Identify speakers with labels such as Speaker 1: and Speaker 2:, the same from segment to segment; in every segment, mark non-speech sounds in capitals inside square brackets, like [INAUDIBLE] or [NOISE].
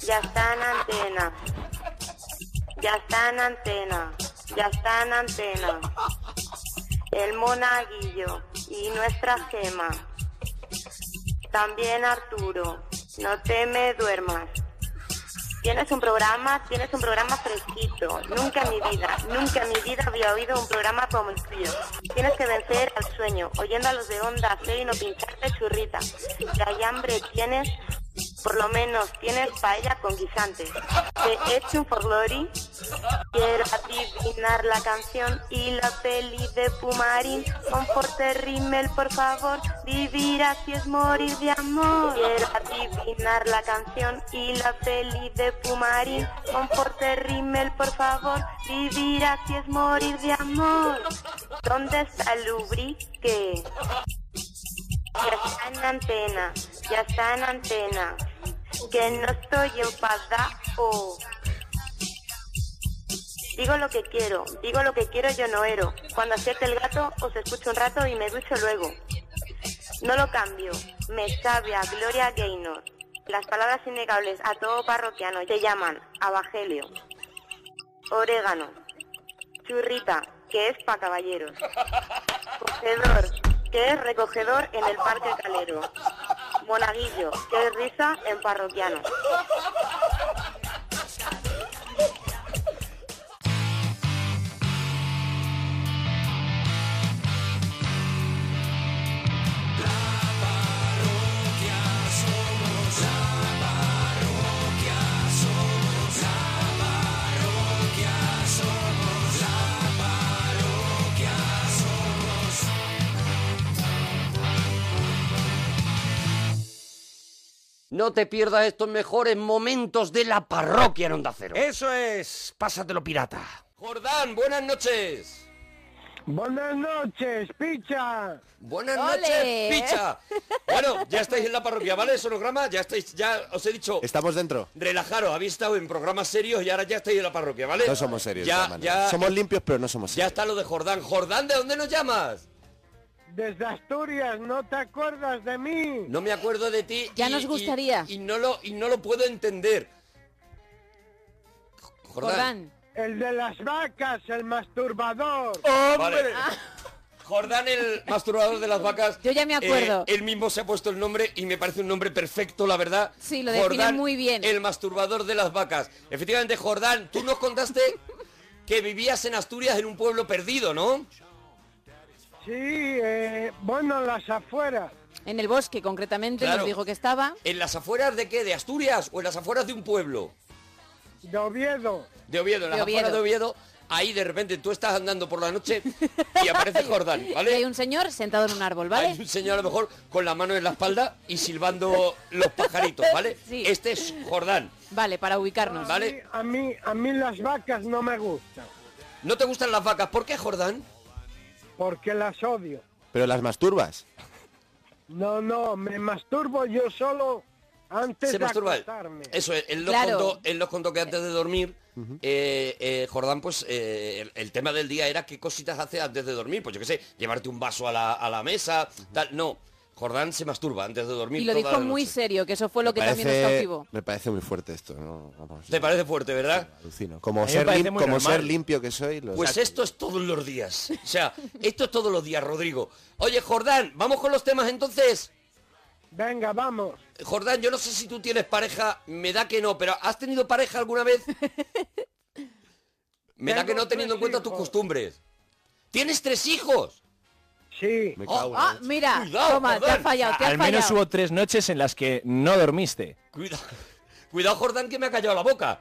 Speaker 1: Ya está en antena. Ya está en antena. Ya está en antena. El monaguillo y nuestra gema. También Arturo. No te me duermas. Tienes un programa, tienes un programa fresquito. Nunca en mi vida, nunca en mi vida había oído un programa como el tuyo. Tienes que vencer al sueño, oyendo a los de onda cero y no pincharte churrita. Si hay hambre tienes, por lo menos tienes paella con guisantes. Te echo un forlori, quiero adivinar la canción y la peli de Pumarín. Conforte Rimmel, por favor, vivir así es morir de amor. Quiero adivinar la canción y la peli de Pumarín. Conforte Rimmel, por favor, vivir así es morir de amor. ¿Dónde está el lubrique? Ya está en antena, ya está en antena. Que no estoy enfadado. Digo lo que quiero, digo lo que quiero yo no ero. Cuando acierte el gato os escucho un rato y me ducho luego. No lo cambio, me sabe a Gloria Gaynor. Las palabras innegables a todo parroquiano te llaman abagelio, orégano, churrita, que es pa' caballeros, cogedor, que es recogedor en el parque calero, monaguillo, que es risa en parroquiano.
Speaker 2: No te pierdas estos mejores momentos de la parroquia en Onda Cero.
Speaker 3: Eso es, pásatelo pirata.
Speaker 2: Jordán, buenas noches.
Speaker 4: Buenas noches,
Speaker 3: Ah.
Speaker 4: picha.
Speaker 2: Buenas
Speaker 5: ¡Ole!
Speaker 2: noches, picha. Bueno, ya estáis en la parroquia, ¿vale? Sonograma, ya estáis, ya os he dicho,
Speaker 3: Estamos dentro.
Speaker 2: relajaros, habéis estado en programas serios y ahora ya estáis en la parroquia, ¿vale?
Speaker 3: No somos serios. de
Speaker 2: Ya,
Speaker 3: todas maneras.
Speaker 2: ya,
Speaker 3: Somos limpios, pero no somos
Speaker 2: ya
Speaker 3: serios.
Speaker 2: está lo de Jordán. Jordán, ¿de dónde nos llamas?
Speaker 4: Desde Asturias, ¿no te acuerdas de mí?
Speaker 2: No me acuerdo de ti.
Speaker 5: Ya nos gustaría.
Speaker 2: Y, no lo, y no lo puedo entender. Jordán.
Speaker 5: Jordán.
Speaker 4: El de las vacas, el masturbador.
Speaker 2: Vale. Jordán, el masturbador de las vacas.
Speaker 5: Ah. Yo ya me acuerdo.
Speaker 2: eh, él mismo se ha puesto el nombre y me parece un nombre perfecto, la verdad.
Speaker 5: Sí, lo define muy bien.
Speaker 2: El masturbador de las vacas. Efectivamente, Jordán, tú nos contaste que vivías en Asturias en un pueblo perdido, ¿no?
Speaker 4: Sí, eh, bueno, las afueras.
Speaker 5: En el bosque, concretamente,
Speaker 2: Claro.
Speaker 5: nos dijo que estaba.
Speaker 2: ¿En las afueras de qué? ¿De Asturias o en las afueras de un pueblo?
Speaker 4: De Oviedo.
Speaker 2: De Oviedo, en las
Speaker 5: De Oviedo.
Speaker 2: afueras de Oviedo. Ahí de repente tú estás andando por la noche
Speaker 5: [LAUGHS]
Speaker 2: y aparece Jordán, ¿vale?
Speaker 5: Y hay un señor sentado en un árbol, ¿vale?
Speaker 2: Hay un señor a lo mejor con la mano en la espalda y silbando los pajaritos, ¿vale?
Speaker 5: [LAUGHS] Sí.
Speaker 2: Este es Jordán.
Speaker 5: Vale, para ubicarnos.
Speaker 2: Vale.
Speaker 4: A mí, a mí las vacas no me gustan,
Speaker 2: ¿No te gustan las vacas? ¿Por qué, Jordán?
Speaker 4: porque las odio.
Speaker 3: Pero las masturbas.
Speaker 4: No, no, me masturbo yo solo antes
Speaker 2: Se
Speaker 4: de
Speaker 2: masturba.
Speaker 4: acostarme.
Speaker 2: Eso es, él nos,
Speaker 5: Claro.
Speaker 2: contó, él nos contó que antes de dormir, eh, eh, Jordán, pues eh, el, el tema del día era qué cositas hace antes de dormir. Pues yo qué sé, llevarte un vaso a la, a la mesa, tal. No, Jordán se masturba antes de dormir.
Speaker 5: Y lo
Speaker 2: toda
Speaker 5: dijo
Speaker 2: la
Speaker 5: muy
Speaker 2: noche.
Speaker 5: serio, que eso fue lo que
Speaker 3: Parece-
Speaker 5: también nos cautivó.
Speaker 3: Eh, me parece muy fuerte esto, ¿no? Vamos,
Speaker 2: ¿Te parece fuerte, verdad?
Speaker 3: alucino. Como,
Speaker 6: mí me
Speaker 3: ser,
Speaker 6: parece
Speaker 3: lim-
Speaker 6: muy
Speaker 3: como
Speaker 6: normal.
Speaker 3: ser limpio que soy, lo
Speaker 2: Pues esto es todos los días. O sea, esto es todos los días, Rodrigo. Oye, Jordán, vamos con los temas entonces.
Speaker 4: Venga, vamos.
Speaker 2: Jordán, yo no sé si tú tienes pareja, me da que no, pero ¿has tenido pareja alguna
Speaker 4: [LAUGHS]
Speaker 2: vez? Me da que no
Speaker 4: Tengo
Speaker 2: teniendo en
Speaker 4: tres
Speaker 2: cuenta tus
Speaker 4: hijos.
Speaker 2: costumbres. ¡Tienes tres hijos!
Speaker 4: Sí,
Speaker 3: me
Speaker 2: Oh,
Speaker 3: cago en la
Speaker 5: Ah,
Speaker 3: leche.
Speaker 5: mira,
Speaker 2: Cuidado,
Speaker 5: toma, te
Speaker 2: Jordán.
Speaker 5: has fallado, te has
Speaker 6: ah, Al menos
Speaker 5: fallado.
Speaker 6: hubo tres noches en las que no dormiste.
Speaker 2: Cuidado, cuidado Jordán, que me ha callado la boca.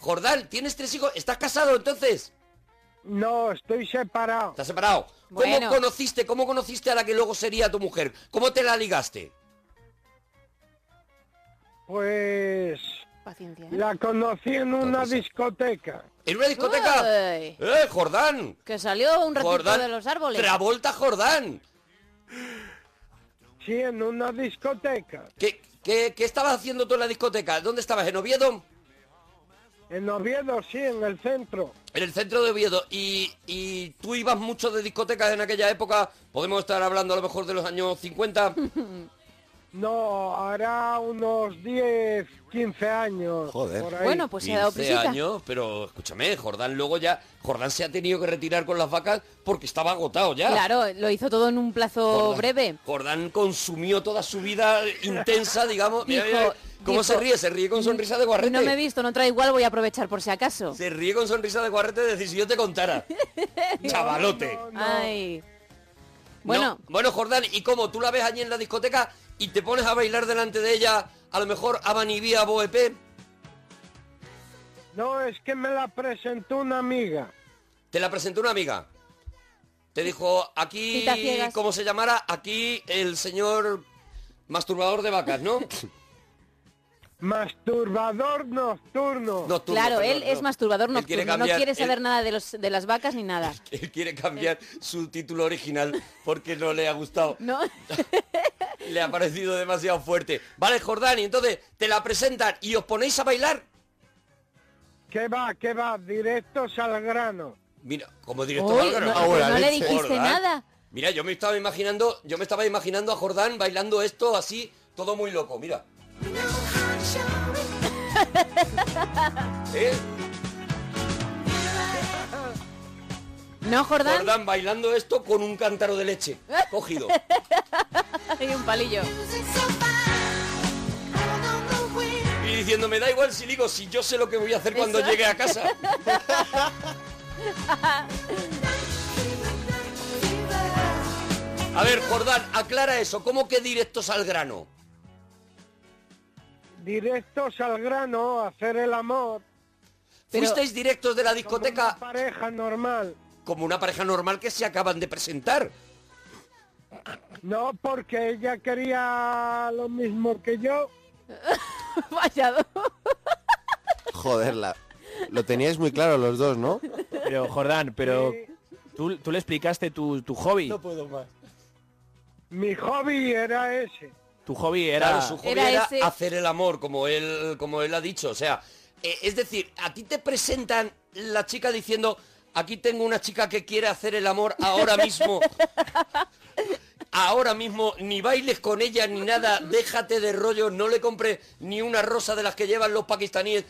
Speaker 2: Jordán, ¿tienes tres hijos? ¿Estás casado entonces?
Speaker 4: no, estoy separado.
Speaker 2: ¿Estás separado?
Speaker 5: Bueno.
Speaker 2: ¿Cómo conociste, cómo conociste a la que luego sería tu mujer? ¿Cómo te la ligaste?
Speaker 4: Pues
Speaker 5: Paciencia. ¿eh?
Speaker 4: la conocí en una discoteca.
Speaker 2: ¿En una discoteca?
Speaker 5: Uy,
Speaker 2: ¡Eh, Jordán!
Speaker 5: que salió un ratito
Speaker 2: Jordán.
Speaker 5: de los árboles.
Speaker 2: Travolta Jordán.
Speaker 4: Sí, en una discoteca.
Speaker 2: ¿Qué, qué, qué estabas haciendo tú en la discoteca? ¿Dónde estabas? ¿En Oviedo?
Speaker 4: En Oviedo, sí, en el centro.
Speaker 2: En el centro de Oviedo. Y, y tú ibas mucho de discotecas en aquella época. Podemos estar hablando a lo mejor de los años 50.
Speaker 4: No, hará unos 10, 15 años.
Speaker 7: Joder.
Speaker 4: por ahí.
Speaker 5: Bueno, pues se ha dado
Speaker 2: 15
Speaker 5: prisita.
Speaker 2: años, pero escúchame, Jordán luego ya, Jordán se ha tenido que retirar con las vacas porque estaba agotado ya.
Speaker 5: Claro, lo hizo todo en un plazo
Speaker 2: Jordán-
Speaker 5: breve.
Speaker 2: Jordán consumió toda su vida intensa, digamos. Mira,
Speaker 5: Dijo-
Speaker 2: mira, ¿Cómo
Speaker 5: dijo,
Speaker 2: se ríe? Se ríe con sonrisa de guarrete.
Speaker 5: No me he visto, no trae igual, voy a aprovechar por si acaso.
Speaker 2: Se ríe con sonrisa de guarrete de decir si yo te
Speaker 5: [LAUGHS]
Speaker 2: contara. Chavalote.
Speaker 4: No, no.
Speaker 5: Ay. Bueno,
Speaker 2: No. Bueno, Jordán, ¿y cómo? ¿Tú la ves allí en la discoteca y te pones a bailar delante de ella, a lo mejor a E Vanivía Boepé?
Speaker 4: No, es que me la presentó una amiga.
Speaker 2: Te la presentó una amiga. Te dijo, aquí,
Speaker 5: Citas ciegas.
Speaker 2: como se llamara, aquí el señor masturbador de vacas,
Speaker 5: [LAUGHS]
Speaker 2: ¿no?
Speaker 4: Masturbador nocturno.
Speaker 2: Nocturno,
Speaker 5: claro,
Speaker 2: perdón,
Speaker 5: él es
Speaker 2: no.
Speaker 5: masturbador
Speaker 2: Él
Speaker 5: nocturno,
Speaker 2: quiere cambiar-
Speaker 5: no quiere
Speaker 2: él-
Speaker 5: saber nada de, los, de las vacas ni nada.
Speaker 2: Él quiere cambiar su título original porque no le ha gustado.
Speaker 5: Eh. [LAUGHS] ¿No?
Speaker 2: [LAUGHS] Le ha parecido demasiado fuerte. Vale, Jordán, y entonces te la presentan y os ponéis a bailar.
Speaker 4: ¿Qué va, qué va? Directos al grano.
Speaker 2: Mira, como directo
Speaker 5: Uy,
Speaker 2: al grano.
Speaker 5: no,
Speaker 7: ahora,
Speaker 5: no le
Speaker 7: leche.
Speaker 5: dijiste
Speaker 2: Jordán.
Speaker 5: nada.
Speaker 2: Mira, yo me estaba imaginando, yo me estaba imaginando a Jordán bailando esto así, todo muy loco, mira. ¿Eh?
Speaker 5: No, Jordán.
Speaker 2: Jordán bailando esto con un cántaro de
Speaker 5: [LAUGHS]
Speaker 2: leche. Cogido.
Speaker 5: Hay un palillo.
Speaker 2: Y diciendo, me da igual si digo, si yo sé lo que voy a hacer cuando
Speaker 5: Eso.
Speaker 2: llegue a
Speaker 1: [LAUGHS]
Speaker 2: casa.
Speaker 5: [LAUGHS]
Speaker 2: A ver, Jordán, aclara eso. ¿Cómo que directos al grano?
Speaker 4: Directos al grano, hacer el amor.
Speaker 5: Pero-
Speaker 2: ¿Fuisteis directos de la
Speaker 4: como
Speaker 2: discoteca
Speaker 4: una pareja normal.
Speaker 2: como una pareja normal que se acaban de presentar?
Speaker 4: No, porque ella quería lo mismo que yo.
Speaker 5: [LAUGHS] Vaya.
Speaker 7: Joder, la... lo teníais muy claro los dos, ¿no?
Speaker 8: Pero Jordán, pero tú, tú le explicaste tu, tu hobby.
Speaker 4: Mi hobby era ese.
Speaker 8: Tu hobby era...
Speaker 2: Claro, su hobby era,
Speaker 5: Era ese.
Speaker 2: hacer el amor, como él, como él ha dicho. O sea, eh, es decir, a ti te presentan la chica diciendo, aquí tengo una chica que quiere hacer el amor ahora
Speaker 5: [LAUGHS]
Speaker 2: mismo. Ahora mismo, ni bailes con ella ni nada, déjate de rollo, no le compres ni una rosa de las que llevan los pakistaníes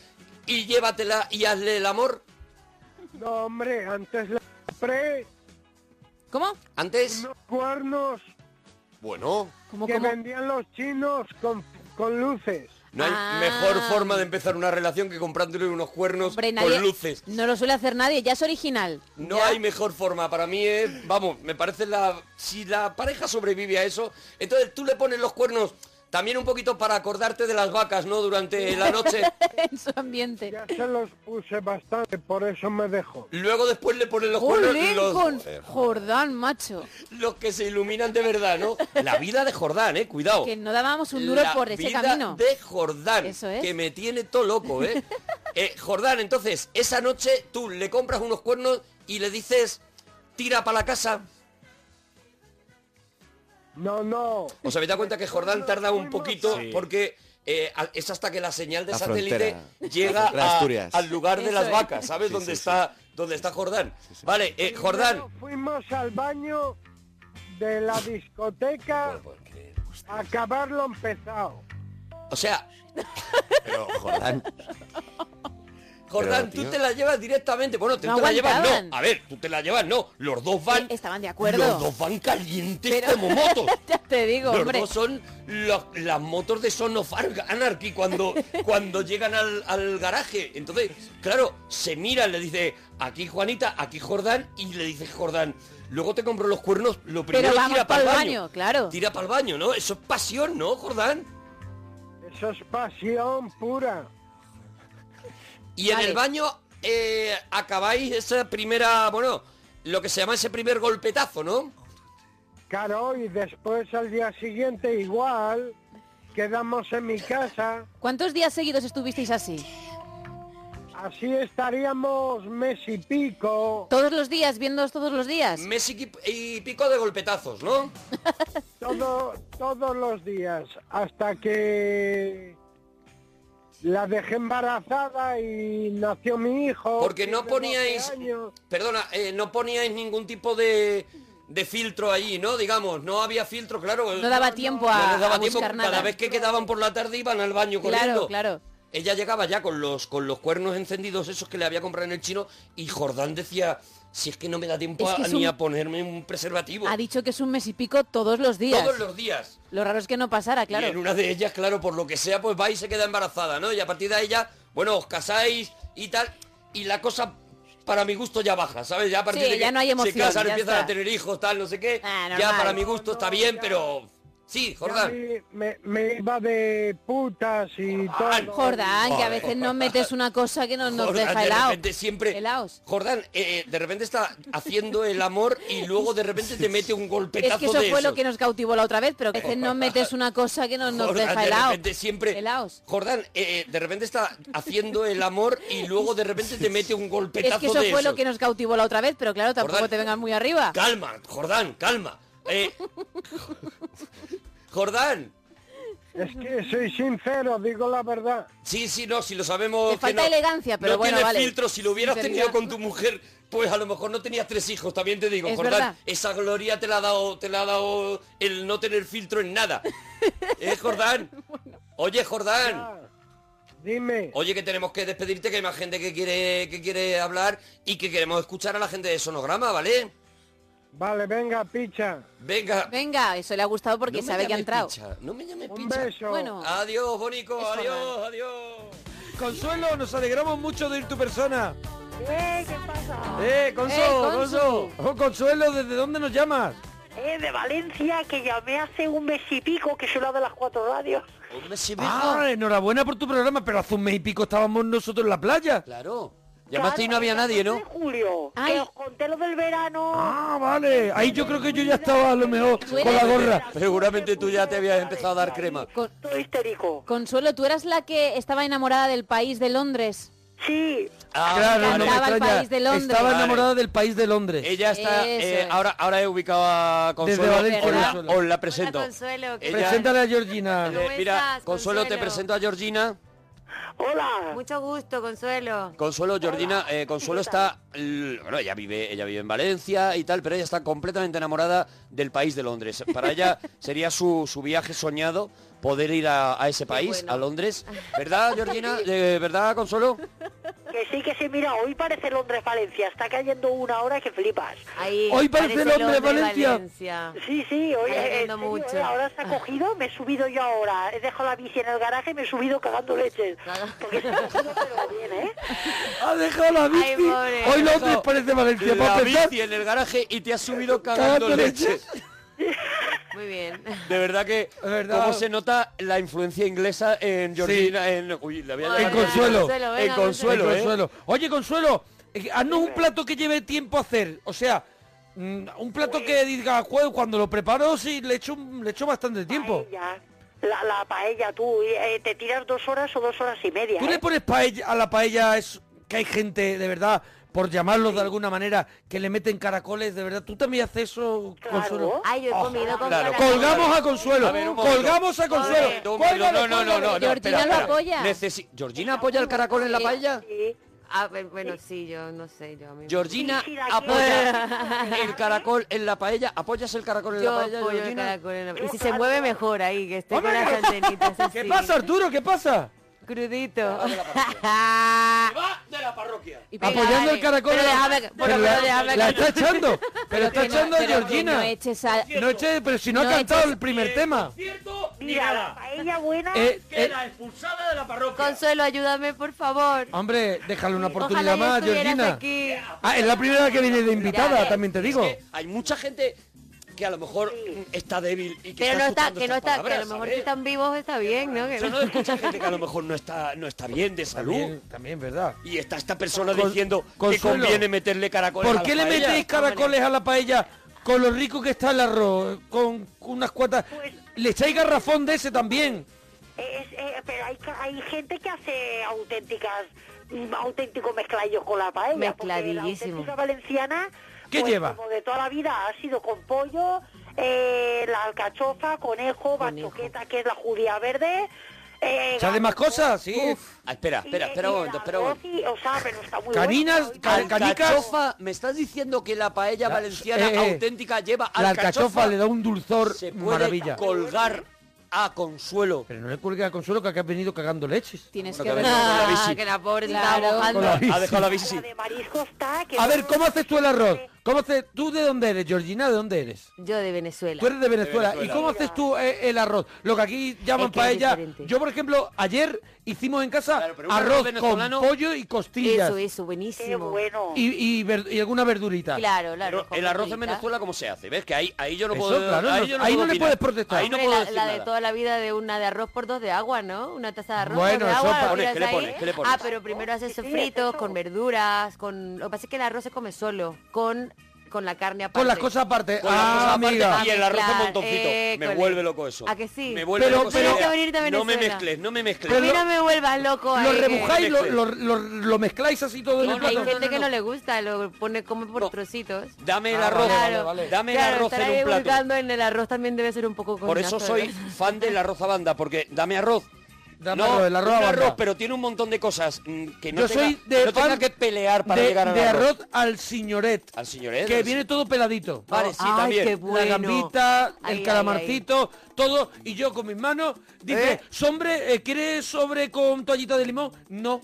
Speaker 2: y llévatela y hazle el amor.
Speaker 4: No, hombre, antes le compré
Speaker 5: ¿Cómo?
Speaker 2: Antes,
Speaker 4: unos cuernos
Speaker 7: Bueno,
Speaker 5: ¿Cómo,
Speaker 4: que
Speaker 5: cómo?
Speaker 4: vendían los chinos con, con luces.
Speaker 2: no hay
Speaker 5: Ah.
Speaker 2: mejor forma de empezar una relación que comprándole unos cuernos
Speaker 5: Hombre, nadie-
Speaker 2: con luces.
Speaker 5: No lo suele hacer nadie, ya es original.
Speaker 2: No
Speaker 5: Ya.
Speaker 2: hay mejor forma. Para mí es, vamos, me parece la... Si la pareja sobrevive a eso, entonces tú le pones los cuernos también un poquito para acordarte de las vacas, ¿no? Durante
Speaker 5: [LAUGHS]
Speaker 2: la noche.
Speaker 5: en su ambiente.
Speaker 4: Ya se los puse bastante, por eso me dejó.
Speaker 2: Luego después le pones los
Speaker 5: ¡Un
Speaker 2: cuernos los, Eh,
Speaker 5: Lincoln! Jordán, macho.
Speaker 2: los que se iluminan de verdad, ¿no? La vida de Jordán, ¿eh? Cuidado.
Speaker 5: Que no dábamos un duro
Speaker 2: La
Speaker 5: por ese
Speaker 2: vida
Speaker 5: camino.
Speaker 2: de Jordán,
Speaker 5: Eso es.
Speaker 2: que me tiene todo loco, ¿eh?
Speaker 5: [LAUGHS]
Speaker 2: Eh, Jordán, entonces, esa noche tú le compras unos cuernos y le dices, tira para la casa.
Speaker 4: No, no.
Speaker 2: ¿Os habéis dado cuenta que Jordán tarda un poquito
Speaker 8: Sí.
Speaker 2: porque eh, a- es hasta que la señal de
Speaker 7: La
Speaker 2: satélite
Speaker 7: frontera.
Speaker 2: llega
Speaker 7: La
Speaker 2: a-
Speaker 7: Asturias.
Speaker 2: al lugar de
Speaker 5: Eso
Speaker 2: las
Speaker 5: es.
Speaker 2: vacas, ¿sabes?
Speaker 7: Sí,
Speaker 2: dónde,
Speaker 7: sí,
Speaker 2: está, dónde está Jordán. Vale, eh, Jordán.
Speaker 4: Primero Fuimos al baño de la discoteca a acabar lo empezado.
Speaker 2: O sea,
Speaker 7: pero Jordán,
Speaker 2: Jordán,
Speaker 7: Pero, tío.
Speaker 2: tú te la llevas directamente. Bueno, tú
Speaker 5: No
Speaker 2: te la llevas,
Speaker 5: aguantaban.
Speaker 2: no. A ver, tú te la llevas, no. Los dos
Speaker 5: Eh,
Speaker 2: van.
Speaker 5: Estaban de acuerdo.
Speaker 2: Los dos van calientes
Speaker 5: Pero-
Speaker 2: como motos.
Speaker 5: [LAUGHS] Ya te digo,
Speaker 2: Los
Speaker 5: hombre.
Speaker 2: dos son los- las motos de Son of Ar- Anarchy
Speaker 5: [LAUGHS]
Speaker 2: cuando, cuando llegan al, al garaje. Entonces, claro, se miran, le dice, aquí Juanita, aquí Jordán, y le dice Jordán, luego te compro los cuernos, lo primero
Speaker 5: Pero vamos
Speaker 2: tira para
Speaker 5: pa'l
Speaker 2: el
Speaker 5: baño, claro.
Speaker 2: Tira para el baño, ¿no? Eso es pasión, ¿no, Jordán?
Speaker 4: Eso es pasión pura.
Speaker 2: Y en
Speaker 5: Vale.
Speaker 2: el baño eh, acabáis esa primera, bueno, lo que se llama ese primer golpetazo, ¿no?
Speaker 4: Claro, y después al día siguiente igual quedamos en mi casa.
Speaker 5: ¿Cuántos días seguidos estuvisteis así?
Speaker 4: Así estaríamos mes y pico,
Speaker 5: ¿Todos los días? ¿Viéndoos todos los días?
Speaker 2: Messi y pico de golpetazos, ¿no?
Speaker 4: [LAUGHS] todo, todos los días, hasta que la dejé embarazada y nació mi hijo.
Speaker 2: Porque no
Speaker 4: tiene 12
Speaker 2: poníais,
Speaker 4: años.
Speaker 2: perdona, eh, no poníais ningún tipo de, de filtro allí, ¿no? Digamos, no había filtro, claro.
Speaker 5: No daba tiempo a,
Speaker 2: no les daba
Speaker 5: a
Speaker 2: tiempo.
Speaker 5: buscar nada.
Speaker 2: Cada vez que quedaban por la tarde iban al baño
Speaker 5: Claro,
Speaker 2: corriendo.
Speaker 5: claro.
Speaker 2: Ella llegaba ya con los, con los cuernos encendidos esos que le había comprado en el chino y Jordán decía, si es que no me da tiempo
Speaker 5: Es que
Speaker 2: a-
Speaker 5: es
Speaker 2: ni
Speaker 5: un-
Speaker 2: a ponerme un preservativo.
Speaker 5: Ha dicho que es un mes y pico todos los días.
Speaker 2: Todos los días.
Speaker 5: Lo raro es que no pasara, claro.
Speaker 2: Y en una de ellas, claro, por lo que sea, pues va y se queda embarazada, ¿no? Y a partir de ella, bueno, os casáis y tal. Y la cosa, para mi gusto, ya baja, ¿sabes? Ya a partir
Speaker 5: Sí,
Speaker 2: de que
Speaker 5: ya no hay
Speaker 2: se
Speaker 5: emoción,
Speaker 2: casan,
Speaker 5: ya
Speaker 2: empiezan
Speaker 5: está.
Speaker 2: a tener hijos, tal, no sé qué.
Speaker 5: Ah,
Speaker 2: ya
Speaker 5: normal.
Speaker 2: para mi gusto está bien, pero... Sí,
Speaker 4: Ya
Speaker 2: Jordán.
Speaker 4: Me, me- me iba de putas y todo.
Speaker 5: Jordán, que a
Speaker 2: Joder. [LAUGHS]
Speaker 5: veces nos metes una cosa que no nos
Speaker 2: Jordán,
Speaker 5: deja
Speaker 2: ah, de
Speaker 5: helado.
Speaker 2: repente siempre...
Speaker 5: Helaos.
Speaker 2: Jordán, eh, eh, de repente está haciendo el amor y luego de repente te mete un golpetazo
Speaker 5: Es que eso
Speaker 2: de
Speaker 5: fue lo
Speaker 2: esos.
Speaker 5: que nos cautivó la otra vez, pero que a veces nos metes una cosa que no nos
Speaker 2: Jordán,
Speaker 5: deja
Speaker 2: de
Speaker 5: helado.
Speaker 2: repente siempre...
Speaker 5: Helaos.
Speaker 2: Jordán, eh, eh, de repente está haciendo el amor y luego de repente te mete un golpetazo
Speaker 5: Es que eso
Speaker 2: de
Speaker 5: fue lo
Speaker 2: esos.
Speaker 5: que nos cautivó la otra vez, pero claro, tampoco
Speaker 2: Jordán.
Speaker 5: te vengas muy arriba.
Speaker 2: Calma, Jordán, calma.
Speaker 5: [LAUGHS]
Speaker 2: Eh, Jordán.
Speaker 4: Es que soy sincero, digo la verdad.
Speaker 2: Sí, sí, no, si lo sabemos...
Speaker 5: Te
Speaker 2: que
Speaker 5: falta
Speaker 2: no-
Speaker 5: elegancia, pero
Speaker 2: no
Speaker 5: bueno,
Speaker 2: tienes
Speaker 5: vale.
Speaker 2: filtro, si lo hubieras
Speaker 5: Sinceridad.
Speaker 2: tenido con tu mujer, pues a lo mejor no tenías tres hijos, también te digo,
Speaker 5: Es
Speaker 2: Jordán.
Speaker 5: verdad.
Speaker 2: Esa gloria te la ha dado, te la ha dado el no tener filtro en
Speaker 5: [LAUGHS]
Speaker 2: nada. ¿Eh, Jordán? Oye, Jordán.
Speaker 4: Ah, Dime,
Speaker 2: Oye, que tenemos que despedirte, que hay más gente que quiere, que quiere hablar y que queremos escuchar a la gente de Sonograma, ¿vale?
Speaker 4: vale, venga, picha.
Speaker 2: Venga.
Speaker 5: Venga, eso le ha gustado porque
Speaker 2: No me
Speaker 5: sabe que ha
Speaker 2: llames
Speaker 5: entrado.
Speaker 2: picha, no me llames
Speaker 4: Un
Speaker 2: picha.
Speaker 4: beso.
Speaker 5: Bueno.
Speaker 2: Adiós, Bonico,
Speaker 5: Es
Speaker 2: adiós,
Speaker 5: Jordán.
Speaker 2: adiós.
Speaker 7: Consuelo, nos alegramos mucho de ir tu persona.
Speaker 9: Eh, ¿qué pasa?
Speaker 7: Eh, Consuelo,
Speaker 5: Eh, Consu.
Speaker 7: Consuelo. Oh, Consuelo, ¿desde dónde nos llamas?
Speaker 9: Eh, de Valencia, que llamé hace un mes y pico, que soy la de las cuatro radios.
Speaker 2: Hombre, sí,
Speaker 7: Ah,
Speaker 2: venga.
Speaker 7: enhorabuena por tu programa, pero hace un mes y pico estábamos nosotros en la playa.
Speaker 2: Claro. Llamaste y no
Speaker 9: Claro,
Speaker 2: había nadie, ¿no?
Speaker 9: de Julio,
Speaker 5: Ay.
Speaker 9: que os conté lo del verano.
Speaker 7: Ah, vale. Ahí yo creo que yo ya estaba a lo mejor
Speaker 5: Suena-
Speaker 7: con la gorra.
Speaker 2: Seguramente tú ya te habías empezado a dar crema.
Speaker 5: Con-
Speaker 9: Estoy histérico.
Speaker 5: Consuelo, tú eras la que estaba enamorada del país de Londres.
Speaker 9: Sí,
Speaker 2: Ah,
Speaker 7: Claro,
Speaker 2: vale.
Speaker 7: no me
Speaker 5: Cantaba el
Speaker 7: extraña.
Speaker 5: país de Londres.
Speaker 7: Estaba
Speaker 2: Vale.
Speaker 7: enamorada del país de Londres.
Speaker 2: Ella está,
Speaker 5: Eso
Speaker 2: eh,
Speaker 5: es.
Speaker 2: ahora, ahora he ubicado a Consuelo,
Speaker 7: Desde Valencia,
Speaker 2: os la,
Speaker 7: Consuelo.
Speaker 2: os la presento.
Speaker 10: Hola, Consuelo, ¿qué
Speaker 2: Ella-
Speaker 10: tal?
Speaker 7: Preséntale a Georgina.
Speaker 10: ¿Cómo
Speaker 2: Eh, mira,
Speaker 10: estás,
Speaker 2: Consuelo, te
Speaker 10: Consuelo?
Speaker 2: presento a Georgina.
Speaker 9: hola.
Speaker 10: Mucho gusto, Consuelo.
Speaker 2: Consuelo, Georgina, eh, Consuelo está, l- bueno, ella vive, ella vive en Valencia y tal, pero ella está completamente enamorada del país de Londres. Para ella sería su, su viaje soñado poder ir a, a ese país,
Speaker 10: bueno.
Speaker 2: a Londres. ¿Verdad, Georgina? Eh, ¿Verdad, Consuelo?
Speaker 9: Que sí, que sí, mira, hoy parece Londres-Valencia, está cayendo una hora que flipas.
Speaker 10: Ahí,
Speaker 7: Hoy parece el hombre de Valencia.
Speaker 9: Sí, sí, hoy
Speaker 10: Está
Speaker 9: eh, en
Speaker 10: lloviendo
Speaker 9: serio,
Speaker 10: mucho.
Speaker 9: eh, ahora se ha cogido, me he subido yo ahora, he dejado la bici en el garaje y me he subido cagando leches.
Speaker 7: [LAUGHS]
Speaker 9: Porque se ha cogido, pero bien, ¿eh?
Speaker 7: Ha dejado la bici.
Speaker 10: Ay, pobre.
Speaker 7: Hoy Londres parece Valencia.
Speaker 2: La
Speaker 7: Para empezar,
Speaker 2: bici en el garaje y te has subido cagando
Speaker 7: Cagando
Speaker 2: leche.
Speaker 10: Muy bien.
Speaker 2: De verdad que,
Speaker 7: Es verdad.
Speaker 2: cómo se nota la influencia inglesa en Georgina, en... Uy, la voy a
Speaker 10: Hola,
Speaker 2: llamar-
Speaker 7: En Consuelo.
Speaker 2: En
Speaker 10: venga,
Speaker 2: Consuelo,
Speaker 7: Eh,
Speaker 2: ¿eh?
Speaker 7: Consuelo. Oye, Consuelo, eh, haznos un plato que lleve tiempo a hacer. O sea, mm, un plato que diga, "Jue, cuando lo preparo, sí, le echo, un- le echo bastante tiempo.
Speaker 9: Paella. La, la paella, tú, y, eh, te tiras dos horas o dos horas y media.
Speaker 7: Tú le
Speaker 9: ¿eh?
Speaker 7: pones paella, a la paella es que hay gente, de verdad, por llamarlo de alguna manera, que le meten caracoles, de verdad. ¿Tú también haces eso,
Speaker 9: Claro.
Speaker 7: Consuelo? Ah,
Speaker 10: Ay, yo he comido con
Speaker 2: claro.
Speaker 10: caracoles.
Speaker 7: Colgamos a Consuelo,
Speaker 2: A ver, un momento.
Speaker 7: colgamos a Consuelo.
Speaker 10: Pobre.
Speaker 2: No,
Speaker 7: Cuélgalo,
Speaker 2: no, no, no,
Speaker 7: cuélgalo.
Speaker 2: no, no,
Speaker 5: Georgina
Speaker 2: espera,
Speaker 5: lo
Speaker 2: espera.
Speaker 5: apoya.
Speaker 2: Necesi- ¿Georgina apoya el caracol en la
Speaker 10: Sí.
Speaker 2: paella?
Speaker 9: Sí.
Speaker 10: Ah, pe- bueno, sí, yo no sé. yo a mí-
Speaker 2: Georgina
Speaker 9: Sí, sí, la
Speaker 2: apoya
Speaker 9: quiero.
Speaker 2: el caracol en la paella. ¿Apoyas el caracol en
Speaker 10: Yo
Speaker 2: la paella,
Speaker 10: apoyo el
Speaker 2: Georgina?
Speaker 10: caracol en la-
Speaker 9: Yo
Speaker 10: Y si se
Speaker 9: caracol.
Speaker 10: mueve mejor ahí, que esté con
Speaker 7: Hombre,
Speaker 10: las
Speaker 7: ¿qué-
Speaker 10: antenitas así.
Speaker 7: ¿Qué pasa, Arturo? ¿Qué pasa?
Speaker 10: Crudito.
Speaker 2: Va de la parroquia.
Speaker 5: Y-
Speaker 7: Apoyando el
Speaker 10: vale.
Speaker 7: caracol.
Speaker 10: Pero
Speaker 7: en la-
Speaker 10: déjame-
Speaker 7: Pero
Speaker 10: bueno,
Speaker 7: la,
Speaker 10: pero déjame
Speaker 7: la
Speaker 10: que-
Speaker 7: está
Speaker 5: [LAUGHS]
Speaker 7: echando. Pero está
Speaker 5: que no-
Speaker 7: echando a
Speaker 5: pero que
Speaker 7: Georgina.
Speaker 5: No eches a...
Speaker 7: No eche, pero si no,
Speaker 5: No
Speaker 7: ha cantado
Speaker 5: eches-
Speaker 7: el primer tema.
Speaker 9: Mira, la paella buena.
Speaker 7: Eh, eh,
Speaker 2: expulsada de la parroquia.
Speaker 10: Consuelo, ayúdame, por favor.
Speaker 7: hombre, déjale una oportunidad
Speaker 10: Ojalá yo
Speaker 7: más,
Speaker 10: estuvieras
Speaker 7: Georgina.
Speaker 10: aquí.
Speaker 7: Ah, es la primera que viene de invitada,
Speaker 10: Ya, eh.
Speaker 7: también te digo.
Speaker 2: Hay mucha gente que a lo mejor está débil y que
Speaker 10: Pero no está,
Speaker 2: escuchando
Speaker 10: que no
Speaker 2: estas
Speaker 10: está, que a lo
Speaker 2: palabras,
Speaker 10: mejor
Speaker 2: ¿sabes?
Speaker 10: si están vivos está bien, ¿no? Que
Speaker 2: Yo
Speaker 10: no-
Speaker 2: no escucha gente que a lo mejor no está, no está bien de salud.
Speaker 7: También, también, ¿verdad?
Speaker 2: Y está esta persona
Speaker 7: Con-
Speaker 2: diciendo que
Speaker 7: Consuelo,
Speaker 2: conviene meterle caracoles Pues a la
Speaker 7: ¿Por qué le
Speaker 2: paella?
Speaker 7: metéis caracoles a la paella con lo rico que está el arroz? Con unas cuantas...
Speaker 9: Pues-
Speaker 7: Le echáis garrafón de ese también.
Speaker 9: Es- eh, pero hay, ca- hay gente que hace auténticas auténticos mezcladillos con la paella. porque
Speaker 10: Mezcladillísimo.
Speaker 9: La auténtica valenciana,
Speaker 7: ¿Qué
Speaker 9: pues,
Speaker 7: lleva?
Speaker 9: Como de toda la vida ha sido con pollo, eh, la alcachofa, conejo, bachoqueta, que es la judía verde, Eh,
Speaker 7: ¿Sabes más cosas? Sí.
Speaker 2: Ah, espera, espera, espera un momento, espera un momento.
Speaker 9: O sabe, no está muy
Speaker 7: Caninas,
Speaker 9: bueno.
Speaker 7: ca- canicas.
Speaker 2: Alcachofa, me estás diciendo que la paella
Speaker 7: La-
Speaker 2: valenciana
Speaker 7: eh, eh.
Speaker 2: auténtica lleva
Speaker 7: La alcachofa le da un dulzor
Speaker 2: se puede
Speaker 7: maravilla.
Speaker 2: colgar a Consuelo.
Speaker 7: Pero no le cuelgue a Consuelo que has venido cagando leches.
Speaker 5: Tienes
Speaker 2: Bueno,
Speaker 5: que
Speaker 2: que
Speaker 5: ver.
Speaker 2: a ver, con la
Speaker 10: Ah,
Speaker 2: bici.
Speaker 10: [LAUGHS] que la pobre se
Speaker 5: Claro.
Speaker 10: estaba mojando.
Speaker 7: Con la bici.
Speaker 2: Ha dejado la bici.
Speaker 9: La de marisco está que
Speaker 7: A
Speaker 9: no-
Speaker 7: ver, ¿cómo haces tú el arroz? ¿Cómo haces tú de dónde eres, Georgina? ¿De dónde eres?
Speaker 10: Yo de Venezuela.
Speaker 7: Tú eres de Venezuela.
Speaker 2: Venezuela.
Speaker 7: ¿Y cómo haces tú eh, el arroz? Lo que aquí llaman
Speaker 10: Es que es
Speaker 7: paella.
Speaker 10: diferente.
Speaker 7: Yo, por ejemplo, ayer hicimos en casa
Speaker 2: Claro, pero un arroz
Speaker 7: arroz con
Speaker 2: venezolano-
Speaker 7: pollo y costillas.
Speaker 10: Eso, eso,
Speaker 9: Qué
Speaker 10: buenísimo.
Speaker 9: bueno.
Speaker 7: Y, y ver- y alguna verdurita.
Speaker 10: Claro, claro.
Speaker 2: Pero
Speaker 10: con
Speaker 2: el arroz en
Speaker 10: verdurita.
Speaker 2: Venezuela, ¿cómo se hace? ¿Ves? Que ahí, ahí yo no
Speaker 7: Eso,
Speaker 2: puedo...
Speaker 7: claro, no-
Speaker 2: ahí yo no,
Speaker 7: ahí
Speaker 2: puedo
Speaker 7: no le
Speaker 2: opinar.
Speaker 7: puedes protestar.
Speaker 2: Ahí no
Speaker 10: Hombre,
Speaker 2: puedo
Speaker 10: la,
Speaker 2: decir
Speaker 10: la de
Speaker 2: nada.
Speaker 10: toda la vida de una de arroz por dos de agua, ¿no? Una taza de arroz
Speaker 7: Bueno,
Speaker 10: por dos
Speaker 7: eso
Speaker 10: de agua.
Speaker 7: para-
Speaker 10: la
Speaker 2: ¿Qué le
Speaker 10: tiras
Speaker 2: pones?
Speaker 10: ahí.
Speaker 2: ¿Qué le pones?
Speaker 10: Ah, pero primero haces
Speaker 9: Sí, sí,
Speaker 10: sofritos
Speaker 9: eso.
Speaker 10: con verduras, con... Lo que pasa es que el arroz se come solo, con, con la carne aparte.
Speaker 7: Con las cosas aparte.
Speaker 2: Con las
Speaker 7: Ah,
Speaker 2: cosas aparte,
Speaker 7: amiga.
Speaker 2: Y el arroz en
Speaker 10: Claro,
Speaker 2: montoncito. me
Speaker 9: eh,
Speaker 10: école.
Speaker 2: vuelve loco eso.
Speaker 10: ¿A que sí?
Speaker 2: Me vuelve
Speaker 7: Pero-
Speaker 2: loco esa
Speaker 7: pero-
Speaker 2: idea.
Speaker 7: Tienes
Speaker 10: que venirte a
Speaker 2: No me
Speaker 10: Venezuela.
Speaker 2: mezcles, no me
Speaker 10: A
Speaker 2: mezcles.
Speaker 10: mí no me vuelvas loco ahí,
Speaker 7: Lo
Speaker 10: que-
Speaker 7: rebujáis, lo,
Speaker 2: Mezcles.
Speaker 7: lo- lo- lo mezcláis así todo en
Speaker 2: No,
Speaker 7: el
Speaker 2: no,
Speaker 10: Hay
Speaker 7: plato.
Speaker 10: gente que no le gusta, lo pone come por trocitos.
Speaker 2: Dame el
Speaker 7: Ah,
Speaker 2: arroz.
Speaker 7: vale, vale, vale.
Speaker 2: Dame el
Speaker 10: claro,
Speaker 2: arroz
Speaker 10: estar
Speaker 2: en
Speaker 10: ahí
Speaker 2: un plato.
Speaker 10: buscando en el arroz también debe ser un poco
Speaker 9: Pues
Speaker 2: Por eso
Speaker 10: coñazo,
Speaker 9: ¿eh? [LAUGHS]
Speaker 2: soy
Speaker 10: ¿verdad?
Speaker 2: fan del arroz a banda, porque dame arroz.
Speaker 7: Dame
Speaker 2: no,
Speaker 7: arroz, el arroz a
Speaker 2: un
Speaker 7: banda.
Speaker 2: arroz, pero tiene un montón de cosas mm, que no,
Speaker 7: Yo
Speaker 2: tenga,
Speaker 7: soy de
Speaker 2: no tenga
Speaker 7: fan
Speaker 2: que pelear para
Speaker 7: de,
Speaker 2: llegar al
Speaker 7: de
Speaker 2: arroz.
Speaker 7: arroz al señoret.
Speaker 2: Al señoret,
Speaker 7: Que
Speaker 2: al
Speaker 7: viene
Speaker 2: señor-
Speaker 7: todo peladito.
Speaker 2: Vale, sí,
Speaker 10: Ay,
Speaker 2: también.
Speaker 10: qué bueno.
Speaker 7: La gambita,
Speaker 10: Ahí,
Speaker 7: el
Speaker 10: ahí,
Speaker 7: calamarcito, todo. Y yo con mis manos dije,
Speaker 2: ¿Eh?
Speaker 7: ¿sombre, eh, ¿quieres sobre con toallita de limón? No.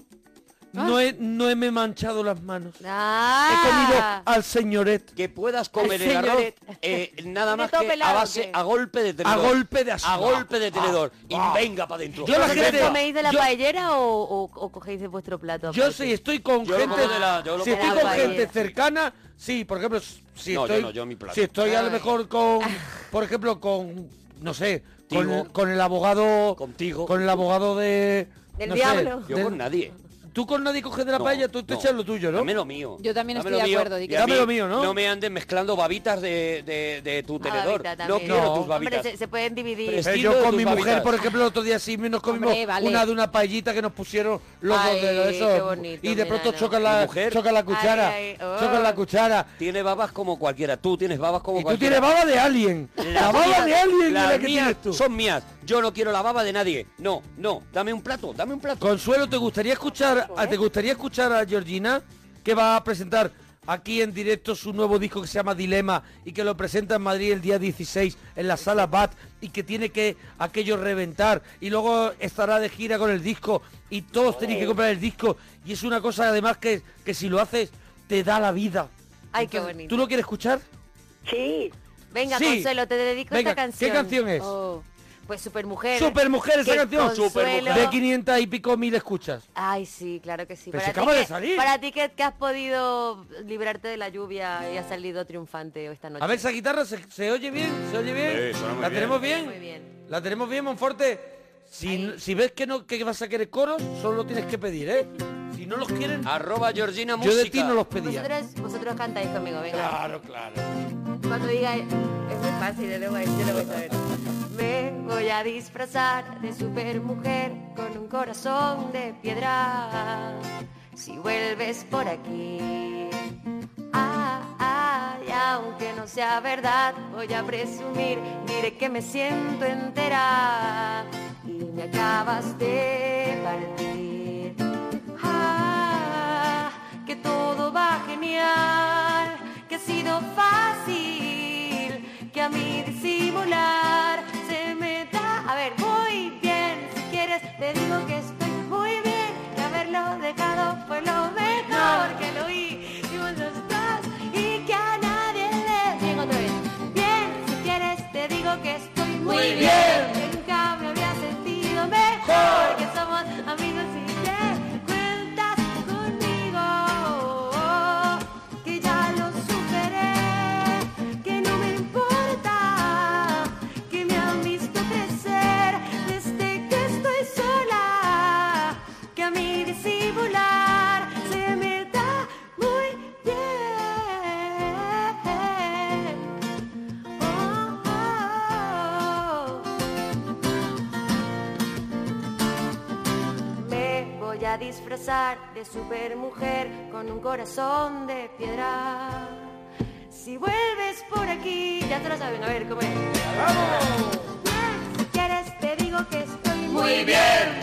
Speaker 2: Ah.
Speaker 7: No, he, no he- me he manchado las manos.
Speaker 10: ahí.
Speaker 7: He comido
Speaker 10: Ah,
Speaker 7: al señoret
Speaker 2: Que puedas comer el
Speaker 10: Señoret.
Speaker 2: arroz eh,
Speaker 10: [LAUGHS]
Speaker 2: nada
Speaker 10: ¿Tiene
Speaker 2: más
Speaker 10: todo
Speaker 2: que a
Speaker 10: pelado,
Speaker 2: base,
Speaker 10: qué?
Speaker 2: a golpe de tenedor.
Speaker 7: golpe de asada.
Speaker 2: A golpe de tenedor. Y venga para dentro.
Speaker 7: Yo la
Speaker 2: Y
Speaker 7: gente-
Speaker 10: ¿vosotros
Speaker 2: venga.
Speaker 10: coméis de la
Speaker 7: Yo-
Speaker 10: paellera o, o- o cogéis de vuestro plato?
Speaker 7: Yo
Speaker 10: aparte?
Speaker 7: si estoy con
Speaker 2: Yo lo
Speaker 7: gente,
Speaker 2: como de la- yo lo
Speaker 7: si
Speaker 2: como
Speaker 7: estoy
Speaker 10: de
Speaker 7: con
Speaker 10: la
Speaker 7: gente
Speaker 10: paella.
Speaker 7: cercana, sí, por ejemplo, si
Speaker 2: No, yo
Speaker 7: estoy,
Speaker 2: no, yo mi plato.
Speaker 7: si estoy a lo
Speaker 10: Ay.
Speaker 7: mejor
Speaker 10: [LAUGHS]
Speaker 7: con, por ejemplo, con, no sé, con,
Speaker 2: Contigo.
Speaker 7: con el abogado,
Speaker 2: Contigo.
Speaker 7: con el abogado de,
Speaker 10: Del
Speaker 7: no sé,
Speaker 10: diablo.
Speaker 2: Yo
Speaker 7: del-
Speaker 2: con nadie.
Speaker 7: Tú con nadie coges de la
Speaker 2: No,
Speaker 7: paella, tú te
Speaker 2: no.
Speaker 7: echas lo tuyo, ¿no?
Speaker 2: Dame lo mío.
Speaker 5: Yo también
Speaker 2: Dame
Speaker 5: estoy
Speaker 2: lo
Speaker 5: de
Speaker 2: mío.
Speaker 5: acuerdo, di
Speaker 2: Y
Speaker 5: que
Speaker 2: a
Speaker 7: Dame
Speaker 2: mí
Speaker 7: lo mío, ¿no?
Speaker 2: No me andes mezclando babitas de, de, de tu
Speaker 10: Ah,
Speaker 2: tenedor. no
Speaker 10: babita también.
Speaker 2: quiero
Speaker 7: No.
Speaker 2: tus babitas.
Speaker 10: Hombre, se, se pueden dividir.
Speaker 2: Pero
Speaker 7: Eh,
Speaker 2: estilo
Speaker 7: yo
Speaker 2: de
Speaker 7: con
Speaker 2: tus
Speaker 7: mi mujer,
Speaker 2: babitas.
Speaker 7: por ejemplo, el otro día sí nos comimos
Speaker 5: Hombre, vale.
Speaker 7: una de una paellita que nos pusieron los dos
Speaker 10: Ay,
Speaker 7: dedos esos,
Speaker 10: qué bonito,
Speaker 7: y de pronto
Speaker 10: mira, no.
Speaker 7: chocan
Speaker 2: Mi
Speaker 7: la,
Speaker 2: mujer-
Speaker 7: chocan la cuchara,
Speaker 10: Ay, ay, oh.
Speaker 7: chocan la cuchara.
Speaker 2: Tiene babas como cualquiera. Tú tienes babas como
Speaker 7: Y tú
Speaker 2: cualquiera.
Speaker 7: tienes baba de alien. La baba de alien es
Speaker 2: Las
Speaker 7: la que
Speaker 2: mías
Speaker 7: tienes tú.
Speaker 2: son mías. Yo no quiero la baba de nadie. No, no. Dame un plato, dame un plato.
Speaker 7: Consuelo, ¿te gustaría escuchar a, te gustaría escuchar a Georgina que va a presentar aquí en directo su nuevo disco que se llama Dilema y que lo presenta en Madrid el día 16 en la sala BAT y que tiene que aquello reventar y luego estará de gira con el disco y todos tenéis
Speaker 10: Oh.
Speaker 7: que comprar el disco y es una cosa además que, que si lo haces te da la vida.
Speaker 10: Ay, qué
Speaker 7: Entonces,
Speaker 10: bonito.
Speaker 7: ¿Tú lo quieres escuchar?
Speaker 9: Sí.
Speaker 10: Venga,
Speaker 7: eh, Sí.
Speaker 10: Consuelo, te dedico
Speaker 7: Venga,
Speaker 10: esta canción.
Speaker 7: ¿qué canción es?
Speaker 10: Oh, pues Supermujer.
Speaker 7: Supermujer esa
Speaker 10: Que
Speaker 7: canción.
Speaker 10: Consuelo- Supermujer.
Speaker 7: De 500 y pico mil escuchas.
Speaker 10: Ay, sí, claro que sí.
Speaker 7: Pero se
Speaker 10: ti
Speaker 7: acaba de
Speaker 10: que-
Speaker 7: salir.
Speaker 10: Para ti que, que has podido librarte de la lluvia y has salido triunfante esta noche.
Speaker 7: A ver, esa guitarra se, se oye bien, se oye bien.
Speaker 2: Sí, suena muy
Speaker 7: ¿La
Speaker 2: bien.
Speaker 7: tenemos
Speaker 10: Muy
Speaker 7: bien?
Speaker 10: bien.
Speaker 7: La tenemos bien, Monforte. Si, si ves que no que vas a querer coros, solo tienes que pedir, ¿eh? Si no los quieren,
Speaker 2: Arroba Georgina
Speaker 7: yo
Speaker 2: Música.
Speaker 7: de ti no los pedía.
Speaker 10: Vosotros, vosotros cantáis conmigo, venga.
Speaker 7: Claro, claro.
Speaker 10: Cuando diga, es muy fácil, yo lo voy a, yo lo voy a saber. Me voy a disfrazar de supermujer con un corazón de piedra. Si vuelves por aquí, ah, ah, y aunque no sea verdad, voy a presumir, diré que me siento entera y me acabas de partir. Ah, que todo va genial, que ha sido fácil, que a mí disimular se me da. A ver, muy bien, si quieres te digo que estoy muy bien, que haberlo dejado fue lo mejor que lo oí. Y vos no estás, y que a nadie le Bien, otra vez. Bien, si quieres te digo que estoy muy,
Speaker 7: Muy
Speaker 10: bien, que nunca me había sentido mejor, que somos amigos y te cuentas conmigo, que ya lo superé, que no me importa, que me han visto crecer desde que estoy sola, que a mí disimular se me da muy bien. Oh, oh, oh. Me voy a disfrazar de supermujer con un corazón de piedra. Si vuelves por aquí, ya te lo saben, a ver cómo es. Si quieres te digo que estoy Muy bien.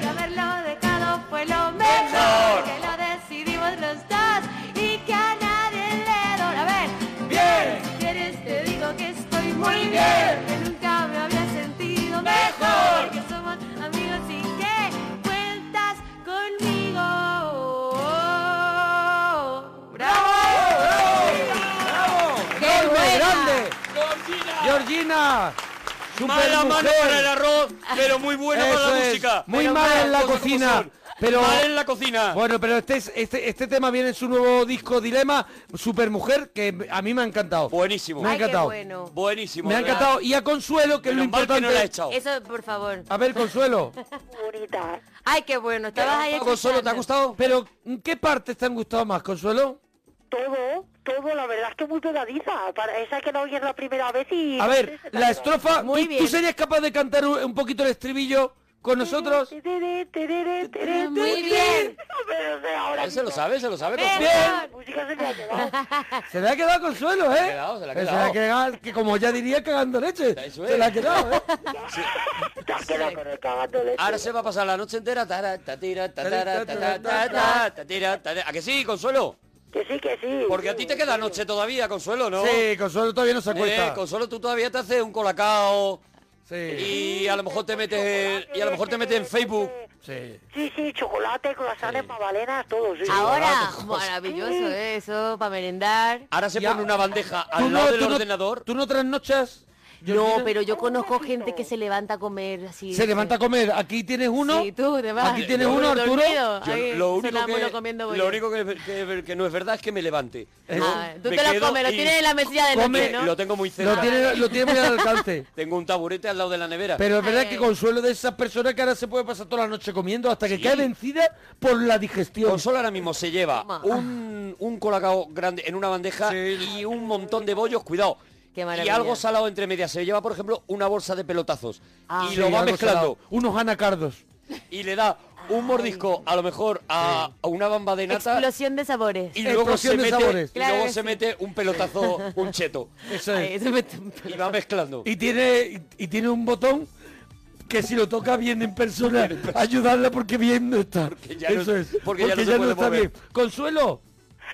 Speaker 10: haberlo dejado fue lo mejor. Que lo decidimos los dos y que a nadie le dolió. A ver. Bien. Si quieres te digo que estoy muy bien. Que nunca me había sentido mejor. Que somos amigos y que cuentas conmigo. ¡Bravo!
Speaker 7: ¡Enorme,
Speaker 5: buena!
Speaker 7: grande! ¡Georgina! super
Speaker 2: Mala mano
Speaker 7: mujer.
Speaker 2: para el arroz, pero muy buena para
Speaker 7: Eso
Speaker 2: la
Speaker 7: es.
Speaker 2: música.
Speaker 7: Muy
Speaker 2: Pero
Speaker 7: mala en la
Speaker 2: cosas como
Speaker 7: cocina,
Speaker 2: son.
Speaker 7: pero-
Speaker 2: Mal en la cocina.
Speaker 7: Bueno, pero este, es- este, este tema viene en su nuevo disco Dilema, Supermujer, que a mí me ha encantado.
Speaker 2: Buenísimo.
Speaker 7: Me ha
Speaker 10: Ay, qué
Speaker 7: encantado.
Speaker 10: bueno.
Speaker 2: Buenísimo.
Speaker 7: Me ha
Speaker 2: de verdad.
Speaker 7: encantado. Y a Consuelo, que es lo
Speaker 2: Menos mal
Speaker 7: importante.
Speaker 2: no la he echado.
Speaker 10: Eso, por favor.
Speaker 7: A ver, Consuelo.
Speaker 9: Purita.
Speaker 10: Ay, qué bueno. Estabas ahí
Speaker 7: Consuelo, ¿te ha
Speaker 10: escuchando.
Speaker 7: gustado? Pero, ¿qué partes te han gustado más, Consuelo?
Speaker 9: Todo, todo, la verdad es que muy pegadiza. Para esa que no oyes la primera vez y...
Speaker 7: A ver, la estrofa.
Speaker 10: Muy
Speaker 7: ¿tú, tú
Speaker 10: bien.
Speaker 7: serías capaz de cantar un un poquito el estribillo con nosotros?
Speaker 5: Muy bien.
Speaker 2: Eh, Se lo sabe, se lo sabe.
Speaker 10: Bien.
Speaker 2: Consuelo.
Speaker 9: Música se me
Speaker 7: [LAUGHS]
Speaker 9: ha llevado.
Speaker 7: Se le ha quedado Consuelo, ¿eh?
Speaker 2: quedado, se le ha
Speaker 7: Pero
Speaker 2: quedado.
Speaker 7: quedado, que como ya diría, cagando leche.
Speaker 2: Eso
Speaker 7: Se
Speaker 2: es.
Speaker 7: le ha quedado, ¿eh?
Speaker 9: Te has quedado
Speaker 2: [LAUGHS]
Speaker 9: con el este. cagando leche.
Speaker 2: Ahora se va a pasar la noche entera. tara, tatira, tatara, tatara, tatara, tatira, tatara. ¿A que sí, Consuelo?
Speaker 9: Que sí, que sí.
Speaker 2: Porque a ti te queda noche todavía, Consuelo, ¿no?
Speaker 7: Sí, Consuelo todavía no se acuesta.
Speaker 2: Eh, Consuelo, tú todavía te haces un colacao
Speaker 7: Sí,
Speaker 2: y a lo mejor te metes en- y a lo mejor te metes en Facebook.
Speaker 7: sí.
Speaker 9: Sí, sí, chocolate, croissants, magdalenas, todo, sí.
Speaker 10: Ahora, maravilloso eso, para merendar.
Speaker 2: Ahora se
Speaker 7: Ya.
Speaker 2: pone una bandeja
Speaker 7: ¿Tú
Speaker 2: al lado del
Speaker 7: tú
Speaker 2: ordenador.
Speaker 7: ¿Tú no trasnochas?
Speaker 10: No,
Speaker 7: Georgina?
Speaker 10: pero yo conozco gente que se levanta a comer así.
Speaker 7: Se levanta a comer. Aquí tienes uno.
Speaker 10: Sí, tú te vas.
Speaker 7: Aquí tienes
Speaker 10: Yo-
Speaker 7: uno, Arturo.
Speaker 10: dormido,
Speaker 2: Yo
Speaker 10: ahí,
Speaker 2: lo único,
Speaker 10: sonámbulo
Speaker 2: que,
Speaker 10: comiendo
Speaker 2: lo
Speaker 10: bollos.
Speaker 2: único que, que- que no es verdad es que me levante.
Speaker 10: Ah, tú
Speaker 2: Me
Speaker 10: te lo
Speaker 2: quedo
Speaker 10: comes, lo
Speaker 2: y-
Speaker 10: tienes en la mesilla de
Speaker 7: Come,
Speaker 10: noche, ¿no?
Speaker 2: Lo tengo muy cerca.
Speaker 7: Lo tiene, lo tiene muy al alcance.
Speaker 2: [LAUGHS] Tengo un taburete al lado de la nevera.
Speaker 7: Pero es verdad
Speaker 10: Ay,
Speaker 7: que
Speaker 10: ay.
Speaker 7: Consuelo de esas personas que ahora se puede pasar toda la noche comiendo hasta que cae vencida por la digestión.
Speaker 2: Consola ahora mismo se lleva
Speaker 10: Toma.
Speaker 2: un, un colacao grande en una bandeja y un montón de bollos, cuidado.
Speaker 10: Qué
Speaker 2: y
Speaker 10: maravilla.
Speaker 2: algo salado entre medias. Se lleva, por ejemplo, una bolsa de pelotazos.
Speaker 10: Ah.
Speaker 2: y
Speaker 7: Sí,
Speaker 2: lo va
Speaker 7: algo
Speaker 2: mezclando.
Speaker 7: salado. Unos anacardos.
Speaker 2: Y le da un mordisco, a lo mejor, a, a una bamba de nata.
Speaker 10: Explosión de sabores.
Speaker 2: Y luego, se
Speaker 7: Explosión de
Speaker 2: mete,
Speaker 7: sabores.
Speaker 2: y
Speaker 10: Claro
Speaker 2: luego
Speaker 10: que
Speaker 2: se
Speaker 10: sí.
Speaker 2: mete un pelotazo,
Speaker 7: [LAUGHS]
Speaker 2: un cheto.
Speaker 7: Eso
Speaker 10: Ay,
Speaker 7: es.
Speaker 10: eso me-
Speaker 2: Y va mezclando.
Speaker 7: Y tiene, y tiene un botón que si lo toca bien en persona, ayudarla porque bien no está.
Speaker 2: ya no-
Speaker 7: Eso es.
Speaker 2: porque ya no se puede
Speaker 7: está
Speaker 2: mover.
Speaker 7: bien. Consuelo,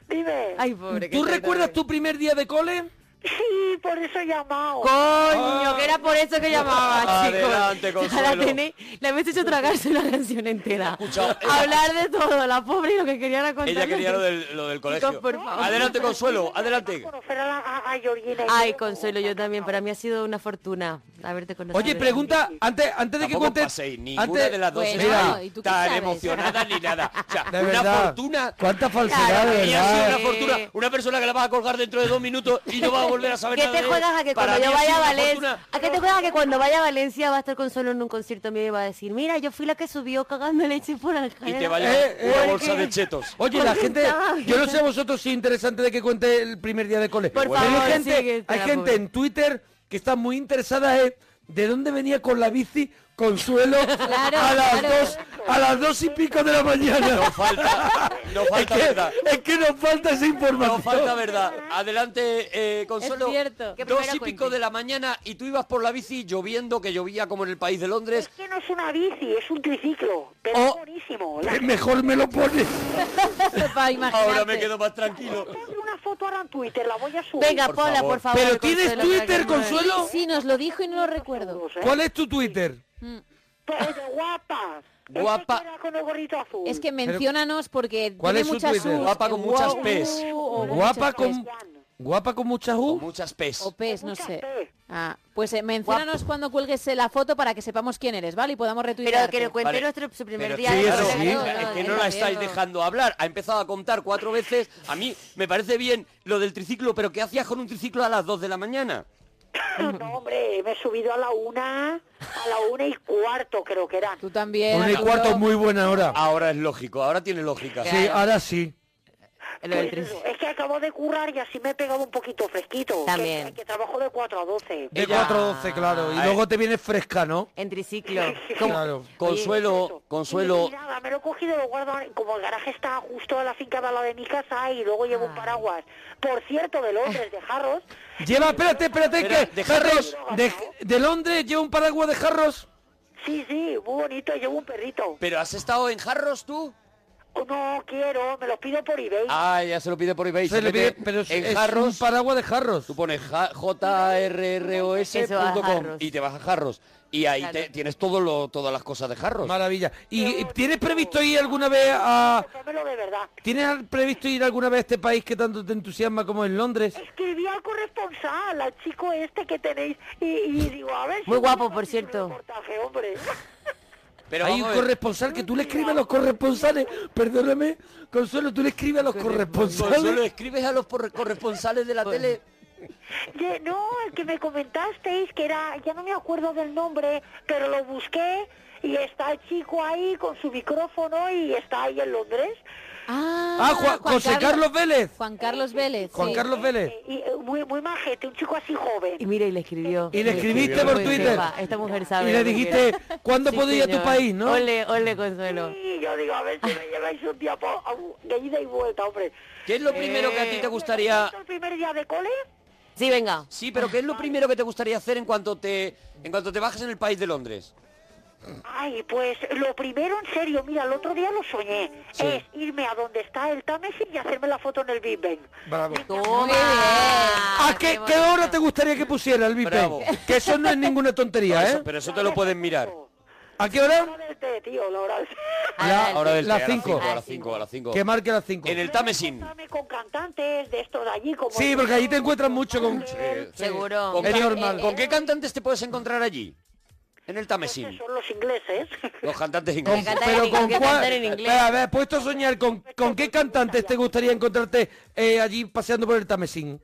Speaker 9: Dime.
Speaker 10: Ay, pobre. qué eh.
Speaker 7: ¿tú
Speaker 10: tal-
Speaker 7: recuerdas tu primer día de cole?
Speaker 9: Sí, por eso he llamado.
Speaker 10: Coño, que era por eso
Speaker 7: Ah,
Speaker 10: que llamaba, chicos.
Speaker 2: Ah, Adelante,
Speaker 10: [LAUGHS] Ahora
Speaker 2: Consuelo.
Speaker 10: tenéis, la habéis hecho tragarse una canción entera.
Speaker 2: escuchado.
Speaker 10: Hablar de todo, la pobre y lo que quería era contar.
Speaker 2: Ella
Speaker 10: lo
Speaker 2: quería
Speaker 10: que-
Speaker 2: lo del, lo del colegio.
Speaker 10: Chicos, por favor. Ah,
Speaker 2: Adelante, Consuelo, adelante.
Speaker 9: Conocer a, la- a, a Georgina.
Speaker 10: Ay, Consuelo, yo también. Para mí ha sido una fortuna haberte conocido.
Speaker 7: Oye, pregunta, antes, antes de que
Speaker 2: Tampoco
Speaker 7: cuentes...
Speaker 2: paséis ninguna
Speaker 7: antes-
Speaker 2: de las dos
Speaker 5: Bueno,
Speaker 2: está
Speaker 5: ¿y tú qué
Speaker 2: Ah, tan
Speaker 5: sabes?
Speaker 2: emocionada ni nada. O sea,
Speaker 7: De
Speaker 2: una
Speaker 7: verdad.
Speaker 2: fortuna.
Speaker 7: Cuánta falsedad,
Speaker 10: Claro,
Speaker 7: de
Speaker 10: y
Speaker 2: Ella ha sido
Speaker 7: verdad.
Speaker 2: una fortuna. Una persona que la vas a colgar dentro de dos minutos y no vas a volver a saber
Speaker 10: ¿Qué
Speaker 2: nada.
Speaker 10: te
Speaker 2: de
Speaker 10: juegas
Speaker 2: él.
Speaker 10: a que
Speaker 2: Para
Speaker 10: cuando yo
Speaker 2: mí ha sido
Speaker 10: vaya a
Speaker 2: una
Speaker 10: Valencia,
Speaker 2: fortuna.
Speaker 10: a qué te juegas a que cuando vaya a Valencia va a estar Consuelo en un concierto mío y va a decir, mira, yo fui la que subió cagando leche por la
Speaker 2: Y
Speaker 10: escalera".
Speaker 2: te vaya
Speaker 7: Eh, eh,
Speaker 2: una
Speaker 7: ¿por
Speaker 2: bolsa
Speaker 10: qué?
Speaker 2: de chetos.
Speaker 7: Oye, la
Speaker 10: Porque
Speaker 7: gente,
Speaker 10: estaba
Speaker 7: yo no sé a vosotros si es interesante de que cuente el primer día de cole.
Speaker 10: Por
Speaker 7: Pero hay
Speaker 10: favor,
Speaker 7: gente,
Speaker 10: sigue esta,
Speaker 7: hay
Speaker 10: la
Speaker 7: gente
Speaker 10: pobre.
Speaker 7: en Twitter que está muy interesada en de dónde venía con la bici
Speaker 2: [LAUGHS]
Speaker 7: Consuelo
Speaker 5: Claro,
Speaker 7: a las
Speaker 5: claro.
Speaker 7: dos, a las dos y pico de la mañana.
Speaker 2: No falta, no
Speaker 7: [LAUGHS] es,
Speaker 2: falta verdad.
Speaker 7: que, es que nos falta esa información.
Speaker 2: No falta verdad. Adelante, eh, Consuelo.
Speaker 5: Es cierto.
Speaker 10: Que
Speaker 2: Dos
Speaker 10: primero
Speaker 2: y pico
Speaker 10: cuente.
Speaker 2: de la mañana y tú ibas por la bici lloviendo, que llovía como en el país de Londres.
Speaker 9: Es que no es una bici, es un triciclo. Pero
Speaker 7: Oh.
Speaker 9: es buenísimo. La-
Speaker 7: Eh, Mejor me lo pones.
Speaker 9: [LAUGHS]
Speaker 5: Para imaginarte.
Speaker 2: Ahora me quedo más tranquilo.
Speaker 9: Tengo una foto ahora en Twitter, la voy a subir.
Speaker 10: Venga,
Speaker 2: Por
Speaker 10: ponla,
Speaker 2: favor.
Speaker 10: por favor.
Speaker 7: Pero tienes
Speaker 10: Consuelo, para
Speaker 7: Twitter,
Speaker 10: que no-
Speaker 7: Consuelo.
Speaker 5: Sí, nos lo dijo y no lo recuerdo.
Speaker 9: Todos, ¿eh?
Speaker 7: ¿Cuál es tu Twitter?
Speaker 9: Pero de guapa. Esa
Speaker 2: Guapa.
Speaker 9: que era con el gorrito azul.
Speaker 5: Es que menciónanos porque
Speaker 7: ¿Cuál
Speaker 5: tiene
Speaker 7: es su
Speaker 5: muchas
Speaker 7: Twitter?
Speaker 5: sus.
Speaker 2: Guapa con
Speaker 5: Eh,
Speaker 2: muchas
Speaker 5: guau,
Speaker 2: P's.
Speaker 10: uh,
Speaker 5: o
Speaker 7: Guapa
Speaker 5: muchas
Speaker 7: con
Speaker 5: P's.
Speaker 7: guapa con muchas
Speaker 2: Con
Speaker 7: U.
Speaker 2: muchas pes.
Speaker 5: O P's, no
Speaker 9: Muchas
Speaker 5: sé.
Speaker 9: P's.
Speaker 5: Ah, pues eh, menciónanos cuando cuelgues eh, la foto para que sepamos quién eres, ¿vale? Y podamos
Speaker 10: Pero
Speaker 5: retuitear.
Speaker 10: que le cuente
Speaker 2: Vale.
Speaker 10: nuestro, su primer
Speaker 2: Pero
Speaker 10: día
Speaker 7: sí,
Speaker 10: de
Speaker 7: eso
Speaker 10: colegio.
Speaker 7: sí.
Speaker 10: No,
Speaker 2: Es que
Speaker 10: no, eh,
Speaker 2: no la estáis
Speaker 10: Diego.
Speaker 2: dejando hablar. Ha empezado a contar cuatro veces. A mí me parece bien lo del triciclo, pero ¿qué hacías con un triciclo a las dos de la mañana?
Speaker 9: No, hombre, me he subido a la una, a la una y cuarto creo que era. Pues
Speaker 5: Tú también.
Speaker 7: Una y
Speaker 5: Arturo.
Speaker 7: cuarto muy buena hora.
Speaker 2: Ahora es lógico, ahora tiene lógica.
Speaker 7: Sí, ahora sí.
Speaker 10: Lo del
Speaker 9: Pues
Speaker 10: tris-
Speaker 9: eso, es que acabo de currar y así me he pegado un poquito fresquito.
Speaker 10: También.
Speaker 9: Que, que trabajo de 4 a 12.
Speaker 7: De
Speaker 2: Ella-
Speaker 7: 4 a 12, claro. Y
Speaker 2: Ay.
Speaker 7: luego te vienes fresca, ¿no?
Speaker 10: En triciclo.
Speaker 9: [LAUGHS]
Speaker 10: ¿Cómo?
Speaker 7: Claro.
Speaker 2: Consuelo,
Speaker 9: Y
Speaker 2: Consuelo,
Speaker 9: Nada, me lo he cogido, lo guardo, como el garaje está justo a la finca de al lado de mi casa y luego llevo
Speaker 10: Ah.
Speaker 9: un paraguas. Por cierto, de Londres, de Jarros,
Speaker 7: Lleva, espérate, espérate,
Speaker 2: Espera,
Speaker 7: que
Speaker 2: de
Speaker 7: jarros de, de Londres lleva un paraguas de jarros.
Speaker 9: Sí, sí, muy bonito, llevo un perrito.
Speaker 2: ¿Pero has estado en jarros tú?
Speaker 9: Oh, No quiero, me lo pido por eBay.
Speaker 2: Ah, ya se lo pide por eBay.
Speaker 7: Se le
Speaker 2: mete
Speaker 7: pide- pero es-
Speaker 2: en
Speaker 7: es un
Speaker 2: jarros.
Speaker 7: paraguas de jarros.
Speaker 2: Tú pones jrros.com y te vas a jarros. Y ahí te- tienes todo lo, todas las cosas de jarros.
Speaker 7: Maravilla. ¿Y y tienes previsto ir alguna vez a... ¿Tienes al- previsto ir alguna vez a este país que tanto te entusiasma como en Londres?
Speaker 9: Escribí al corresponsal, al chico este que tenéis, y, y digo, a ver
Speaker 10: Muy
Speaker 9: si
Speaker 10: guapo, por cierto.
Speaker 9: reportaje, hombre.
Speaker 2: Pero
Speaker 7: Hay un
Speaker 2: vamos a ver,
Speaker 7: corresponsal que tú le escribes a los corresponsales. Perdóname, Consuelo, tú le escribes a los
Speaker 2: Consuelo,
Speaker 7: corresponsales.
Speaker 2: escribes a los por- corresponsales de la tele.
Speaker 9: Ye- No, el que me comentasteis, que era, ya no me acuerdo del nombre, pero lo busqué y está el chico ahí con su micrófono y está ahí en Londres.
Speaker 5: Ah,
Speaker 7: Ah, Juan- José Carlos Vélez.
Speaker 5: Juan Carlos Vélez.
Speaker 7: Juan
Speaker 5: sí.
Speaker 7: Carlos Vélez.
Speaker 9: Y eh, muy, muy majete, un chico así joven.
Speaker 10: Y mira, y le escribió.
Speaker 7: Y le escribiste por
Speaker 10: Pues,
Speaker 7: Twitter.
Speaker 10: sepa, Esta mujer sabe.
Speaker 7: Y le
Speaker 10: lo que quiere.
Speaker 7: dijiste, ¿cuándo
Speaker 10: Sí,
Speaker 7: puedo ir a tu
Speaker 10: señor.
Speaker 7: país, no?
Speaker 10: Ole, ole, Consuelo.
Speaker 9: Y yo digo, a ver si me lleváis un día por- a un- de ida y vuelta, hombre. Eh,
Speaker 2: ¿Qué es lo primero que a ti te gustaría?
Speaker 9: ¿El primer día de cole?
Speaker 10: Sí, venga.
Speaker 2: Sí, pero ¿qué es lo primero que te gustaría hacer en cuanto te en cuanto te bajes en el país de Londres?
Speaker 9: Ay, pues lo primero, en serio, mira, el otro día lo soñé, es irme a donde está el Támesis y hacerme la foto en el Big Bang.
Speaker 7: Bravo.
Speaker 10: Toma.
Speaker 7: ¿A qué, qué hora te gustaría que pusiera el Big
Speaker 2: Bravo.
Speaker 7: Bang? Que eso no es ninguna tontería,
Speaker 2: Eso-
Speaker 7: ¿eh?
Speaker 2: pero eso te lo pueden mirar.
Speaker 7: ¿A qué
Speaker 9: La
Speaker 7: hora?
Speaker 9: hora del té, tío, la hora del té.
Speaker 7: La-
Speaker 10: Ahora
Speaker 2: Ahora del
Speaker 7: las
Speaker 2: té,
Speaker 7: cinco.
Speaker 2: a las 5, a las 5, a las 5.
Speaker 7: Que marque las 5.
Speaker 2: En el Támesin.
Speaker 9: Contame con cantantes de estos de allí, como...
Speaker 7: Sí, porque allí te encuentras mucho con...
Speaker 10: Eh, Seguro.
Speaker 2: ¿Con,
Speaker 7: Es
Speaker 2: qué-
Speaker 7: normal.
Speaker 2: ¿Con qué cantantes te puedes encontrar allí? En el Támesin.
Speaker 9: Son los ingleses.
Speaker 2: Los cantantes
Speaker 7: Con,
Speaker 2: ingleses.
Speaker 10: cantar
Speaker 7: pero
Speaker 10: en-
Speaker 7: con
Speaker 10: hay que
Speaker 7: cuál...
Speaker 10: cantar en inglés.
Speaker 7: Espera, a ver, puesto a soñar, ¿con, con qué cantantes te gustaría encontrarte eh, allí paseando por el Tamesín?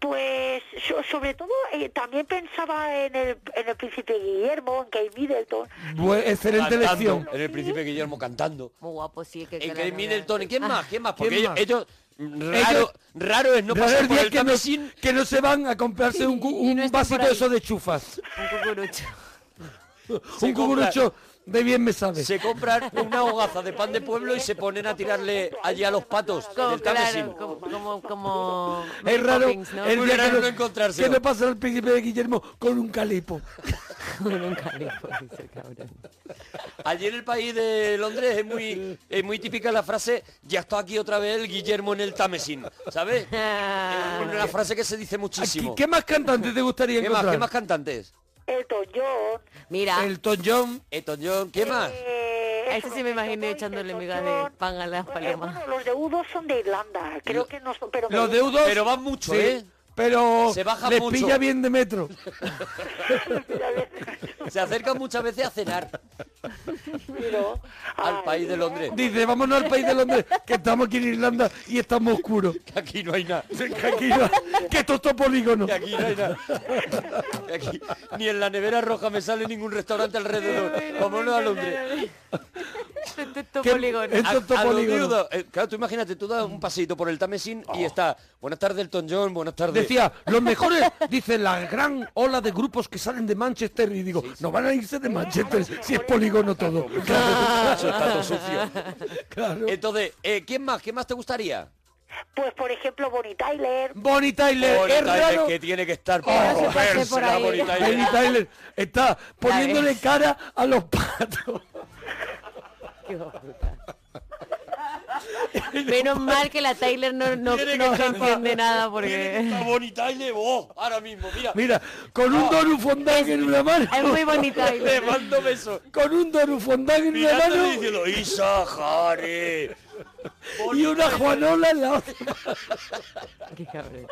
Speaker 9: Pues so- sobre todo eh, también pensaba en el, en el príncipe Guillermo, en Kate Middleton.
Speaker 7: Bue- excelente
Speaker 2: Cantando.
Speaker 7: elección.
Speaker 2: En el Príncipe Guillermo cantando.
Speaker 10: Muy guapo, Oh, pues sí. Que
Speaker 2: En
Speaker 10: que
Speaker 2: Kate
Speaker 10: la-
Speaker 2: Middleton. ¿Y quién
Speaker 10: Ah,
Speaker 2: más? ¿Quién más? Porque
Speaker 7: ¿Quién
Speaker 2: ellos...
Speaker 7: más?
Speaker 2: ellos- Raro,
Speaker 7: Ellos-
Speaker 2: raro es no
Speaker 7: Raro
Speaker 2: pasar
Speaker 7: el
Speaker 2: por
Speaker 7: día
Speaker 2: el
Speaker 7: que no,
Speaker 2: Támesin.
Speaker 7: que no se van a comprarse un, cu-
Speaker 5: Y no
Speaker 7: un
Speaker 5: están
Speaker 7: vasito
Speaker 5: por ahí.
Speaker 7: de esos
Speaker 2: [LAUGHS]
Speaker 7: de chufas.
Speaker 10: Un cucurucho.
Speaker 7: un cucurucho de bien me sabe.
Speaker 2: Se compran una hogaza de pan de pueblo y se ponen a tirarle allí a los patos
Speaker 10: Como,
Speaker 2: del Támesin.
Speaker 10: claro, como, como, como...
Speaker 7: [LAUGHS] Es raro
Speaker 10: Poppins, ¿no?
Speaker 7: el
Speaker 2: Muy
Speaker 7: día
Speaker 2: raro
Speaker 7: que
Speaker 2: no encontrárselo.
Speaker 7: que no pasa el príncipe de Guillermo con un calipo.
Speaker 10: Nunca le puede ser cabrón.
Speaker 2: Allí en el país de Londres es muy, es muy típica la frase ya está aquí otra vez el Guillermo en el Támesin, ¿sabes? Es una frase que se dice
Speaker 7: Aquí,
Speaker 2: muchísimo.
Speaker 7: ¿Qué más cantantes te gustaría
Speaker 2: ¿Qué más,
Speaker 7: encontrar?
Speaker 2: qué más cantantes?
Speaker 9: Elton John.
Speaker 10: Mira,
Speaker 7: El John.
Speaker 2: Elton John, ¿qué más?
Speaker 9: eh,
Speaker 10: A
Speaker 9: eso,
Speaker 10: ese sí me
Speaker 9: Elton
Speaker 10: imaginé
Speaker 9: John,
Speaker 10: echándole
Speaker 9: Elton
Speaker 10: migas de
Speaker 9: John.
Speaker 10: pan a las
Speaker 9: Eh,
Speaker 10: palomas.
Speaker 9: Bueno, los de U2 son de Irlanda, creo que no son, pero...
Speaker 7: Los deudos.
Speaker 2: Pero van mucho, ¿eh?
Speaker 7: Pero
Speaker 2: Se baja
Speaker 7: les
Speaker 2: mucho.
Speaker 7: pilla bien de metro.
Speaker 2: Se acercan muchas veces a cenar
Speaker 9: Pero-
Speaker 2: al
Speaker 9: Ay,
Speaker 2: país de Londres.
Speaker 7: Dice, vámonos al país de Londres, que estamos aquí en Irlanda y estamos oscuros.
Speaker 2: Que aquí no hay nada.
Speaker 7: Que aquí no- que esto es todo polígono.
Speaker 2: Que aquí no hay nada. Que [LAUGHS] aquí ni en la nevera roja me sale ningún restaurante alrededor. Vámonos a Londres.
Speaker 10: Esto
Speaker 7: ¿Qué-
Speaker 10: polígono.
Speaker 7: esto es todo
Speaker 2: a los
Speaker 7: polígono.
Speaker 2: viudos, eh, claro, tú imagínate, tú das un paseito por el Támesin y está, buenas tardes, Elton John, buenas tardes.
Speaker 7: Oh. Decía, los mejores, dice, la gran ola de grupos que salen de Manchester. Y digo, no van a irse de Manchester si es polígono todo.
Speaker 2: [LAUGHS] Eso está todo sucio.
Speaker 7: [LAUGHS] Claro.
Speaker 2: Entonces, eh, ¿quién más? ¿Qué más te gustaría?
Speaker 9: Pues, por ejemplo, Bonnie Tyler.
Speaker 7: Bonnie Tyler,
Speaker 2: Bonnie
Speaker 7: es
Speaker 2: Tyler,
Speaker 7: raro.
Speaker 2: que tiene que estar
Speaker 7: Oh,
Speaker 2: para
Speaker 7: se
Speaker 5: pase
Speaker 2: comerse
Speaker 5: por
Speaker 2: la
Speaker 5: ahí.
Speaker 2: Bonnie Tyler.
Speaker 7: Bonnie Tyler está poniéndole
Speaker 10: ves.
Speaker 7: cara a
Speaker 9: [LAUGHS]
Speaker 7: los patos.
Speaker 10: Menos mal que la Tyler no, no,
Speaker 2: Tiene que
Speaker 10: no
Speaker 2: estar-
Speaker 10: entiende nada
Speaker 2: Tiene que
Speaker 10: porque...
Speaker 2: estar Bonnie Tyler,
Speaker 10: [LAUGHS]
Speaker 2: oh, ahora mismo, mira.
Speaker 7: Mira, con un Doru Fondang en una mano.
Speaker 10: Es
Speaker 2: [LAUGHS]
Speaker 7: [LAUGHS]
Speaker 10: muy bonita.
Speaker 2: Le mando besos.
Speaker 7: Con un Doru Fondang en una
Speaker 2: Mirándole
Speaker 7: mano.
Speaker 2: y diciendo, Isa Jare.
Speaker 7: y una Juanola en la otra.
Speaker 10: Qué cabrón.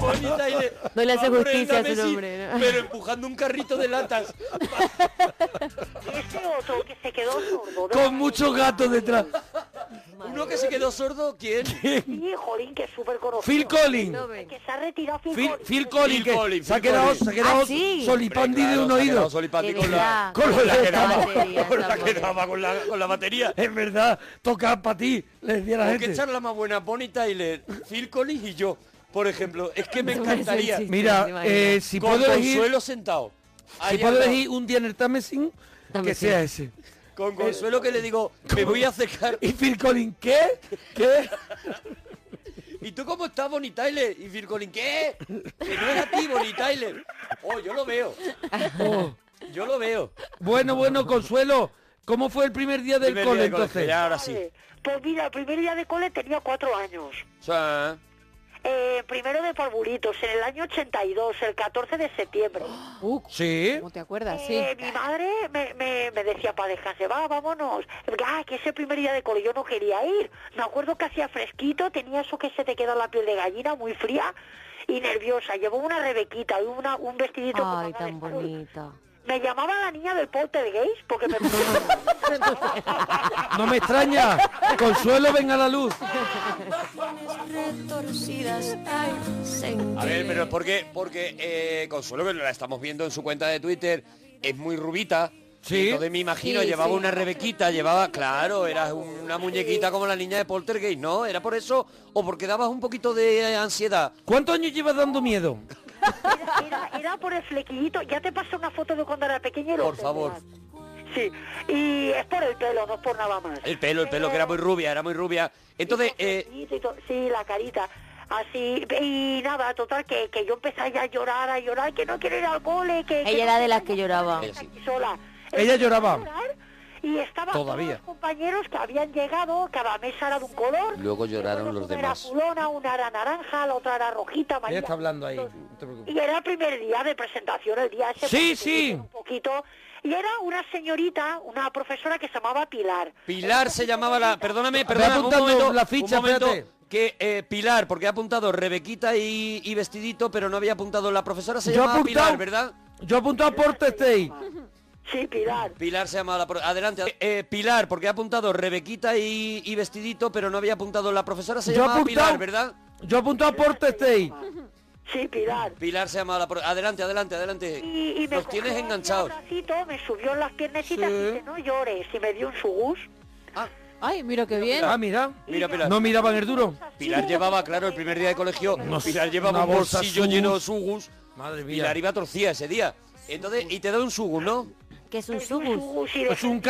Speaker 2: Bonnie Tyler.
Speaker 10: No le hace
Speaker 2: va por el
Speaker 10: justicia a su
Speaker 2: Támesis,
Speaker 10: nombre, ¿no?
Speaker 2: Pero empujando un carrito de latas.
Speaker 9: Y este otro que se quedó sordo. ¿no?
Speaker 7: Con muchos gatos detrás.
Speaker 2: Uno que se quedó sordo, ¿quién?
Speaker 9: Sí, jolín, que es súper conocido.
Speaker 7: Phil Collins.
Speaker 10: No, ven.
Speaker 9: Que se ha retirado Phil,
Speaker 7: Phil,
Speaker 9: Collins.
Speaker 7: Phil
Speaker 2: Phil
Speaker 7: Collins, que
Speaker 2: Collins,
Speaker 7: se ha
Speaker 2: Phil
Speaker 7: quedado,
Speaker 2: Collins.
Speaker 7: se ha quedado
Speaker 10: Ah, sí.
Speaker 7: solipandi
Speaker 2: Hombre,
Speaker 7: de
Speaker 2: claro,
Speaker 7: un
Speaker 2: se ha quedado
Speaker 7: oído.
Speaker 2: solipandi
Speaker 10: De
Speaker 2: con la,
Speaker 10: verdad.
Speaker 7: Con los
Speaker 2: la
Speaker 7: de
Speaker 2: que daba-
Speaker 10: batería,
Speaker 2: con la que
Speaker 10: tampoco.
Speaker 2: daba con la, con la batería.
Speaker 7: Es verdad, toca para ti, le decía la
Speaker 2: ¿Con qué
Speaker 7: gente.
Speaker 2: charla más buena? Bonnie Tyler, Phil Collins y yo, por ejemplo. Es que me
Speaker 10: [LAUGHS] Eso parece
Speaker 2: encantaría.
Speaker 10: un chiste. Te
Speaker 7: Mira,
Speaker 10: imaginas.
Speaker 7: eh, si
Speaker 2: con
Speaker 7: puedo elegir,
Speaker 2: Consuelo sentado.
Speaker 7: si
Speaker 2: Ahí al
Speaker 7: puedo
Speaker 2: lado.
Speaker 7: elegir un día en el Tamesin, que
Speaker 10: Támesis.
Speaker 7: sea
Speaker 2: [LAUGHS]
Speaker 7: ese.
Speaker 2: Con Consuelo que le digo, me voy a acercar.
Speaker 7: Y Phil Collins, ¿qué? ¿Qué?
Speaker 2: ¿Y tú cómo estás, Bonnie Tyler? Y Phil Collins, ¿qué? Que no es a ti, Bonnie Tyler. Oh, yo lo veo.
Speaker 7: Oh.
Speaker 2: Yo lo veo.
Speaker 7: Bueno, bueno, Consuelo, ¿cómo fue el primer día del
Speaker 2: Primer
Speaker 7: cole
Speaker 2: día de colegio,
Speaker 7: entonces?
Speaker 2: ya ahora sí.
Speaker 9: Pues mira, el primer día de cole tenía cuatro años.
Speaker 2: Sí.
Speaker 9: Eh, primero de polvuritos, en el año 82, el 14 de septiembre.
Speaker 10: ¡Ah!
Speaker 5: Uh,
Speaker 7: Sí.
Speaker 5: ¿Cómo te acuerdas? Sí.
Speaker 9: Eh, mi madre me, me, me decía para dejarse, va, vámonos. Ah, que ese primer día de cole yo no quería ir. Me acuerdo que hacía fresquito, tenía eso que se te queda la piel de gallina muy fría y nerviosa. Llevó una rebequita y una, un vestidito. con
Speaker 10: Ay,
Speaker 9: manga
Speaker 10: tan
Speaker 9: de charol.
Speaker 10: bonito.
Speaker 9: Me llamaba la niña del poltergeist
Speaker 10: [LAUGHS]
Speaker 9: porque me...
Speaker 7: No me extraña. Consuelo, venga a la luz.
Speaker 10: Retorcidas, ay,
Speaker 2: A ver, pero es porque, porque eh, Consuelo, que la estamos viendo en su cuenta de Twitter, es muy rubita.
Speaker 7: Sí.
Speaker 2: Entonces me imagino,
Speaker 5: Sí,
Speaker 2: llevaba
Speaker 5: sí.
Speaker 2: una rebequita, llevaba, claro, eras una muñequita como la niña de Poltergeist, ¿no? ¿Era por eso o porque dabas un poquito de eh, ansiedad?
Speaker 7: ¿Cuántos años llevas dando miedo?
Speaker 9: Era, era por el flequillito. Ya te pasé una foto de cuando era pequeño. y lo
Speaker 2: Por favor.
Speaker 9: entenderás. Sí, y es por el pelo, no es por nada más.
Speaker 2: El pelo, el pelo, que era muy rubia, era muy rubia. Entonces, eh,
Speaker 9: Y to- Sí, la carita. Así, y nada, total, que, que yo empecé ya a llorar, a llorar, que no quiero ir al cole, que... que
Speaker 10: Ella
Speaker 9: no
Speaker 10: era de
Speaker 9: quiero
Speaker 10: las que lloraba.
Speaker 2: Ella sí.
Speaker 9: sola.
Speaker 7: Ella lloraba.
Speaker 9: Empecé a llorar Y estaban
Speaker 7: Todavía.
Speaker 9: todos los compañeros que habían llegado, cada mesa era de un color.
Speaker 2: Luego lloraron
Speaker 9: Recuerdo
Speaker 2: los
Speaker 9: que Una era
Speaker 2: demás.
Speaker 9: fulona, una era naranja, la otra era rojita,
Speaker 7: Ella
Speaker 9: amarilla.
Speaker 7: está hablando ahí. No te preocupes.
Speaker 9: Y era el primer día de presentación, el día ese.
Speaker 7: Sí,
Speaker 9: porque
Speaker 7: sí.
Speaker 9: te dicen Un poquito. Y era una señorita, una profesora que se llamaba Pilar.
Speaker 2: Pilar se llamaba la... Perdóname,
Speaker 7: Ve
Speaker 2: perdóname, un
Speaker 7: apuntando
Speaker 2: momento,
Speaker 7: la ficha,
Speaker 2: un momento,
Speaker 7: espérate.
Speaker 2: que eh, Pilar, porque ha apuntado Rebequita y, y Vestidito, pero no había apuntado la profesora, se
Speaker 7: Yo he
Speaker 2: llamaba
Speaker 7: apuntado.
Speaker 2: Pilar, ¿verdad?
Speaker 7: Yo apunto a Porte State.
Speaker 9: Sí, Pilar.
Speaker 2: Pilar se llama la pro- Adelante. Eh, eh, Pilar, porque ha apuntado Rebequita y, y Vestidito, pero no había apuntado la profesora. Se
Speaker 7: Yo he
Speaker 2: llamaba
Speaker 7: apuntado.
Speaker 2: Pilar, ¿verdad?
Speaker 7: Yo apunto a Porte State.
Speaker 9: Sí, Pilar.
Speaker 2: Pilar se llama la pro- Adelante, adelante, adelante.
Speaker 9: Y, y me
Speaker 2: Nos
Speaker 9: cogió
Speaker 2: tienes
Speaker 9: así
Speaker 2: enganchados.
Speaker 9: un bracito, me subió en las piernecitas
Speaker 7: Sí.
Speaker 9: y dice, no llores. Y me dio un sugus.
Speaker 2: Ah,
Speaker 5: Ay, mira qué bien.
Speaker 7: Ah, mira.
Speaker 2: mira, Pilar.
Speaker 7: No miraban el duro.
Speaker 2: Pilar llevaba, claro, el primer día de colegio, Pilar
Speaker 7: Una
Speaker 2: llevaba un
Speaker 7: bolsa
Speaker 2: bolsillo
Speaker 7: Sugus.
Speaker 2: lleno de sugus.
Speaker 7: Madre mía.
Speaker 2: Pilar iba torcida ese día. Entonces, y te da un sugus, ¿no? Pues
Speaker 10: Que es
Speaker 9: Me
Speaker 10: un
Speaker 9: dio un
Speaker 10: sugus.
Speaker 9: sugus y
Speaker 7: Es
Speaker 9: dejé-
Speaker 7: un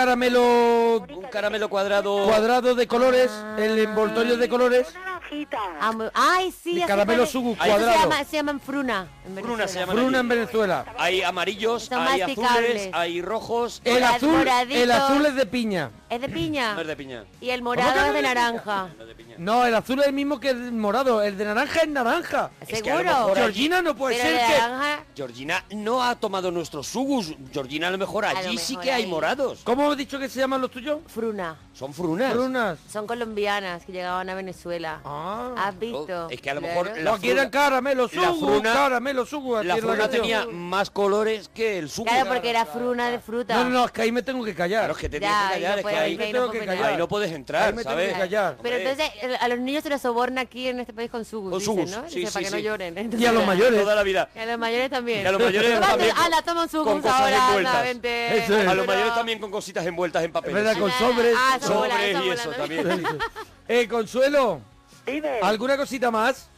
Speaker 7: caramelo
Speaker 2: Un caramelo cuadrado.
Speaker 7: cuadrado de colores,
Speaker 2: Ah,
Speaker 7: el envoltorio de colores.
Speaker 9: una naranjita.
Speaker 10: Ah, muy- Ay, sí.
Speaker 7: De
Speaker 10: ya sé
Speaker 7: caramelo
Speaker 10: cuál es.
Speaker 7: sugus
Speaker 10: Eso se
Speaker 7: cuadrado.
Speaker 10: llama- Se llaman fruna.
Speaker 2: Fruna
Speaker 10: en
Speaker 2: se
Speaker 10: Venezuela.
Speaker 2: llama.
Speaker 7: Bruna en Venezuela.
Speaker 2: Hay amarillos,
Speaker 10: Son
Speaker 2: hay
Speaker 10: masticables.
Speaker 2: azules, hay rojos.
Speaker 7: El
Speaker 10: Morad-
Speaker 7: azul, el
Speaker 10: moradito.
Speaker 7: azul es de piña.
Speaker 10: Es de piña.
Speaker 2: No es de piña.
Speaker 10: Y el morado es de naranja.
Speaker 2: no es de piña.
Speaker 7: No, el azul es el mismo que el morado. El de naranja es naranja.
Speaker 2: Es que a lo mejor
Speaker 10: Seguro.
Speaker 2: allí-
Speaker 7: Georgina no puede
Speaker 10: Pero
Speaker 7: ser
Speaker 10: de
Speaker 7: que-
Speaker 10: naranja-
Speaker 2: Georgina no ha tomado nuestros sugus. Georgina a lo mejor allí
Speaker 10: lo
Speaker 2: sí
Speaker 10: mejor
Speaker 2: que hay
Speaker 10: ahí.
Speaker 2: morados.
Speaker 7: ¿Cómo he dicho que se llaman los tuyos?
Speaker 10: Fruna.
Speaker 2: Son frunas.
Speaker 7: Brunas.
Speaker 10: Son colombianas que llegaban a Venezuela.
Speaker 7: Ah.
Speaker 10: ¿Has
Speaker 2: Oh,
Speaker 10: visto?
Speaker 2: es que a lo mejor
Speaker 10: Claro.
Speaker 2: la
Speaker 7: no, aquí eran
Speaker 2: fruna-
Speaker 7: caramelo
Speaker 2: la
Speaker 7: sugu,
Speaker 2: fruna-
Speaker 7: caramelo sugu. aquí
Speaker 2: La
Speaker 7: es
Speaker 2: fruna
Speaker 7: canción.
Speaker 2: tenía más colores que el sugus.
Speaker 10: Claro, porque era fruna de fruta.
Speaker 7: No, no, no, es que ahí me tengo que callar.
Speaker 2: Claro, es que te
Speaker 10: Ya,
Speaker 2: tienes que
Speaker 10: ahí
Speaker 2: callar, es
Speaker 10: no
Speaker 2: que
Speaker 10: puedo,
Speaker 2: ahí,
Speaker 10: es que ahí
Speaker 7: tengo
Speaker 10: no
Speaker 7: que
Speaker 10: puedo
Speaker 7: callar.
Speaker 2: ahí no puedes entrar,
Speaker 7: Ahí me tengo que
Speaker 2: ¿sabes?
Speaker 7: callar.
Speaker 10: Pero
Speaker 2: Hombre.
Speaker 10: entonces el- a los niños se los soborna aquí en este país con sugus,
Speaker 2: Con
Speaker 10: dicen,
Speaker 2: sugus,
Speaker 10: ¿no?
Speaker 2: sí,
Speaker 10: Dicen,
Speaker 2: sí,
Speaker 10: para que
Speaker 2: sí.
Speaker 10: no lloren.
Speaker 7: Y a los mayores.
Speaker 2: Toda la vida.
Speaker 10: Y a los mayores también.
Speaker 2: Y a los mayores
Speaker 10: Tómate-
Speaker 2: también con-
Speaker 10: Ala, toma un sugus
Speaker 2: con cosas
Speaker 10: ahora,
Speaker 2: envueltas.
Speaker 10: anda, vente.
Speaker 7: Eso es.
Speaker 2: A
Speaker 10: Arturo.
Speaker 2: los mayores también con cositas envueltas en papel.
Speaker 7: Es verdad, con sobres.
Speaker 10: Ah, son
Speaker 2: Sobres
Speaker 10: bolas, son
Speaker 2: y
Speaker 10: bolas
Speaker 2: eso
Speaker 10: también.
Speaker 2: también.
Speaker 7: [LAUGHS]
Speaker 2: [LAUGHS]
Speaker 7: Eh, Consuelo,
Speaker 9: Dime.
Speaker 7: ¿alguna cosita más?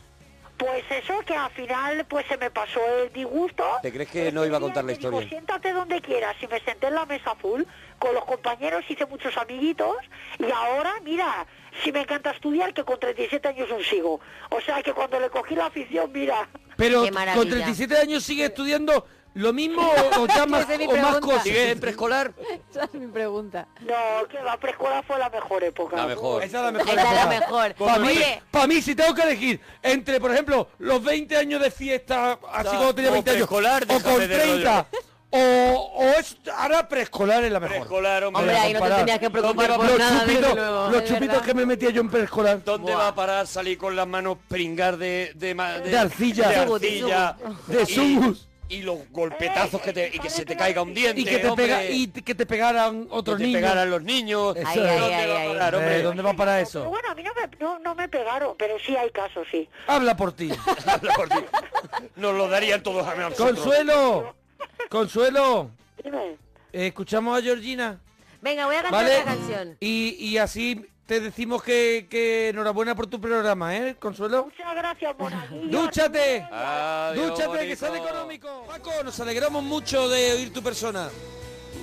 Speaker 9: Pues eso, que al final pues se me pasó el disgusto.
Speaker 2: ¿Te crees que no iba a contar la
Speaker 9: Me dijo,
Speaker 2: historia?
Speaker 9: siéntate donde quieras. Y me senté en la mesa full con los compañeros, hice muchos amiguitos. Y ahora, mira, si me encanta estudiar, que con 37 años aún sigo. O sea que cuando le cogí la afición, mira. [LAUGHS]
Speaker 7: Pero
Speaker 10: Qué
Speaker 7: con
Speaker 10: maravilla.
Speaker 7: 37 años sigue estudiando lo mismo o, o ya más,
Speaker 5: Esa es mi
Speaker 7: o más
Speaker 5: pregunta.
Speaker 7: cosas.
Speaker 2: ¿Sigue en preescolar?
Speaker 5: Esa es mi pregunta.
Speaker 9: No, que la preescolar fue la mejor época.
Speaker 2: La mejor.
Speaker 7: Esa es la mejor.
Speaker 10: Esa es la
Speaker 7: época.
Speaker 10: mejor.
Speaker 7: Para mí,
Speaker 10: Oye,
Speaker 7: pa' mí, si tengo que elegir entre, por ejemplo, los 20 años de fiesta, así
Speaker 2: Ah,
Speaker 7: como tenía
Speaker 2: o
Speaker 7: 20 años,
Speaker 2: preescolar,
Speaker 7: o con
Speaker 2: déjate de
Speaker 7: 30, o, o es, ahora preescolar es la mejor.
Speaker 2: Preescolar, hombre.
Speaker 10: Hombre, ahí no te
Speaker 7: Comparar.
Speaker 10: tenías que preocupar
Speaker 2: ¿Dónde
Speaker 10: por
Speaker 7: Los
Speaker 10: nada, desde
Speaker 7: chupitos,
Speaker 10: luego.
Speaker 7: los
Speaker 10: Es
Speaker 7: chupitos
Speaker 10: verdad.
Speaker 7: que me metía yo en preescolar.
Speaker 2: ¿Dónde va a parar salir con las manos pringar de... De, ma-
Speaker 7: De arcilla.
Speaker 2: De
Speaker 10: Sugus, de
Speaker 2: arcilla.
Speaker 7: De sugus.
Speaker 2: Y, y los golpetazos que te... Y que se te caiga un diente,
Speaker 7: Y que, te pega,
Speaker 2: hombre.
Speaker 7: y te- que te pegaran
Speaker 2: que
Speaker 7: otros
Speaker 2: te
Speaker 7: niños.
Speaker 2: pegaran los niños.
Speaker 7: Eso
Speaker 10: Ay,
Speaker 7: es.
Speaker 10: ay,
Speaker 2: ¿Dónde
Speaker 10: ay,
Speaker 2: va a
Speaker 10: ay.
Speaker 2: parar,
Speaker 7: Eh,
Speaker 2: hombre?
Speaker 7: ¿Dónde va para
Speaker 9: Pero
Speaker 7: eso?
Speaker 9: bueno, a mí no me, no, no me pegaron, pero sí hay casos, sí.
Speaker 7: Habla por ti.
Speaker 2: Habla por ti. Nos lo darían todos a nosotros.
Speaker 7: Consuelo. Consuelo.
Speaker 9: Dime.
Speaker 7: eh, escuchamos a Georgina.
Speaker 10: Venga, voy a cantar
Speaker 7: ¿Vale?
Speaker 10: otra canción.
Speaker 7: Y, y así te decimos que, que enhorabuena por tu programa, ¿eh, Consuelo?
Speaker 9: Muchas gracias, monaguillo.
Speaker 7: ¡Dúchate!
Speaker 2: Adiós,
Speaker 7: ¡Dúchate, que
Speaker 2: bonito.
Speaker 7: sale económico! Paco, nos alegramos mucho de oír tu persona.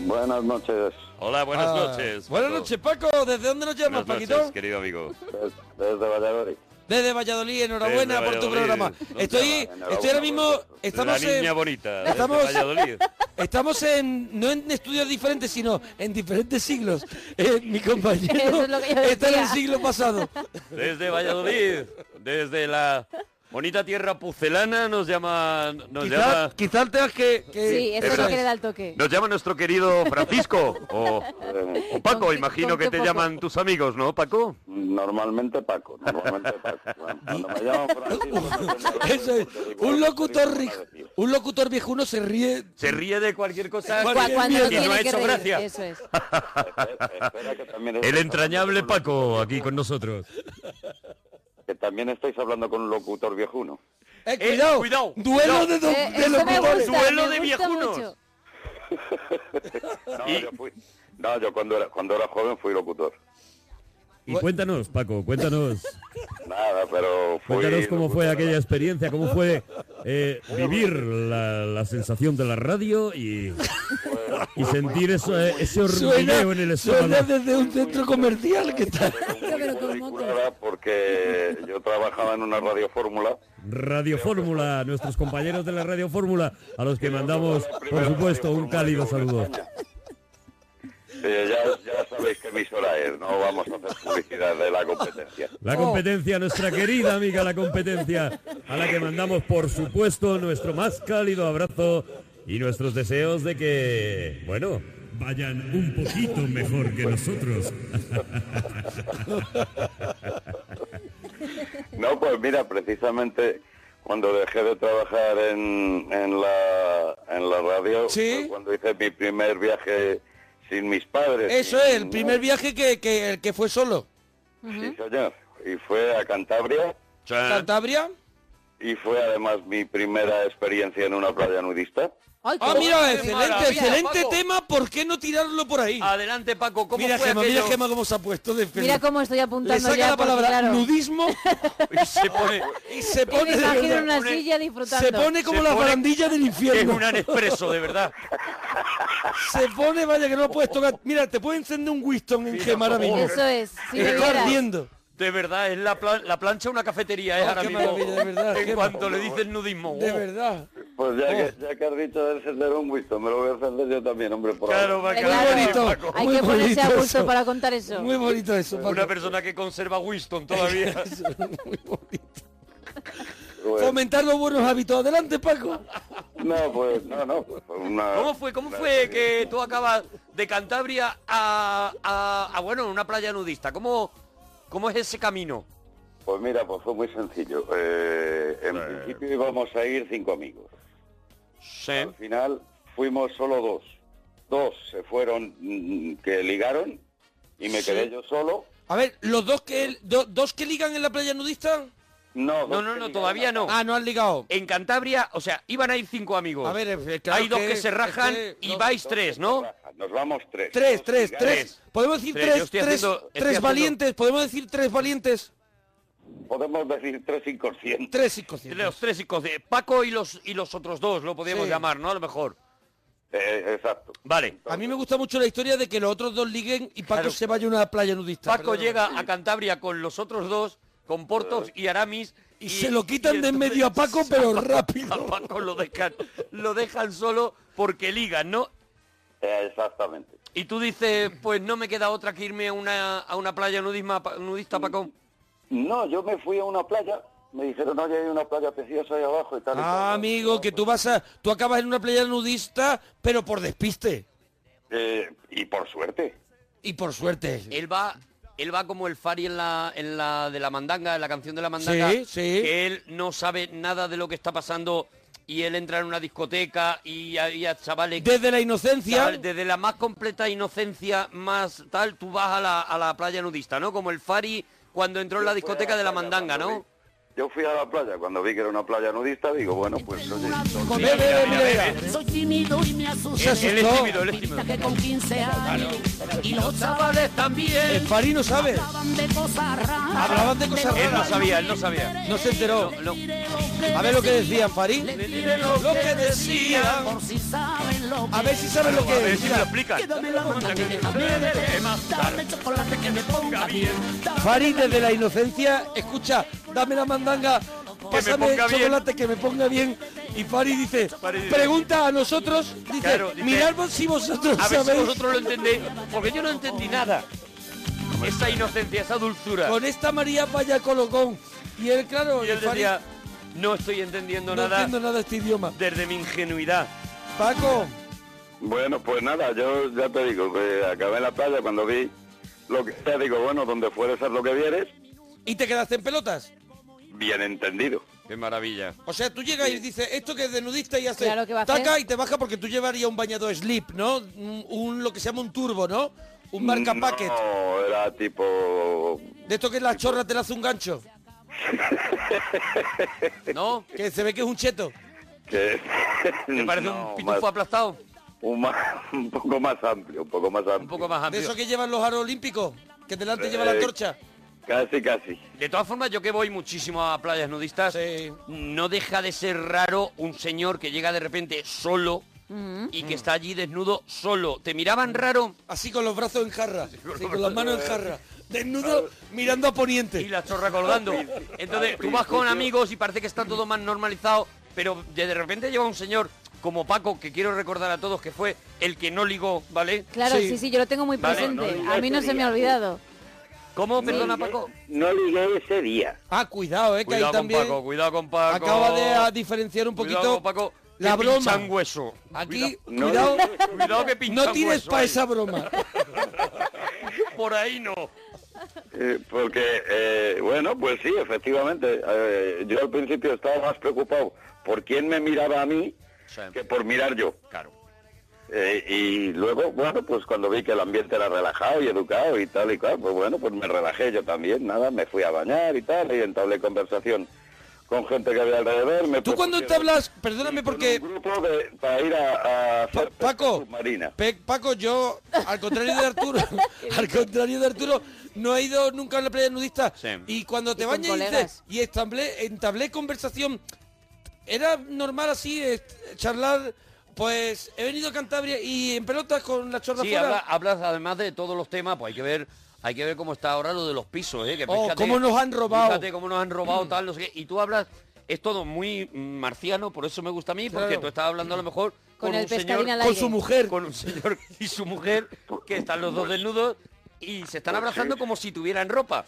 Speaker 11: Buenas noches.
Speaker 12: Hola, buenas
Speaker 7: Ah,
Speaker 12: noches.
Speaker 7: Buenas
Speaker 12: Paco.
Speaker 7: noches, Paco. ¿Desde dónde nos llamas,
Speaker 12: Buenas
Speaker 7: Paquito?
Speaker 12: noches, querido amigo.
Speaker 11: Des- Desde Valladolid.
Speaker 7: Desde Valladolid, enhorabuena
Speaker 2: Desde
Speaker 7: por tu
Speaker 2: Valladolid.
Speaker 7: programa.
Speaker 2: No,
Speaker 7: Estoy,
Speaker 2: enhorabuena
Speaker 7: estoy ahora mismo...
Speaker 2: por-
Speaker 7: Estamos
Speaker 2: La niña
Speaker 7: en,
Speaker 2: bonita de
Speaker 7: Estamos,
Speaker 2: Valladolid.
Speaker 7: [LAUGHS] estamos en, no en estudios diferentes, sino en diferentes siglos. Eh, mi
Speaker 5: Eso
Speaker 7: compañero
Speaker 5: es lo que yo
Speaker 7: está en el
Speaker 5: decía.
Speaker 7: siglo pasado.
Speaker 2: Desde Valladolid, desde la bonita tierra pucelana nos llama nos
Speaker 7: Quizás
Speaker 2: llama
Speaker 7: quizá tengas que... que-
Speaker 5: Sí, eso es
Speaker 2: Eso
Speaker 5: lo que
Speaker 2: es.
Speaker 5: le da el toque.
Speaker 2: nos llama nuestro querido Francisco o, o Paco, imagino
Speaker 5: con
Speaker 2: que
Speaker 5: qué
Speaker 2: te
Speaker 5: poco?
Speaker 2: llaman tus amigos, ¿no, Paco?
Speaker 12: Normalmente Paco, normalmente Paco. Cuando me llaman
Speaker 7: [LAUGHS]
Speaker 12: Francisco,
Speaker 7: Eso es. Un locutor rico- un locutor viejuno se ríe.
Speaker 2: Se ríe de cualquier cosa
Speaker 5: Cu-
Speaker 7: Cual-
Speaker 2: que-
Speaker 7: cualquier
Speaker 5: Cuando
Speaker 7: mierda.
Speaker 5: no
Speaker 2: que no ha
Speaker 5: tiene que
Speaker 2: hecho
Speaker 5: reír,
Speaker 2: gracia.
Speaker 5: eso es.
Speaker 12: espera que también
Speaker 2: El
Speaker 12: estáis
Speaker 2: entrañable
Speaker 12: hablando con un
Speaker 2: Paco
Speaker 12: locutor
Speaker 2: aquí con nosotros.
Speaker 12: viejuno, Que también estáis hablando con un locutor viejuno.
Speaker 7: Eh, cuidado,
Speaker 2: cuidado,
Speaker 7: duelo
Speaker 2: cuidado.
Speaker 7: de, do-
Speaker 5: Eh,
Speaker 7: de
Speaker 5: eso me
Speaker 7: locutores.
Speaker 5: gusta,
Speaker 2: Duelo
Speaker 5: me
Speaker 2: de
Speaker 5: gusta
Speaker 2: viejunos.
Speaker 5: mucho.
Speaker 12: No,
Speaker 2: Y-
Speaker 12: yo, fui- no, yo cuando, era, cuando era joven fui locutor.
Speaker 13: Y cuéntanos, Paco, cuéntanos.
Speaker 12: Nada, pero fui...
Speaker 13: Cuéntanos cómo fue
Speaker 12: locutor.
Speaker 13: aquella experiencia, cómo fue eh, vivir la, la sensación de la radio y, y sentir eso, eh, ese hormigueo en el
Speaker 7: Suena, suena
Speaker 13: estómago.
Speaker 7: desde un centro comercial que está.
Speaker 12: Fue muy currada Porque yo trabajaba en una radio fórmula.
Speaker 13: Radio Fórmula, nuestros compañeros de la Radio Fórmula, a los que
Speaker 12: Yo
Speaker 13: mandamos,
Speaker 12: fui
Speaker 13: por
Speaker 12: la primera
Speaker 13: supuesto,
Speaker 12: radio
Speaker 13: un
Speaker 12: fórmula
Speaker 13: cálido
Speaker 12: que hubo en
Speaker 13: saludo.
Speaker 12: España. Eh, ya, ya sabéis qué emisora es, no vamos a hacer publicidad de la competencia.
Speaker 13: La competencia, nuestra querida amiga, la competencia, a la que mandamos, por supuesto, nuestro más cálido abrazo y nuestros deseos de que, bueno, vayan un poquito mejor que nosotros.
Speaker 12: No, pues mira, precisamente cuando dejé de trabajar en, en, la, en la radio,
Speaker 7: Sí.
Speaker 12: fue cuando hice mi primer viaje sin mis padres.
Speaker 7: Eso
Speaker 12: sin-
Speaker 7: es, el primer viaje que, que, el que fue solo.
Speaker 12: Sí, señor. Y fue a Cantabria
Speaker 7: Cantabria.
Speaker 12: y fue además mi primera experiencia en una playa nudista.
Speaker 5: Ay,
Speaker 7: Ah,
Speaker 5: qué
Speaker 7: mira,
Speaker 5: guay.
Speaker 7: excelente,
Speaker 2: maravilla,
Speaker 7: excelente
Speaker 2: Paco.
Speaker 7: tema, ¿por qué no tirarlo por ahí?
Speaker 2: Adelante, Paco, ¿cómo
Speaker 7: Mira,
Speaker 2: fue
Speaker 7: Gemma, mira,
Speaker 2: aquello?
Speaker 7: Gemma, cómo se ha puesto de feliz.
Speaker 5: Mira cómo estoy apuntando
Speaker 7: Le saca
Speaker 5: ya,
Speaker 7: la
Speaker 5: porque,
Speaker 7: palabra
Speaker 5: claro,
Speaker 7: nudismo
Speaker 2: Y se
Speaker 5: [LAUGHS]
Speaker 2: pone-
Speaker 7: y [LAUGHS] se
Speaker 5: que
Speaker 7: pone...
Speaker 5: me
Speaker 7: de
Speaker 5: imagino en
Speaker 7: verdad.
Speaker 5: una silla disfrutando.
Speaker 7: Se pone como
Speaker 2: Se
Speaker 7: la
Speaker 2: pone-
Speaker 7: barandilla del
Speaker 2: es
Speaker 7: infierno.
Speaker 2: un expreso, de verdad.
Speaker 7: [LAUGHS] Se pone, vaya, que no lo puedes tocar. Mira, te puede encender un Winston en Gemma ahora mismo.
Speaker 5: Eso es, si
Speaker 7: Está
Speaker 5: vivieras.
Speaker 7: ardiendo.
Speaker 2: De verdad, es la, pla- la plancha una cafetería, es
Speaker 7: Oh,
Speaker 2: ahora
Speaker 7: qué
Speaker 2: mismo.
Speaker 7: maravilla, de verdad,
Speaker 2: en
Speaker 7: qué
Speaker 2: cuanto le dices nudismo.
Speaker 7: De
Speaker 2: oh.
Speaker 7: verdad.
Speaker 12: Pues ya,
Speaker 7: Oh.
Speaker 12: que, ya que has dicho de encender un Winston, me lo voy a encender yo también, hombre, por
Speaker 2: Claro, va a
Speaker 5: Hombre,
Speaker 2: quedar
Speaker 5: claro,
Speaker 2: bien,
Speaker 7: bonito.
Speaker 2: Paco.
Speaker 5: Hay
Speaker 7: Muy
Speaker 5: que ponerse a
Speaker 7: bonito
Speaker 5: gusto
Speaker 7: eso.
Speaker 5: para contar eso.
Speaker 7: Muy bonito eso, Paco.
Speaker 2: Una persona que conserva Winston
Speaker 7: [LAUGHS]
Speaker 2: todavía.
Speaker 7: Muy bonito.
Speaker 12: Bueno,
Speaker 7: Fomentar los buenos hábitos. Adelante, Paco.
Speaker 12: Pues, No, pues no, no. pues fue una-
Speaker 2: ¿Cómo fue? ¿Cómo
Speaker 12: una
Speaker 2: fue
Speaker 12: experiencia.
Speaker 2: que tú acabas de Cantabria a, a- a, bueno, una playa nudista? ¿Cómo, ¿Cómo es ese camino?
Speaker 12: Pues mira, pues fue muy sencillo. Eh, en
Speaker 7: Pues,
Speaker 12: principio íbamos a ir cinco amigos.
Speaker 2: Sí.
Speaker 12: Al final fuimos solo dos. Dos se fueron mm, que ligaron y me quedé yo solo.
Speaker 7: A ver, los dos que, do- dos que ligan en la playa nudista...
Speaker 12: No,
Speaker 2: No,
Speaker 12: dos
Speaker 2: no,
Speaker 12: que
Speaker 2: no,
Speaker 12: ligaron.
Speaker 2: todavía no.
Speaker 7: Ah, no han ligado.
Speaker 2: En Cantabria, o sea, iban a ir cinco amigos.
Speaker 7: A ver, eh, claro
Speaker 2: Hay dos que,
Speaker 7: que-
Speaker 2: se rajan
Speaker 7: es que
Speaker 2: y
Speaker 7: dos-
Speaker 2: vais
Speaker 12: Dos
Speaker 2: tres,
Speaker 12: que
Speaker 2: ¿no?
Speaker 12: se rajan. Nos vamos tres.
Speaker 7: Tres,
Speaker 12: Dos
Speaker 7: tres,
Speaker 12: ligaron.
Speaker 7: tres. Podemos decir
Speaker 2: Tres, yo
Speaker 7: tres,
Speaker 2: estoy
Speaker 7: tres,
Speaker 2: haciendo- estoy
Speaker 7: tres
Speaker 2: haciendo-
Speaker 7: valientes. Podemos decir tres valientes,
Speaker 12: Podemos decir tres inconscientes.
Speaker 7: tres
Speaker 2: Los
Speaker 7: inconscientes.
Speaker 2: tres hijos de Paco y los y los otros dos, lo podríamos
Speaker 7: Sí.
Speaker 2: llamar, ¿no? A lo mejor.
Speaker 12: Eh, exacto.
Speaker 2: Vale.
Speaker 7: A mí me gusta mucho la historia de que los otros dos liguen y Paco
Speaker 2: Claro.
Speaker 7: se vaya a una playa nudista.
Speaker 2: Paco
Speaker 7: Perdóname.
Speaker 2: llega a Cantabria con los otros dos, con Portos y Aramis.
Speaker 7: Y, se lo quitan
Speaker 2: y
Speaker 7: de en
Speaker 2: entonces
Speaker 7: medio a Paco, pero
Speaker 2: [LAUGHS]
Speaker 7: rápido.
Speaker 2: A Paco lo dejan, lo dejan solo porque ligan, ¿no?
Speaker 12: Eh, exactamente.
Speaker 2: Y tú dices, pues no me queda otra que irme a una, a una playa nudisma, pa- nudista, Paco.
Speaker 12: No, yo me fui a una playa. Me dijeron, oye, hay una playa preciosa ahí abajo y tal. y
Speaker 7: Ah,
Speaker 12: tal".
Speaker 7: amigo, que tú vas a... Tú acabas en una playa nudista, pero por despiste.
Speaker 12: Eh, y por suerte.
Speaker 7: Y por suerte.
Speaker 2: Él va, él va como el Fari en la, en la de la mandanga, en la canción de la mandanga.
Speaker 7: Sí, sí.
Speaker 2: Que él no sabe nada de lo que está pasando y él entra en una discoteca y había chavales...
Speaker 7: Desde la inocencia...
Speaker 2: Chaval, desde la más completa inocencia, más tal, tú vas a la, a la playa nudista, ¿no? Como el Fari cuando entró en la
Speaker 12: Yo fui a
Speaker 2: discoteca de la
Speaker 12: playa
Speaker 2: mandanga,
Speaker 12: cuando
Speaker 2: ¿no?
Speaker 12: vi- Yo fui a la playa cuando vi que era una playa nudista, digo, bueno, pues oye, entonces-
Speaker 7: Ve, ve, ve, mira, mira.
Speaker 14: Soy tímido y me asusta.
Speaker 7: Se
Speaker 2: Él es
Speaker 7: asustó.
Speaker 2: tímido, él es tímido.
Speaker 14: que con 15 años y los
Speaker 2: Chavales
Speaker 7: El
Speaker 2: también.
Speaker 7: Fari no sabe.
Speaker 14: hablaban de cosas raras.
Speaker 7: Hablaban de cosas
Speaker 2: Él no
Speaker 7: raras.
Speaker 2: sabía, él no sabía.
Speaker 7: No se enteró.
Speaker 2: No, no.
Speaker 7: A ver lo que decían, Fari. Lo que decían.
Speaker 14: Por si saben lo que
Speaker 7: A ver si saben lo
Speaker 2: A
Speaker 7: que
Speaker 2: ver si me lo
Speaker 7: decían.
Speaker 2: explican.
Speaker 14: Dame la mano que me cambie de tema. Dame chocolate que me ponga bien. Dame
Speaker 7: Fari desde la inocencia, escucha, dame la mandanga, pásame
Speaker 2: ponga bien.
Speaker 7: chocolate, que me ponga bien. Y Fari dice, pregunta a nosotros, dice,
Speaker 2: Claro, dice,
Speaker 7: mirad vos si vosotros
Speaker 2: A ver si
Speaker 7: sabéis".
Speaker 2: vosotros lo entendéis, porque yo no entendí nada. Esa inocencia, esa dulzura.
Speaker 7: Con esta María vaya colocón. Y él, claro,
Speaker 2: Y él
Speaker 7: el Fari,
Speaker 2: decía, no estoy entendiendo
Speaker 7: no
Speaker 2: nada
Speaker 7: entiendo nada este idioma.
Speaker 2: desde mi ingenuidad.
Speaker 7: Paco,
Speaker 12: Bueno, pues nada, yo ya te digo, que acabé en la playa cuando vi lo que sea, digo, bueno, donde fueres ser lo que vieres,
Speaker 7: ¿y te quedaste en pelotas?
Speaker 12: bien entendido.
Speaker 2: Qué maravilla.
Speaker 7: O sea, tú llegas y dices, esto que es de nudista y hace
Speaker 5: Claro que va a
Speaker 7: taca
Speaker 5: hacer.
Speaker 7: y te baja porque tú llevarías un bañador slip, ¿no? Un, un- lo que se llama un turbo, ¿no? Un marca packet.
Speaker 12: No, era tipo...
Speaker 7: De esto que la chorra te la hace un gancho.
Speaker 2: [LAUGHS] ¿No?
Speaker 7: Que se ve que es un cheto.
Speaker 12: Que...
Speaker 2: [LAUGHS] ¿Te parece
Speaker 12: [LAUGHS] No,
Speaker 2: un pitufo
Speaker 12: más-
Speaker 2: aplastado?
Speaker 12: un, ma- [LAUGHS] un poco más amplio, un poco más amplio.
Speaker 2: Un poco más
Speaker 7: De
Speaker 2: amplio.
Speaker 7: eso que llevan los aros olímpicos. Que delante lleva la
Speaker 12: Eh,
Speaker 7: antorcha.
Speaker 12: Casi, casi.
Speaker 2: De todas formas, yo que voy muchísimo a playas nudistas, no deja de ser raro un señor que llega de repente solo
Speaker 5: ¿Mm?
Speaker 2: y que está allí desnudo solo. ¿Te miraban raro?
Speaker 7: Así con los brazos en jarra.
Speaker 2: [LAUGHS] los
Speaker 7: así con las
Speaker 2: brazos-
Speaker 7: manos en jarra. Desnudo mirando a poniente.
Speaker 2: Y la chorra colgando. Entonces, tú vas con amigos y parece que está todo más normalizado, pero de de repente lleva un señor como Paco, que quiero recordar a todos que fue el que no ligó, ¿vale?
Speaker 5: Claro, sí, sí, yo lo tengo muy
Speaker 2: Vale,
Speaker 5: presente.
Speaker 2: no
Speaker 12: digas
Speaker 5: a mí no
Speaker 12: ese
Speaker 5: se me
Speaker 12: día.
Speaker 5: ha olvidado.
Speaker 2: ¿Cómo?
Speaker 12: No
Speaker 2: Perdona,
Speaker 12: ligué-
Speaker 2: Paco.
Speaker 12: No ligué ese día.
Speaker 7: Ah, cuidado, eh, que
Speaker 2: Cuidado
Speaker 7: ahí
Speaker 2: con
Speaker 7: también
Speaker 2: Paco, cuidado con Paco.
Speaker 7: acaba de a diferenciar un poquito
Speaker 2: Cuidado, Paco.
Speaker 7: la
Speaker 2: que
Speaker 7: broma.
Speaker 2: pinchan hueso.
Speaker 7: Aquí,
Speaker 12: No
Speaker 7: cuidado,
Speaker 12: ligué-
Speaker 2: Cuidado que
Speaker 7: no,
Speaker 2: pinchan
Speaker 7: tires
Speaker 2: hueso
Speaker 7: para
Speaker 2: ahí.
Speaker 7: esa broma.
Speaker 2: [LAUGHS] Por ahí no.
Speaker 12: Eh, porque, eh, bueno, pues sí, efectivamente. eh, yo al principio estaba más preocupado por quién me miraba a mí que por mirar yo.
Speaker 2: Claro.
Speaker 12: Eh, y luego, bueno, pues cuando vi que el ambiente era relajado y educado y tal y cual, pues bueno, pues me relajé yo también, nada, me fui a bañar y tal, y entablé conversación con gente que había alrededor. Me
Speaker 7: Tú cuando te
Speaker 12: propusieron
Speaker 7: hablas, perdóname porque,
Speaker 12: un grupo de- para ir a, a hacer
Speaker 7: Paco,
Speaker 12: submarina.
Speaker 7: Pe- Paco, yo, al contrario de
Speaker 5: [LAUGHS]
Speaker 7: Arturo, al contrario de Arturo, no he ido nunca a la playa nudista.
Speaker 2: Sí.
Speaker 7: Y cuando te
Speaker 5: Y con
Speaker 7: bañas y dices,
Speaker 5: colegas.
Speaker 7: y establé, entablé conversación, era normal así eh, charlar, pues he venido a Cantabria y en pelotas con la chorra
Speaker 2: Sí,
Speaker 7: fuera.
Speaker 2: habla- hablas además de todos los temas, pues hay que ver, hay que ver cómo está ahora lo de los pisos, ¿eh? Que
Speaker 7: Oh,
Speaker 2: fíjate-
Speaker 7: cómo nos han robado.
Speaker 2: Fíjate cómo nos han robado, tal, no sé qué. Y tú hablas, es todo muy mm, marciano, por eso me gusta a mí, porque
Speaker 7: Claro.
Speaker 2: tú estás hablando a lo mejor
Speaker 5: Con
Speaker 2: con,
Speaker 5: el
Speaker 2: un
Speaker 5: pescadín
Speaker 2: señor,
Speaker 5: al
Speaker 7: con su mujer.
Speaker 2: con un señor y su mujer, que están los dos desnudos y se están abrazando como si tuvieran ropa.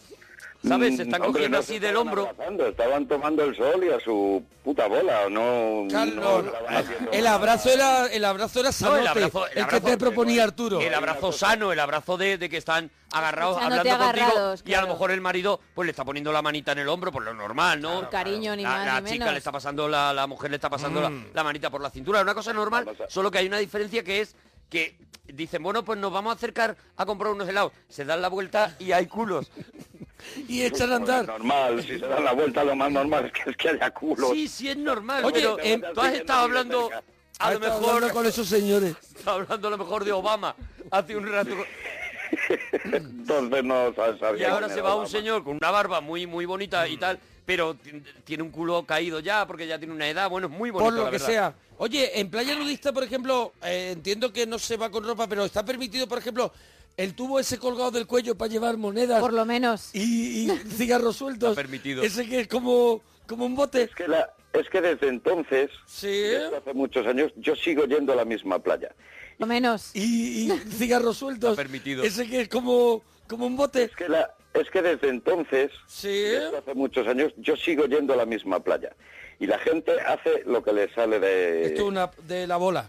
Speaker 2: ¿Sabes? Se están
Speaker 12: Mm, hombre,
Speaker 2: cogiendo
Speaker 12: no
Speaker 2: así
Speaker 12: se
Speaker 2: del
Speaker 12: estaban
Speaker 2: hombro.
Speaker 12: abrazando, estaban tomando el sol y a su puta bola, no...
Speaker 7: Carlos,
Speaker 12: estaban haciendo
Speaker 7: el
Speaker 12: nada.
Speaker 7: abrazo era el abrazo era
Speaker 2: No,
Speaker 7: sanote,
Speaker 2: el
Speaker 7: el,
Speaker 2: abrazo- el
Speaker 7: que
Speaker 2: abrazo-
Speaker 7: te proponía Arturo.
Speaker 2: El abrazo sano, el abrazo de, de que están agarrados,
Speaker 5: Escuchándote
Speaker 2: hablando contigo.
Speaker 5: agarrados,
Speaker 2: Y a lo
Speaker 5: claro.
Speaker 2: mejor el marido pues le está poniendo la manita en el hombro, por lo normal, ¿no?
Speaker 5: Por cariño, ni
Speaker 2: la,
Speaker 5: más
Speaker 2: la
Speaker 5: ni
Speaker 2: chica
Speaker 5: menos.
Speaker 2: le está pasando, la, la mujer le está pasando la- la, manita por la cintura. Una cosa normal,
Speaker 12: Vamos a-
Speaker 2: solo que hay una diferencia que es que dicen, bueno, pues nos vamos a acercar a comprar unos helados. Se dan la vuelta y hay culos.
Speaker 7: [LAUGHS] y echan a
Speaker 12: Pues
Speaker 7: andar.
Speaker 12: Normal, si se dan la vuelta lo más normal es que, es que haya culos.
Speaker 2: Sí, sí, es normal.
Speaker 7: Oye,
Speaker 2: pero
Speaker 7: Ah, em,
Speaker 2: tú has estado hablando... A
Speaker 7: Ha
Speaker 2: lo
Speaker 7: estado
Speaker 2: mejor
Speaker 7: hablando con esos señores.
Speaker 2: está hablando a lo mejor de Obama hace un rato
Speaker 12: [LAUGHS] Entonces no sa-
Speaker 2: y
Speaker 12: sabía
Speaker 2: ahora
Speaker 12: quién
Speaker 2: se
Speaker 12: era
Speaker 2: va
Speaker 12: Obama.
Speaker 2: un señor con una barba muy muy bonita y tal, pero ti- tiene un culo caído ya porque ya tiene una edad, bueno, es muy bonito
Speaker 7: por lo
Speaker 2: la
Speaker 7: que
Speaker 2: verdad.
Speaker 7: sea. Oye, en playa nudista, por ejemplo, eh, entiendo que no se va con ropa, pero está permitido, por ejemplo, el tubo ese colgado del cuello para llevar monedas
Speaker 5: Por lo menos.
Speaker 7: y, y cigarros sueltos.
Speaker 2: Está permitido.
Speaker 7: Ese que es como, como un bote.
Speaker 12: Es que, la- es que desde entonces,
Speaker 7: Sí.
Speaker 12: desde hace muchos años, yo sigo yendo a la misma playa.
Speaker 5: Por lo menos.
Speaker 7: Y, y cigarros sueltos.
Speaker 2: Está permitido.
Speaker 7: Ese que es como, como un bote.
Speaker 12: Es que, la- es que desde entonces,
Speaker 7: Sí.
Speaker 12: desde hace muchos años, yo sigo yendo a la misma playa. Y la gente hace lo que le sale de...
Speaker 7: Esto es una de la bola.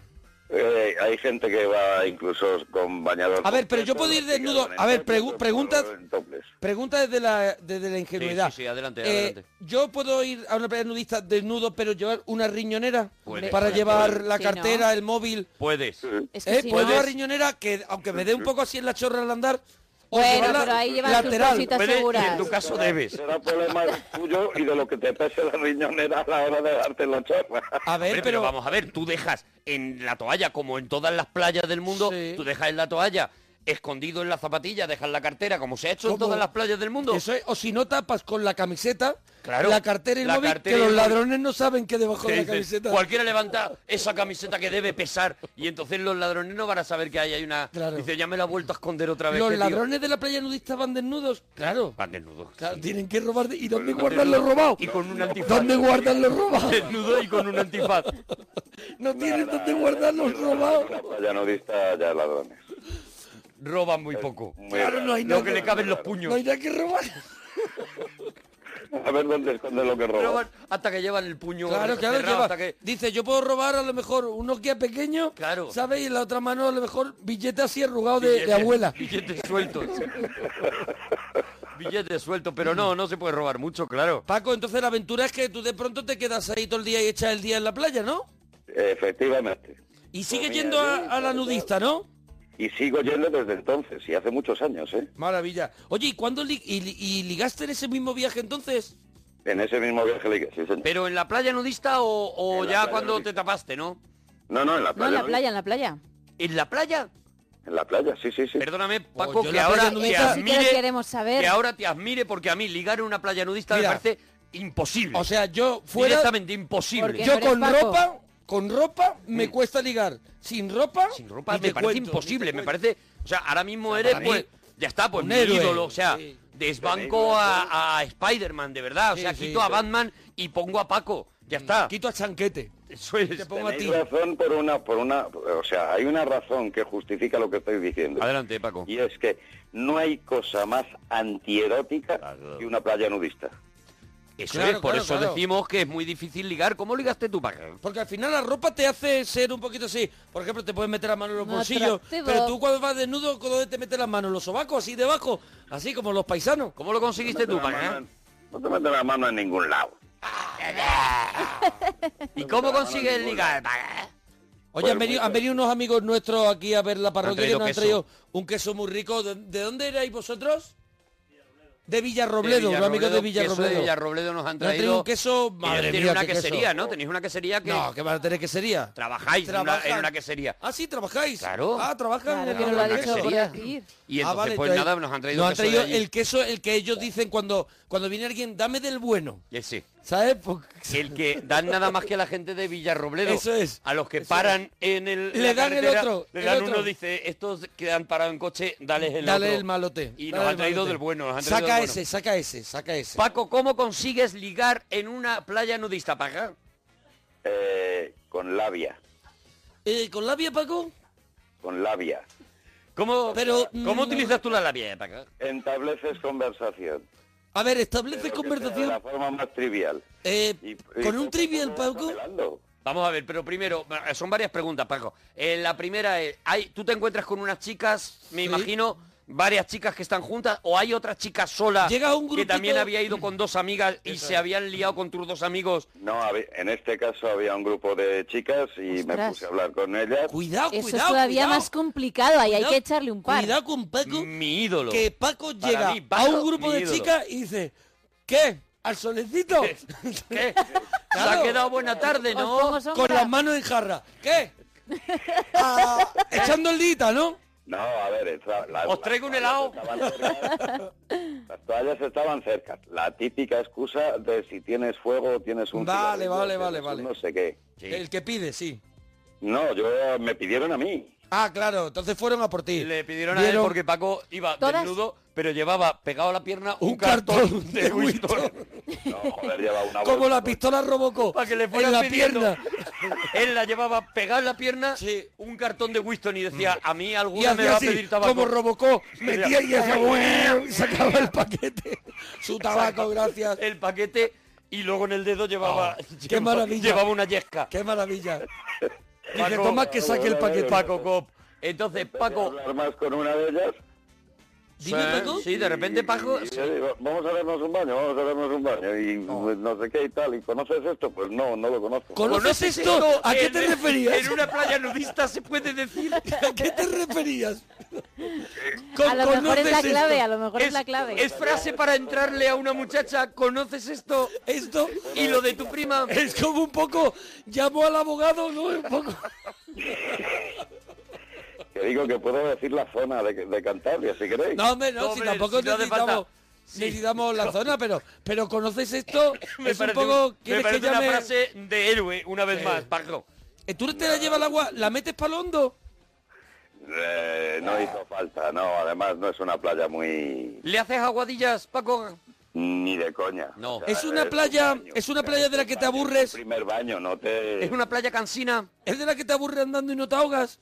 Speaker 12: Eh, hay gente que va incluso con bañador.
Speaker 7: A ver, pero
Speaker 12: completo,
Speaker 7: yo puedo ir
Speaker 12: los que quedan
Speaker 7: desnudo.
Speaker 12: en
Speaker 7: A ver,
Speaker 12: topless,
Speaker 7: pregu-
Speaker 12: los
Speaker 7: preguntas-
Speaker 12: que quedan en topless.
Speaker 7: Pregunta desde la, desde la ingenuidad.
Speaker 2: sí, sí, adelante,
Speaker 7: Eh,
Speaker 2: adelante.
Speaker 7: Yo puedo ir a una playa nudista desnudo, pero llevar una riñonera
Speaker 2: Puedes,
Speaker 7: para
Speaker 2: puedes,
Speaker 7: llevar
Speaker 5: puedes.
Speaker 7: la
Speaker 5: Sí,
Speaker 7: cartera,
Speaker 5: ¿no?
Speaker 7: el móvil.
Speaker 2: Puedes.
Speaker 5: Es que
Speaker 7: ¿Eh?
Speaker 5: si
Speaker 7: Puedo
Speaker 5: no-
Speaker 7: llevar riñonera que, aunque me dé un poco así en la chorra al andar, o
Speaker 5: Bueno,
Speaker 7: llevarla
Speaker 5: pero ahí llevas tus
Speaker 7: lateral.
Speaker 5: cositas
Speaker 2: Puedes, y en
Speaker 5: seguras.
Speaker 2: tu caso debes.
Speaker 12: Será problema tuyo y de lo que te pese la riñonera a la hora de darte la chorra.
Speaker 7: A
Speaker 2: Hombre,
Speaker 7: ver,
Speaker 2: pero,
Speaker 7: pero,
Speaker 2: vamos a ver, tú dejas en la toalla, como en todas las playas del mundo,
Speaker 7: Sí.
Speaker 2: tú dejas en la toalla escondido en la zapatilla, dejas la cartera, como se ha hecho en
Speaker 7: Como-
Speaker 2: todas las playas del mundo.
Speaker 7: Eso es, o si no tapas con la camiseta,
Speaker 2: Claro.
Speaker 7: la cartera y el
Speaker 2: La
Speaker 7: móvil,
Speaker 2: cartera
Speaker 7: que
Speaker 2: y
Speaker 7: los
Speaker 2: el móvil.
Speaker 7: ladrones no saben que debajo de
Speaker 2: Que
Speaker 7: la
Speaker 2: dices,
Speaker 7: camiseta.
Speaker 2: Cualquiera levanta esa camiseta que debe pesar y entonces los ladrones no van a saber que ahí hay una... Dice, ya me la he vuelto a esconder otra vez.
Speaker 7: Los
Speaker 2: que, tío,
Speaker 7: ladrones de la playa nudista van desnudos. Claro.
Speaker 2: Van desnudos.
Speaker 7: Claro, tienen que robar. de- ¿Y dónde guardan los robados?
Speaker 2: Y con un antifaz.
Speaker 7: ¿Dónde guardan los robados?
Speaker 2: Desnudo y con un antifaz.
Speaker 7: No tienen dónde guardar los robados.
Speaker 12: La playa nudista ya ladrones.
Speaker 2: Roban muy poco.
Speaker 12: Claro, no hay
Speaker 2: Lo
Speaker 12: nada.
Speaker 2: que le caben los puños.
Speaker 7: No hay nada que robar.
Speaker 12: [LAUGHS] A ver dónde esconde lo que roban.
Speaker 2: Roban hasta que llevan el puño
Speaker 7: Claro, claro,
Speaker 2: cerrado,
Speaker 7: lleva-
Speaker 2: hasta que...
Speaker 7: Dice, yo puedo robar a lo mejor un Nokia pequeño,
Speaker 2: Claro.
Speaker 7: ¿sabes? Y en la otra mano a lo mejor billete así arrugado de- [LAUGHS] de,
Speaker 2: Billetes-
Speaker 7: abuela.
Speaker 2: Billetes sueltos. billetes sueltos, pero no, no se puede robar mucho, claro.
Speaker 7: Paco, entonces la aventura es que tú de pronto te quedas ahí todo el día y echas el día en la playa, ¿no?
Speaker 12: Efectivamente.
Speaker 2: Pues
Speaker 7: Y sigue yendo a, a la nudista, ¿no?
Speaker 12: Y sigo yendo desde entonces, y hace muchos años, ¿eh?
Speaker 7: Maravilla. Oye, ¿y cuándo li- y, li- y ligaste en ese mismo viaje entonces?
Speaker 12: En ese mismo viaje le sí, señor.
Speaker 2: Pero en la playa nudista o, o
Speaker 12: En la
Speaker 2: ya
Speaker 12: playa
Speaker 2: cuando
Speaker 12: nudista.
Speaker 2: te tapaste, ¿no?
Speaker 12: No, no, en la
Speaker 5: No,
Speaker 12: playa.
Speaker 5: en la
Speaker 12: ¿no?
Speaker 5: playa, en la playa.
Speaker 2: ¿En la playa?
Speaker 12: En la playa, sí, sí, sí.
Speaker 2: Perdóname,
Speaker 7: Oh,
Speaker 2: Paco,
Speaker 12: yo
Speaker 2: que
Speaker 12: la playa
Speaker 2: ahora te
Speaker 12: nudista-
Speaker 5: Eso sí que lo
Speaker 2: admire,
Speaker 5: queremos saber.
Speaker 2: que ahora te admire, porque a mí ligar en una playa nudista
Speaker 7: Mira.
Speaker 2: me parece imposible.
Speaker 7: O sea, yo fuera-
Speaker 2: Directamente imposible.
Speaker 7: Yo con ropa, con ropa me cuesta ligar. Sin ropa, sin
Speaker 2: Mm. ropa me parece imposible, me parece... O sea, ahora mismo eres,
Speaker 7: para
Speaker 2: pues,
Speaker 7: mí,
Speaker 2: ya está, pues
Speaker 7: un
Speaker 2: mi
Speaker 7: héroe.
Speaker 2: ídolo, o sea... Desbanco a, a Spider-Man, de verdad. O
Speaker 7: Sí,
Speaker 2: sea,
Speaker 7: sí,
Speaker 2: quito a
Speaker 7: sí.
Speaker 2: Batman y pongo a Paco. Ya está.
Speaker 7: Quito a Chanquete.
Speaker 2: Eso es.
Speaker 12: Tenéis razón por una, por una, o sea, hay una razón que justifica lo que estoy diciendo.
Speaker 2: Adelante, Paco.
Speaker 12: Y es que no hay cosa más antierótica que una playa nudista.
Speaker 2: Eso
Speaker 7: Claro,
Speaker 2: es, por
Speaker 7: claro,
Speaker 2: eso
Speaker 7: claro.
Speaker 2: decimos que es muy difícil ligar. ¿Cómo ligaste tú, Paco?
Speaker 7: Porque al final la ropa te hace ser un poquito así. Por ejemplo, te puedes meter la mano en los
Speaker 2: No,
Speaker 7: bolsillos.
Speaker 2: atractivo.
Speaker 7: Pero tú cuando vas desnudo, ¿dónde te metes las manos? ¿Los sobacos? Así debajo. Así como los paisanos.
Speaker 2: ¿Cómo lo conseguiste eh?
Speaker 12: tú, Paco? No te metes la mano en ningún lado.
Speaker 2: ¿Y cómo consigues ligar, Paco?
Speaker 7: Oye, han venido, han venido unos amigos nuestros aquí a ver la parroquia
Speaker 2: pues,
Speaker 7: que
Speaker 2: traído
Speaker 7: nos han
Speaker 2: queso.
Speaker 7: traído un queso muy rico. ¿De, de dónde erais vosotros? De Villarrobledo,
Speaker 2: De
Speaker 7: unos amigos de
Speaker 2: queso
Speaker 7: Villarrobledo.
Speaker 2: de Villarrobledo nos han
Speaker 7: Nos han traído
Speaker 2: traído
Speaker 7: un queso,
Speaker 2: Ellos
Speaker 7: madre
Speaker 2: tienen
Speaker 7: mía,
Speaker 2: una
Speaker 7: qué queso.
Speaker 2: quesería, ¿no? Tenéis una quesería que
Speaker 7: No, que van a tener quesería.
Speaker 2: trabajáis en una,
Speaker 7: Trabajan.
Speaker 2: en una quesería.
Speaker 7: Ah, sí, trabajáis.
Speaker 2: Claro.
Speaker 7: Ah, trabajan.
Speaker 2: Claro,
Speaker 7: en
Speaker 2: que nos lo ha dicho
Speaker 7: queso.
Speaker 2: por aquí.
Speaker 7: Ah,
Speaker 2: Y entonces, pues,
Speaker 7: entonces,
Speaker 2: nada, nos han traído
Speaker 7: Nos han
Speaker 2: queso de
Speaker 7: traído
Speaker 2: allí.
Speaker 7: el queso, el que ellos dicen cuando, cuando viene alguien, dame
Speaker 2: [LAUGHS]
Speaker 7: del bueno.
Speaker 2: Y Eh, sí.
Speaker 7: ¿Sabes? Pues,
Speaker 2: El que dan nada más que a la gente de Villarrobledo.
Speaker 7: Eso es.
Speaker 2: A los que paran en el. la
Speaker 7: Le dan el
Speaker 2: carretera,
Speaker 7: otro,
Speaker 2: Le
Speaker 7: el
Speaker 2: dan
Speaker 7: otro.
Speaker 2: uno, dice, estos que han parado en coche, dales el
Speaker 7: dale
Speaker 2: otro.
Speaker 7: el malote.
Speaker 2: Y
Speaker 7: dale
Speaker 2: nos han
Speaker 7: el
Speaker 2: traído
Speaker 7: malote.
Speaker 2: del bueno. nos han traído
Speaker 7: Saca
Speaker 2: del
Speaker 7: ese, saca ese, saca ese.
Speaker 2: Paco, ¿cómo consigues ligar en una playa nudista, Paco?
Speaker 12: Eh, con labia,
Speaker 7: Eh, ¿Con labia, Paco?
Speaker 12: con labia.
Speaker 2: ¿Cómo,
Speaker 7: Pero, mm,
Speaker 2: ¿cómo utilizas tú la labia, Paco?
Speaker 12: Estableces conversación.
Speaker 7: A ver, estableces
Speaker 12: Pero que sea De
Speaker 7: conversación.
Speaker 12: la forma más trivial.
Speaker 7: Eh, ¿Con un trivial, Paco?
Speaker 2: Vamos a ver, pero primero, eh, son varias preguntas, Paco. Eh, la primera es, hay, tú te encuentras con unas chicas, me imagino, varias chicas que están juntas, o hay otra chica sola
Speaker 7: Llega un
Speaker 2: que
Speaker 7: grupito-
Speaker 2: también había
Speaker 12: Mm.
Speaker 2: ido con dos amigas y se habían liado con tus dos amigos.
Speaker 12: No, habe- en este caso había un grupo de chicas y me
Speaker 5: Ostras.
Speaker 12: puse a hablar con ellas.
Speaker 7: Cuidado,
Speaker 5: Eso es todavía más complicado. Ahí hay
Speaker 7: Cuidado,
Speaker 5: que echarle un par.
Speaker 7: Cuidado con Paco,
Speaker 2: Mi ídolo.
Speaker 7: que Eh, Paco
Speaker 2: Para
Speaker 7: llega
Speaker 2: mí, Paco,
Speaker 7: a un grupo
Speaker 2: mi
Speaker 7: de
Speaker 2: ídolo.
Speaker 7: chicas y dice, ¿qué? ¿Al solecito?
Speaker 2: ¿Qué? Se
Speaker 7: Claro.
Speaker 2: ha quedado buena tarde, ¿no?
Speaker 7: Con las manos en jarra. ¿Qué? Ah, echando el dita, ¿no?
Speaker 12: No, a ver, esta- la-
Speaker 2: Os traigo un helado.
Speaker 12: las toallas estaban cerca. La típica excusa de si tienes fuego o tienes un
Speaker 7: Vale,
Speaker 12: cigarrillo,
Speaker 7: vale,
Speaker 12: tienes
Speaker 7: vale,
Speaker 12: un
Speaker 7: vale.
Speaker 12: No sé qué.
Speaker 7: El que pide, sí.
Speaker 12: No, yo me pidieron a mí.
Speaker 7: Ah, claro, entonces fueron a por ti.
Speaker 2: Le pidieron a él
Speaker 7: Vieron-
Speaker 2: porque Paco iba
Speaker 7: Todas-
Speaker 2: desnudo, pero llevaba pegado a la pierna un, cartón, de Winston.
Speaker 12: Joder, lleva una
Speaker 7: Como la pistola Robocop.
Speaker 2: Para que le fuera
Speaker 7: en la
Speaker 2: pidiendo.
Speaker 7: pierna.
Speaker 2: Él la llevaba pegada en la pierna un cartón de Winston y decía, a mí
Speaker 7: Mm. Y
Speaker 2: alguna me
Speaker 7: hacía
Speaker 2: va a
Speaker 7: así,
Speaker 2: pedir tabaco.
Speaker 7: como Robocop, metía y hacía, "Guau", y sacaba el paquete.
Speaker 2: Su
Speaker 7: tabaco, gracias. Ah,
Speaker 2: El paquete y luego en el dedo [LAUGHS] llevaba...
Speaker 7: qué
Speaker 2: llevaba-
Speaker 7: maravilla.
Speaker 2: Llevaba una yesca.
Speaker 7: Qué maravilla. Dije, toma que saque el paquete.
Speaker 2: Paco Cop. Entonces, Paco...
Speaker 12: hablar más con una de ellas.
Speaker 2: Dime, Sí, Paco. sí, de repente, Paco-
Speaker 12: Y yo digo, vamos a darnos un baño, vamos a darnos un baño. Y pues, no sé qué y tal. ¿Y conoces esto? Pues no, no lo conozco.
Speaker 7: ¿Conoces esto? ¿A qué te
Speaker 2: en-
Speaker 7: referías?
Speaker 2: En una playa nudista se puede decir...
Speaker 7: [LAUGHS] ¿A qué te
Speaker 5: [LAUGHS]
Speaker 7: referías?
Speaker 5: A lo mejor es la clave, a lo mejor es la clave.
Speaker 2: Es frase para entrarle a una muchacha, ¿conoces esto?
Speaker 7: Esto
Speaker 2: y lo de tu prima.
Speaker 7: Es como un poco, llamó al abogado, ¿no? Un poco.
Speaker 12: Que te digo que puedo decir la zona de, de Cantabria, si queréis.
Speaker 7: No, hombre, no, si tampoco
Speaker 2: si no hace falta.
Speaker 7: necesitamos, necesitamos la zona, pero, pero ¿conoces esto? es un poco...
Speaker 2: un- [COUGHS] me
Speaker 7: ¿quieres
Speaker 2: parece
Speaker 7: que llame?
Speaker 2: una frase de héroe, una vez
Speaker 7: Sí.
Speaker 2: más, Paco.
Speaker 7: Eh, ¿Tú te la llevas al agua? ¿La metes para hondo?
Speaker 12: Eh, no hizo falta, no, además no es una playa muy...
Speaker 2: ¿Le haces aguadillas, Paco?
Speaker 12: ni de coña. No,
Speaker 7: Es una playa, es una playa de la que te aburres.
Speaker 12: primer baño, no te...
Speaker 7: Es una
Speaker 2: playa cansina.
Speaker 7: Ah, Es de la que te aburre andando y no te ahogas.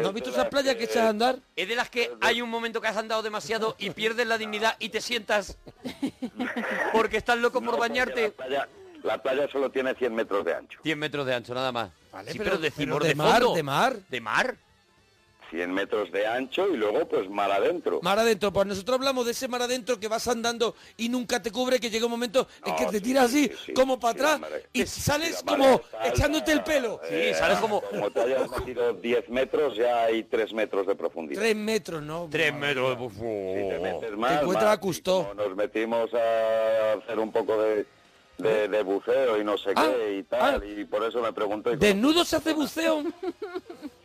Speaker 7: ¿No has visto esas playas que echas a andar?
Speaker 2: Es de las que hay un momento que has andado demasiado y pierdes la dignidad y te sientas porque estás loco por bañarte.
Speaker 12: playa- la playa solo tiene 100 metros de ancho.
Speaker 2: 100 metros de ancho, nada más. sí,
Speaker 12: pero-
Speaker 2: pero, decimos
Speaker 12: pero de
Speaker 2: de,
Speaker 12: mar,
Speaker 2: fondo.
Speaker 12: de
Speaker 7: mar.
Speaker 2: ¿De mar?
Speaker 12: 100 metros de ancho y luego pues mal adentro.
Speaker 7: Mar adentro, pues nosotros hablamos de ese mar adentro que vas andando y nunca te cubre, que llega un momento en que te tiras así, como para atrás, y sales
Speaker 12: marea
Speaker 7: como
Speaker 12: está alta,
Speaker 7: echándote el pelo.
Speaker 12: Eh,
Speaker 2: [LAUGHS]
Speaker 12: Como te hayas metido 10 metros ya hay 3 metros de profundidad.
Speaker 7: Tres metros, ¿no?
Speaker 2: Tres metros de
Speaker 12: Si te metes
Speaker 7: Te
Speaker 12: más,
Speaker 7: encuentras
Speaker 12: más.
Speaker 7: a Cousteau.
Speaker 12: Como Nos metimos a hacer un poco de, de- de buceo y no sé qué y tal. Y por eso me pregunté.
Speaker 7: ¿Desnudo se hace buceo?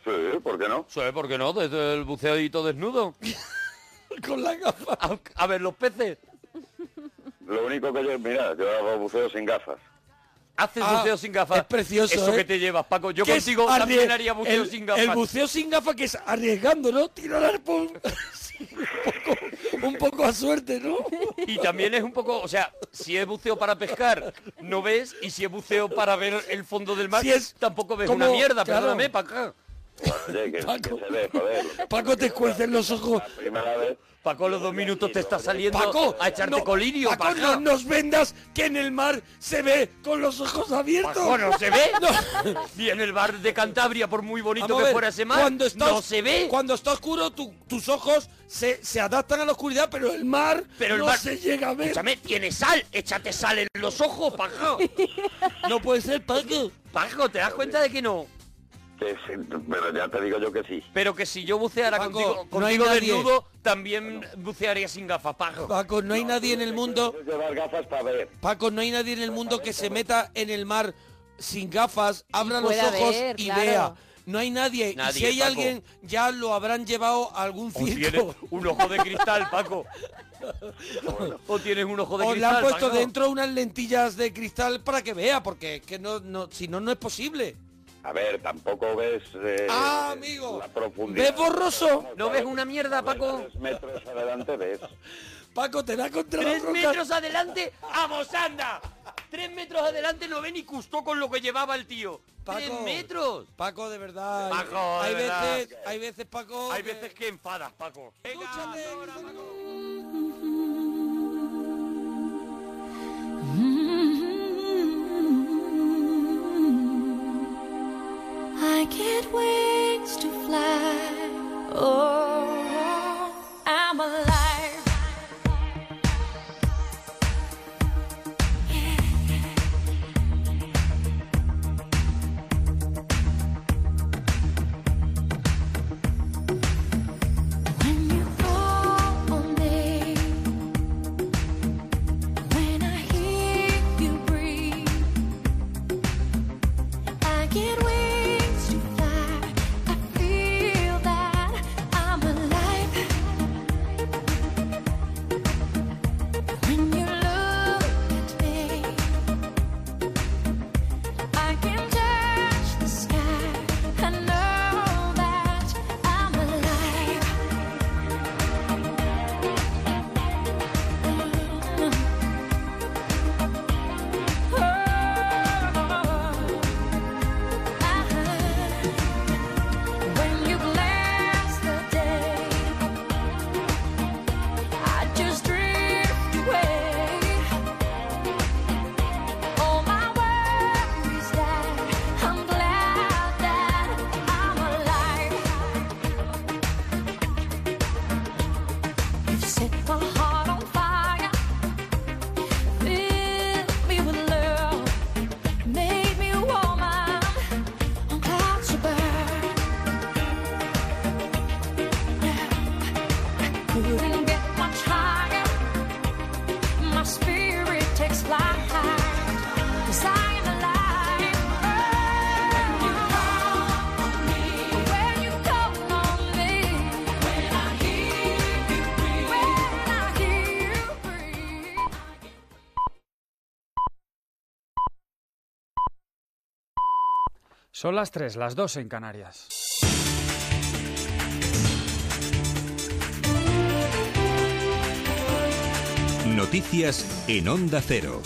Speaker 12: Sí, ¿por qué no?
Speaker 2: Sí, ¿por qué no? Desde el buceadito desnudo.
Speaker 7: [LAUGHS] Con la gafa.
Speaker 2: A, a ver, los peces.
Speaker 12: Lo único que yo, mira, yo hago buceo sin gafas.
Speaker 2: Haces
Speaker 7: Ah,
Speaker 2: buceo sin gafas.
Speaker 7: es precioso,
Speaker 2: Eso
Speaker 7: ¿eh?
Speaker 2: que te llevas, Paco. Yo
Speaker 7: ¿Qué es
Speaker 2: contigo
Speaker 7: arrie-
Speaker 2: también haría buceo
Speaker 7: el-
Speaker 2: sin gafas.
Speaker 7: El buceo sin gafas que es arriesgando, ¿no? Tirar al pon- [LAUGHS] sí, un, poco, un poco a suerte, ¿no?
Speaker 2: Y también es un poco, o sea, si es buceo para pescar, no ves, y si es buceo para ver el fondo del mar,
Speaker 7: Si es
Speaker 2: tampoco ves
Speaker 7: como-
Speaker 2: una mierda,
Speaker 7: claro.
Speaker 2: perdóname, Paco.
Speaker 12: Oye, que, que se ve, joder.
Speaker 7: Paco, te escuercen los ojos.
Speaker 12: Primera vez.
Speaker 2: Paco, los dos minutos te está saliendo
Speaker 7: Paco,
Speaker 2: a echarte
Speaker 7: no,
Speaker 2: colirio,
Speaker 7: Paco,
Speaker 2: Paco.
Speaker 7: no nos vendas que en el mar se ve con los ojos abiertos.
Speaker 2: Paco, ¿no se
Speaker 7: [LAUGHS]
Speaker 2: ve? Y en el bar de Cantabria, por muy bonito
Speaker 7: Vamos a
Speaker 2: que
Speaker 7: ver,
Speaker 2: fuera ese mar,
Speaker 7: cuando está
Speaker 2: no
Speaker 7: os-
Speaker 2: se ve.
Speaker 7: Cuando está oscuro, tu- tus ojos se, se adaptan a la oscuridad, pero el mar
Speaker 2: Pero el
Speaker 7: no
Speaker 2: mar-
Speaker 7: se llega a ver.
Speaker 2: Escúchame, tiene sal, échate sal en los ojos, Paco.
Speaker 7: [LAUGHS] No puede ser, Paco.
Speaker 2: Paco, ¿te das cuenta de que no?
Speaker 12: Que sí, pero ya te digo yo que sí.
Speaker 2: Pero que si yo buceara
Speaker 7: Paco,
Speaker 2: contigo,
Speaker 7: no hay
Speaker 2: contigo
Speaker 7: nadie.
Speaker 2: desnudo, también bucearía sin gafas, Paco.
Speaker 7: Paco, no hay nadie en el mundo.
Speaker 12: Llevar gafas para ver.
Speaker 7: Paco, no hay nadie en el mundo que se meta en el mar sin gafas, abra los
Speaker 5: pueda
Speaker 7: ojos
Speaker 5: ver,
Speaker 7: y
Speaker 5: claro.
Speaker 7: vea. No hay nadie. Y
Speaker 2: Nadie,
Speaker 7: si hay
Speaker 2: Paco.
Speaker 7: alguien, ya lo habrán llevado a algún
Speaker 2: O tienes
Speaker 7: circo.
Speaker 2: un ojo de cristal, Paco. O tienes un ojo de
Speaker 7: [LAUGHS] O le
Speaker 2: cristal.
Speaker 7: han puesto
Speaker 2: Paco.
Speaker 7: dentro unas lentillas de cristal para que vea, porque es que no, no, si no, no es posible.
Speaker 12: A ver, tampoco ves eh,
Speaker 7: Ah, amigo.
Speaker 12: la profundidad.
Speaker 7: ¿Ves borroso?
Speaker 2: ¿No ves una mierda, Paco?
Speaker 12: Tres metros adelante ves.
Speaker 7: Paco, te da contra la
Speaker 2: Tres
Speaker 7: roca.
Speaker 2: metros adelante, ¡vamos, anda! Tres metros adelante no ve ni custó con lo que llevaba el tío. ¡Tres
Speaker 7: Paco.
Speaker 2: metros!
Speaker 7: Paco, de verdad.
Speaker 2: Paco,
Speaker 7: hay
Speaker 2: de verdad.
Speaker 7: veces, hay veces, Paco.
Speaker 2: Hay
Speaker 7: que-
Speaker 2: veces que enfadas, Paco.
Speaker 7: Escúchate,
Speaker 14: Mm-hmm. I get wings to fly. Oh, I'm alive. When you call on me, when I hear you breathe. I get wings to fly. I feel that I'm alive. When you look at me, I can touch the sky. I know that I'm alive. When you blast the day, I just drift away. All my worries die. I'm glad that I'm alive. You set my heart on fire, fill me with love, made me warmer. On clouds you burn. I couldn't get much higher. My spirit takes flight. 'Cause I am alive. When you call on me,
Speaker 15: Son las 3, las 2 en Canarias.
Speaker 16: Noticias en Onda Cero.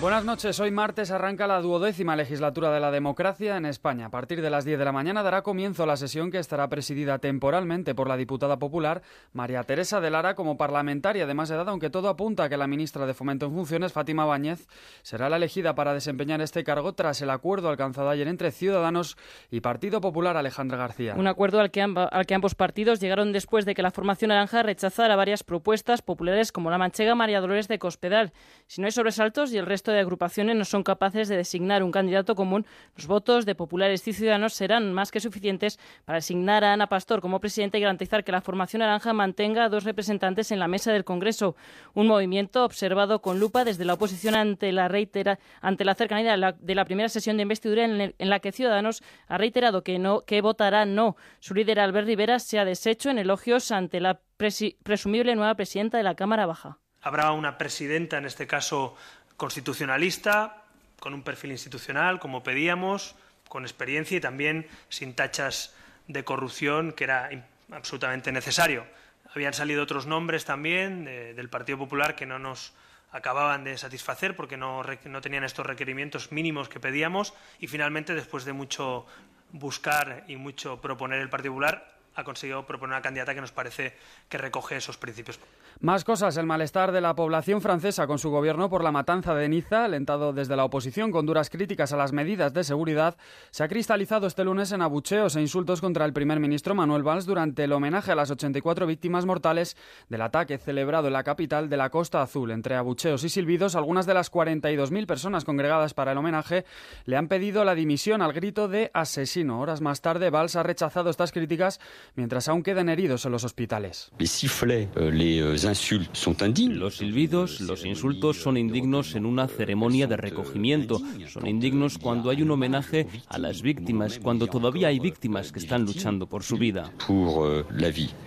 Speaker 15: Buenas noches, hoy martes arranca la duodécima legislatura de la democracia en España. A partir de las 10 de la mañana dará comienzo la sesión que estará presidida temporalmente por la diputada popular María Teresa de Lara como parlamentaria de más edad, aunque todo apunta a que la ministra de Fomento en Funciones, Fátima Báñez, será la elegida para desempeñar este cargo tras el acuerdo alcanzado ayer entre Ciudadanos y Partido Popular Alejandra García.
Speaker 17: Un acuerdo al que, amba- al que ambos partidos llegaron después de que la formación naranja rechazara varias propuestas populares como la manchega María Dolores de Cospedal. Si no hay sobresaltos y el resto de agrupaciones no son capaces de designar un candidato común, los votos de populares y ciudadanos serán más que suficientes para designar a Ana Pastor como presidenta y garantizar que la formación naranja mantenga a dos representantes en la mesa del Congreso. Un movimiento observado con lupa desde la oposición ante la, reitera- ante la cercanía de la, de la primera sesión de investidura en, el- en la que Ciudadanos ha reiterado que, no, que votará no. Su líder, Albert Rivera, se ha deshecho en elogios ante la presi- presumible nueva presidenta de la Cámara Baja.
Speaker 18: Habrá una presidenta, en este caso constitucionalista, con un perfil institucional, como pedíamos, con experiencia y también sin tachas de corrupción, que era im- absolutamente necesario. Habían salido otros nombres también de- del Partido Popular que no nos acababan de satisfacer porque no, re- no tenían estos requerimientos mínimos que pedíamos y finalmente, después de mucho buscar y mucho proponer el Partido Popular, ha conseguido proponer una candidata que nos parece que recoge esos principios.
Speaker 15: Más cosas. El malestar de la población francesa con su gobierno por la matanza de Niza, alentado desde la oposición con duras críticas a las medidas de seguridad, se ha cristalizado este lunes en abucheos e insultos contra el primer ministro Manuel Valls durante el homenaje a las 84 víctimas mortales del ataque celebrado en la capital de la Costa Azul. Entre abucheos y silbidos, algunas de las 42.000 personas congregadas para el homenaje le han pedido la dimisión al grito de asesino. Horas más tarde, Valls ha rechazado estas críticas mientras aún quedan heridos en los hospitales.
Speaker 19: Los silbidos, los insultos son indignos en una ceremonia de recogimiento. Son indignos cuando hay un homenaje a las víctimas, cuando todavía hay víctimas que están luchando por su vida.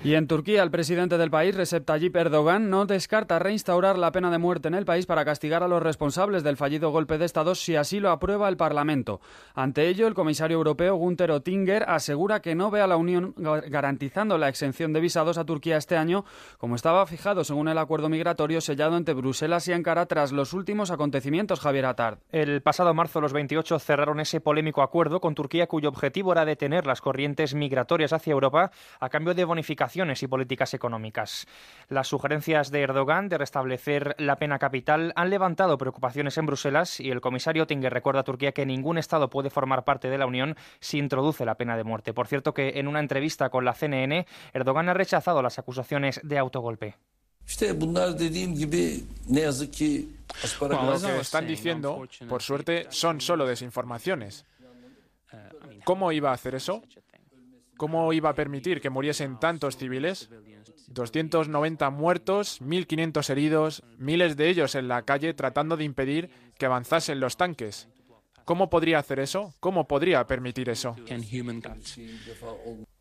Speaker 15: Y en Turquía, el presidente del país, Recep Tayyip Erdogan, no descarta reinstaurar la pena de muerte en el país para castigar a los responsables del fallido golpe de Estado si así lo aprueba el Parlamento. Ante ello, el comisario europeo Günther Oettinger asegura que no ve a la Unión gar- garantizando la exención de visados a Turquía este año, como estaba fijado según el acuerdo migratorio sellado entre Bruselas y Ankara tras los últimos acontecimientos, Javier Atard.
Speaker 20: El pasado marzo los 28 cerraron ese polémico acuerdo con Turquía cuyo objetivo era detener las corrientes migratorias hacia Europa a cambio de bonificaciones y políticas económicas. Las sugerencias de Erdogan de restablecer la pena capital han levantado preocupaciones en Bruselas y el comisario Oettinger recuerda a Turquía que ningún Estado puede formar parte de la Unión si introduce la pena de muerte. Por cierto que en una entrevista con la CNN Erdogan ha rechazado las acusaciones de autogolpe.
Speaker 21: İşte bunlar dediğim gibi ne yazık ki
Speaker 3: Bueno,
Speaker 21: asparagus
Speaker 3: lo que están diciendo, por suerte, son solo desinformaciones. ¿Cómo iba a hacer eso? ¿Cómo iba a permitir que muriesen tantos civiles? 290 muertos, 1.500 heridos, miles de ellos en la calle tratando de impedir que avanzasen los tanques. ¿Cómo podría hacer eso? ¿Cómo podría permitir eso?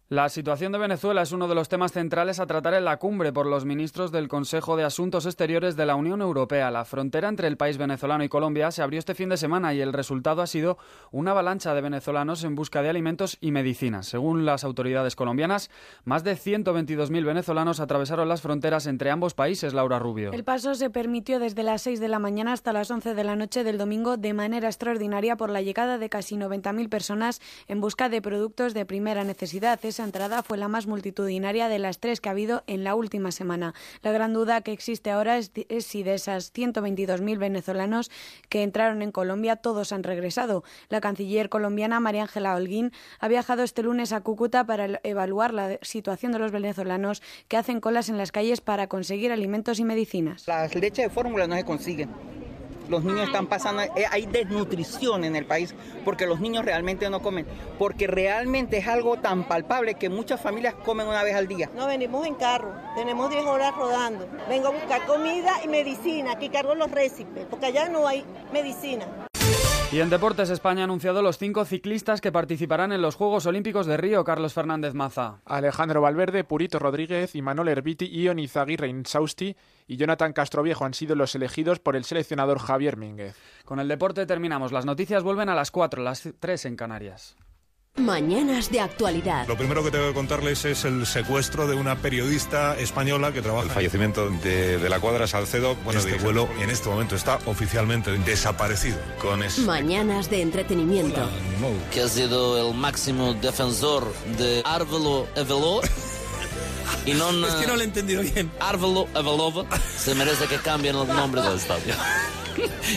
Speaker 15: La situación de Venezuela es uno de los temas centrales a tratar en la cumbre por los ministros del Consejo de Asuntos Exteriores de la Unión Europea. La frontera entre el país venezolano y Colombia se abrió este fin de semana y el resultado ha sido una avalancha de venezolanos en busca de alimentos y medicinas. Según las autoridades colombianas, más de 122.000 venezolanos atravesaron las fronteras entre ambos países, Laura Rubio.
Speaker 22: El paso se permitió desde las 6 de la mañana hasta las 11 de la noche del domingo de manera extraordinaria por la llegada de casi 90.000 personas en busca de productos de primera necesidad. Esa entrada fue la más multitudinaria de las tres que ha habido en la última semana. La gran duda que existe ahora es, es si de esas 122.000 venezolanos que entraron en Colombia todos han regresado. La canciller colombiana María Ángela Holguín ha viajado este lunes a Cúcuta para el- evaluar la situación de los venezolanos que hacen colas en las calles para conseguir alimentos y medicinas.
Speaker 23: Las leches de fórmula no se consiguen. Los niños están pasando, eh, hay desnutrición en el país porque los niños realmente no comen, porque realmente es algo tan palpable que muchas familias comen una vez al día.
Speaker 24: No venimos en carro, tenemos 10 horas rodando. Vengo a buscar comida y medicina, aquí cargo los récipes, porque allá no hay medicina.
Speaker 15: Y en Deportes España ha anunciado los cinco ciclistas que participarán en los Juegos Olímpicos de Río, Carlos Fernández Maza.
Speaker 3: Alejandro Valverde, Purito Rodríguez, Imanol Herbiti, Ion Izaguirre Insausti y Jonathan Castroviejo han sido los elegidos por el seleccionador Javier Mínguez.
Speaker 15: Con el deporte terminamos. Las noticias vuelven a las 4, las 3 en Canarias.
Speaker 1: Mañanas de actualidad.
Speaker 25: Lo primero que tengo que contarles es el secuestro de una periodista española que trabaja.
Speaker 4: El fallecimiento de, de la cuadra Salcedo. Bueno,
Speaker 25: este
Speaker 4: de-
Speaker 25: vuelo en este momento está oficialmente desaparecido. Con ese.
Speaker 1: Mañanas de entretenimiento.
Speaker 26: que ha sido el máximo defensor de Arvelo Eveló. Y no,
Speaker 27: Es que no lo he entendido bien.
Speaker 26: Arvelo Evelova se merece que cambien el nombre del estadio.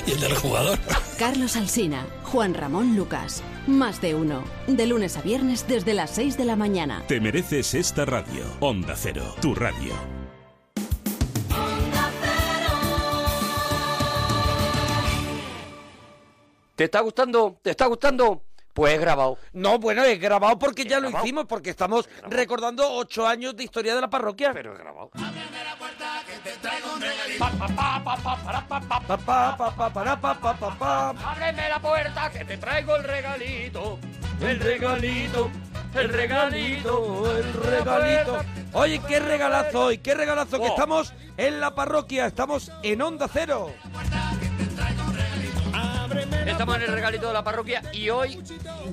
Speaker 26: y el del jugador.
Speaker 1: [LAUGHS] Carlos Alsina, Juan Ramón Lucas. Más de uno. De lunes a viernes desde las 6 de la mañana.
Speaker 16: Te mereces esta radio. Onda Cero, tu radio.
Speaker 2: ¿Te está gustando? ¿Te está gustando? Pues he grabado.
Speaker 7: No, bueno, es grabado porque ya lo hicimos, porque estamos recordando ocho años de historia de la parroquia. Pero
Speaker 2: es grabado.
Speaker 14: Ábreme la puerta que te traigo el regalito.
Speaker 7: El regalito, el regalito, el regalito. Oye, qué regalazo hoy, qué regalazo
Speaker 2: Oh.
Speaker 7: que estamos en la parroquia, estamos en Onda Cero.
Speaker 2: Estamos en el regalito de la parroquia y hoy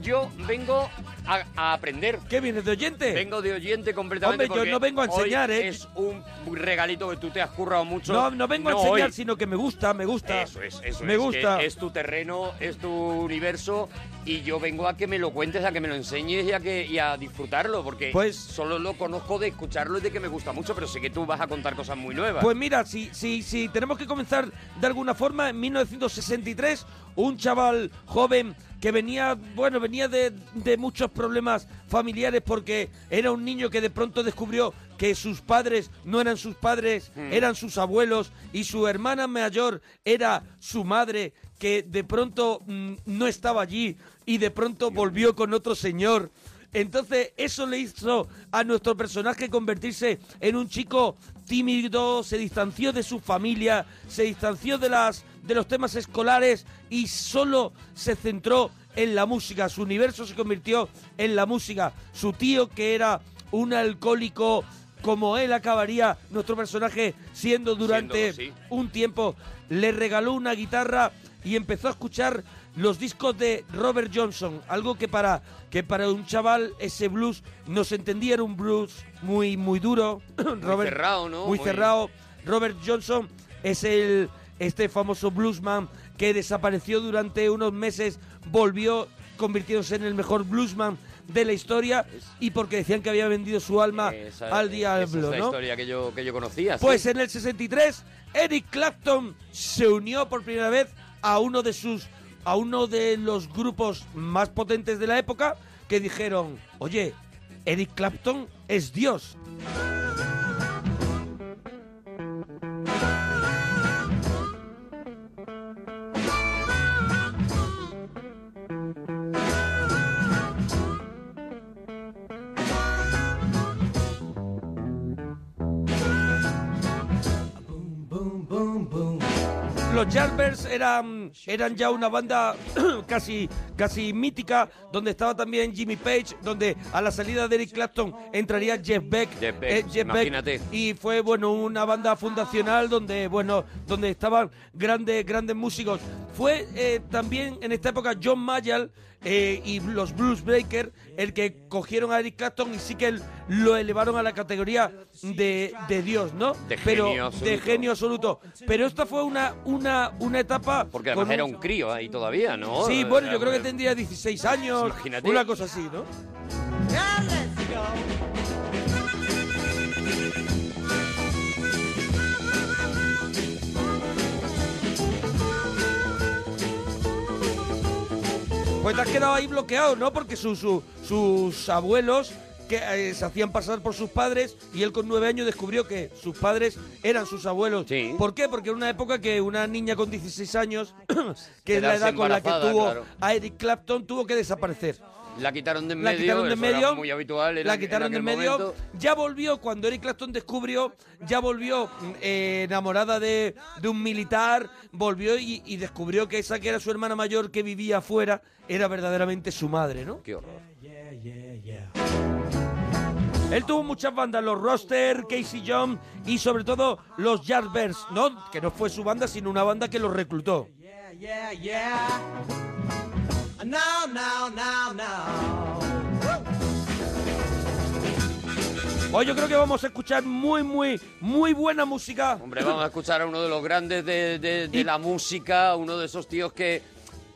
Speaker 2: yo vengo a, a aprender.
Speaker 7: ¿Qué vienes de oyente?
Speaker 2: Vengo de oyente completamente.
Speaker 7: Hombre, yo
Speaker 2: porque
Speaker 7: no vengo a enseñar,
Speaker 2: hoy
Speaker 7: ¿eh?
Speaker 2: Es un regalito que tú te has currado mucho.
Speaker 7: No, no vengo a enseñar,
Speaker 2: hoy.
Speaker 7: sino que me gusta, me gusta.
Speaker 2: Eso es, eso
Speaker 7: me
Speaker 2: es,
Speaker 7: gusta.
Speaker 2: que es tu terreno, es tu universo y yo vengo a que me lo cuentes, a que me lo enseñes y a, que, y a disfrutarlo, porque
Speaker 7: Pues-
Speaker 2: solo lo conozco de escucharlo y de que me gusta mucho, pero sé que tú vas a contar cosas muy nuevas.
Speaker 7: Pues mira, si, si, si tenemos que comenzar de alguna forma, en 1963, un chaval joven que venía, bueno, venía de, de muchos problemas familiares porque era un niño que de pronto descubrió que sus padres no eran sus padres,
Speaker 2: Hmm.
Speaker 7: eran sus abuelos y su hermana mayor era su madre que de pronto mm, no estaba allí y de pronto volvió con otro señor. Entonces eso le hizo a nuestro personaje convertirse en un chico tímido, se distanció de su familia, se distanció de las de los temas escolares y solo se centró en la música. Su universo se convirtió en la música. Su tío que era un alcohólico como él acabaría nuestro personaje siendo durante
Speaker 2: sí.
Speaker 7: un tiempo le regaló una guitarra y empezó a escuchar los discos de Robert Johnson, algo que para que para un chaval ese blues no se entendía era un blues muy
Speaker 2: [COUGHS]
Speaker 7: muy duro, Robert
Speaker 2: cerrado, ¿no?
Speaker 7: muy
Speaker 2: Muy-
Speaker 7: cerrado. Robert Johnson es el este famoso bluesman que desapareció durante unos meses, volvió convirtiéndose en el mejor bluesman de la historia y porque decían que había vendido su alma
Speaker 2: Esa-
Speaker 7: al
Speaker 2: esa
Speaker 7: diablo,
Speaker 2: es la
Speaker 7: ¿no?
Speaker 2: historia que yo, que yo conocía. sí.
Speaker 7: Pues en el 63, Eric Clapton se unió por primera vez a uno de sus a uno de los grupos más potentes de la época que dijeron, "Oye, Eric Clapton es Dios." Los Jarvers eran, eran ya una banda [CLEARS THROAT] casi, casi mítica, donde estaba también Jimmy Page, donde a la salida de Eric Clapton entraría Jeff Beck. Eh,
Speaker 2: Jeff Beck,
Speaker 7: Jeff
Speaker 2: imagínate.
Speaker 7: Y fue, bueno, una banda fundacional donde, bueno, donde estaban grandes, grandes músicos. Fue eh, también en esta época John Mayall eh, y los Blues Breakers el que cogieron a Eric Clapton y sí que lo elevaron a la categoría de, de Dios, ¿no?
Speaker 2: De genio
Speaker 7: Pero de
Speaker 2: absoluto.
Speaker 7: genio absoluto. Pero esta fue una, una, una etapa...
Speaker 2: Porque además
Speaker 7: con
Speaker 2: era un crío ahí todavía, ¿no?
Speaker 7: Sí, bueno, yo
Speaker 2: Era-
Speaker 7: creo que tendría 16 años,
Speaker 2: Imagínate.
Speaker 7: una cosa así, ¿no? Pues te has quedado ahí bloqueado, ¿no? Porque su- su- sus abuelos que eh, se hacían pasar por sus padres y él con nueve años descubrió que sus padres eran sus abuelos. ¿Por qué? Porque era una época que una niña
Speaker 2: [COUGHS]
Speaker 7: con 16 años, que es la
Speaker 2: Quedarse
Speaker 7: edad con la que
Speaker 2: embarazada,
Speaker 7: tuvo
Speaker 2: claro.
Speaker 7: a Eric Clapton, tuvo que desaparecer.
Speaker 2: La quitaron de en
Speaker 7: La
Speaker 2: medio,
Speaker 7: quitaron de
Speaker 2: eso
Speaker 7: en
Speaker 2: era
Speaker 7: medio,
Speaker 2: muy habitual. en
Speaker 7: la
Speaker 2: aqu- en
Speaker 7: quitaron de en
Speaker 2: aquel
Speaker 7: medio.
Speaker 2: momento.
Speaker 7: Ya volvió cuando Eric Clapton descubrió, ya volvió mm, eh, enamorada de, de un militar, volvió y, y descubrió que esa que era su hermana mayor que vivía afuera era verdaderamente su madre, ¿no?
Speaker 2: Qué horror.
Speaker 7: Él tuvo muchas bandas, los Roster, Casey John y sobre todo los Yardbirds, ¿no? Que no fue su banda, sino una banda que los reclutó.
Speaker 14: Yeah, yeah. Now, now, now, now.
Speaker 7: Hoy yo creo que vamos a escuchar muy, muy, muy buena música.
Speaker 2: Hombre, vamos a escuchar a uno de los grandes de, de- de la música, uno de esos tíos que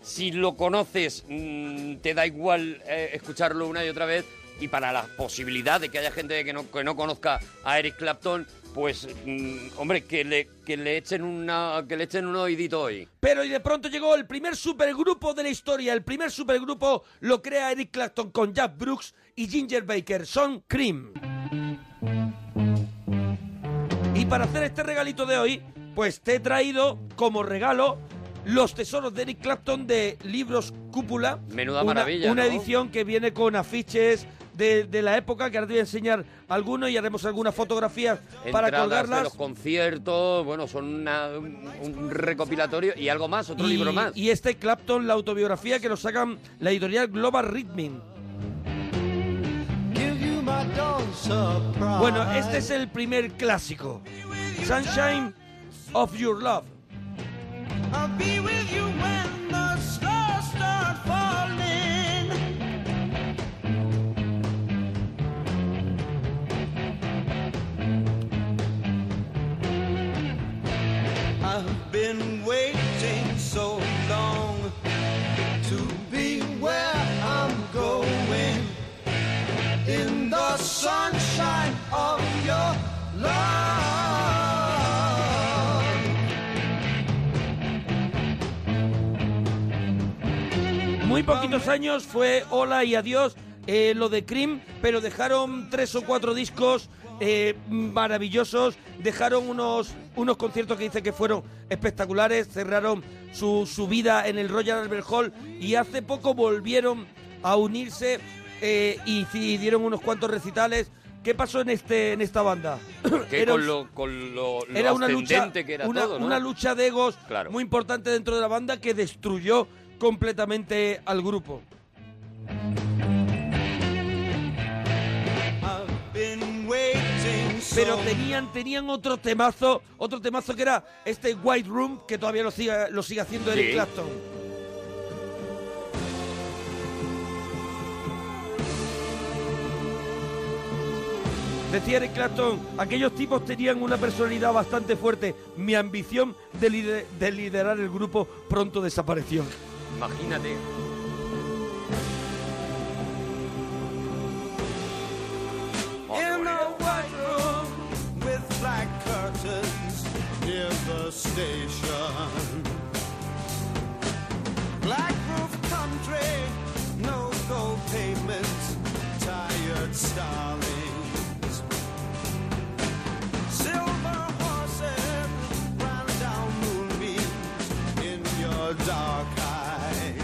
Speaker 2: si lo conoces mm, te da igual eh, escucharlo una y otra vez y para la posibilidad de que haya gente que no, que no conozca a Eric Clapton, pues mm, hombre, que le, que le echen una que le echen un oídito hoy.
Speaker 7: Pero y de pronto llegó el primer supergrupo de la historia. El primer supergrupo lo crea Eric Clapton con Jack Brooks y Ginger Baker. Son Cream. Y para hacer este regalito de hoy, pues te he traído como regalo los tesoros de Eric Clapton de libros Cúpula.
Speaker 2: Menuda
Speaker 7: Una-
Speaker 2: maravilla,
Speaker 7: Una
Speaker 2: ¿no?
Speaker 7: edición que viene con afiches de, de la época, que ahora te voy a enseñar algunos y haremos algunas fotografías para
Speaker 2: Entradas de
Speaker 7: colgarlas.
Speaker 2: los conciertos, bueno, son una- un, un recopilatorio y algo más, otro
Speaker 7: y,
Speaker 2: libro
Speaker 7: [CLEARS THROAT]
Speaker 2: más.
Speaker 7: y este Clapton, la autobiografía que lo sacan la editorial Global Rhythm. Bueno, este es el primer clásico. Sunshine of Your Love.
Speaker 14: I'll be with you when the stars start falling. I've been waiting so long to be where I'm going in the sunshine of your love.
Speaker 7: Muy poquitos años fue hola y adiós eh, lo de Cream, pero dejaron tres o cuatro discos eh, maravillosos, dejaron unos, unos conciertos que dice que fueron espectaculares, cerraron su, su vida en el Royal Albert Hall y hace poco volvieron a unirse eh, y, ci- y dieron unos cuantos recitales. ¿Qué pasó en, este, en esta banda?
Speaker 2: Que
Speaker 7: Era
Speaker 2: con
Speaker 7: un-
Speaker 2: lo, con lo, lo
Speaker 7: era una lucha,
Speaker 2: ascendente que era
Speaker 7: una,
Speaker 2: todo, ¿no?
Speaker 7: una lucha de egos
Speaker 2: Claro.
Speaker 7: muy importante dentro de la banda que destruyó completamente al grupo. Pero tenían, tenían otro temazo, otro temazo que era este White Room, que todavía lo sigue, lo sigue haciendo Eric
Speaker 2: Sí.
Speaker 7: Clapton. Decía Eric Clapton, aquellos tipos tenían una personalidad bastante fuerte. Mi ambición de, lider- de liderar el grupo pronto desapareció.
Speaker 2: Imagínate.
Speaker 14: In a white room with black curtains near the station. Black roof country, no go payments, tired starlings. Silver horses ran down moonbeams in your dark eye.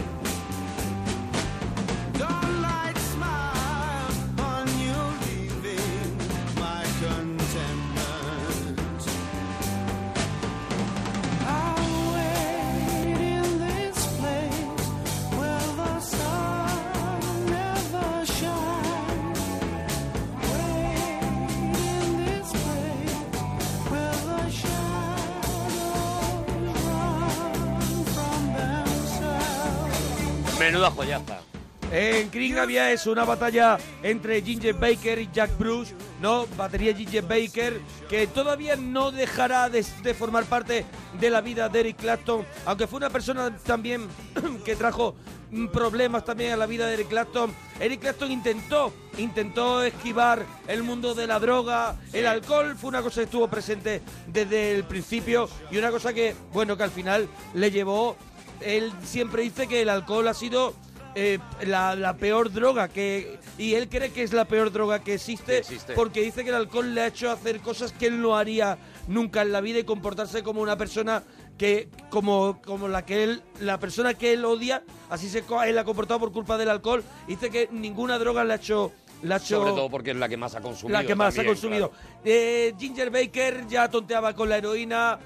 Speaker 14: Dawnlight smile on you leaving my contentment. I'll wait in this place where the sun never shines. Wait in this place where the shadows run from themselves.
Speaker 2: Menuda joyaza.
Speaker 7: En Cream había eso, una batalla entre Ginger Baker y Jack Bruce, ¿no? Batería Ginger Baker, que todavía no dejará de, de formar parte de la vida de Eric Clapton, aunque fue una persona también [CLEARS THROAT] que trajo mm, problemas también a la vida de Eric Clapton. Eric Clapton intentó, intentó esquivar el mundo de la droga, el alcohol, fue una cosa que estuvo presente desde el principio y una cosa que, bueno, que al final le llevó él siempre dice que el alcohol ha sido eh, la, la peor droga que... Y él cree que es la peor droga que existe,
Speaker 2: existe.
Speaker 7: porque dice que el alcohol le ha hecho hacer cosas que él no haría nunca en la vida y comportarse como una persona que como, como la que él la persona que él odia así se co- él ha comportado por culpa del alcohol dice que ninguna droga le ha hecho le ha hecho
Speaker 2: Sobre todo porque es la que más ha consumido.
Speaker 7: la que más ha
Speaker 2: también,
Speaker 7: consumido.
Speaker 2: claro.
Speaker 7: Eh, Ginger Baker ya tonteaba con la heroína.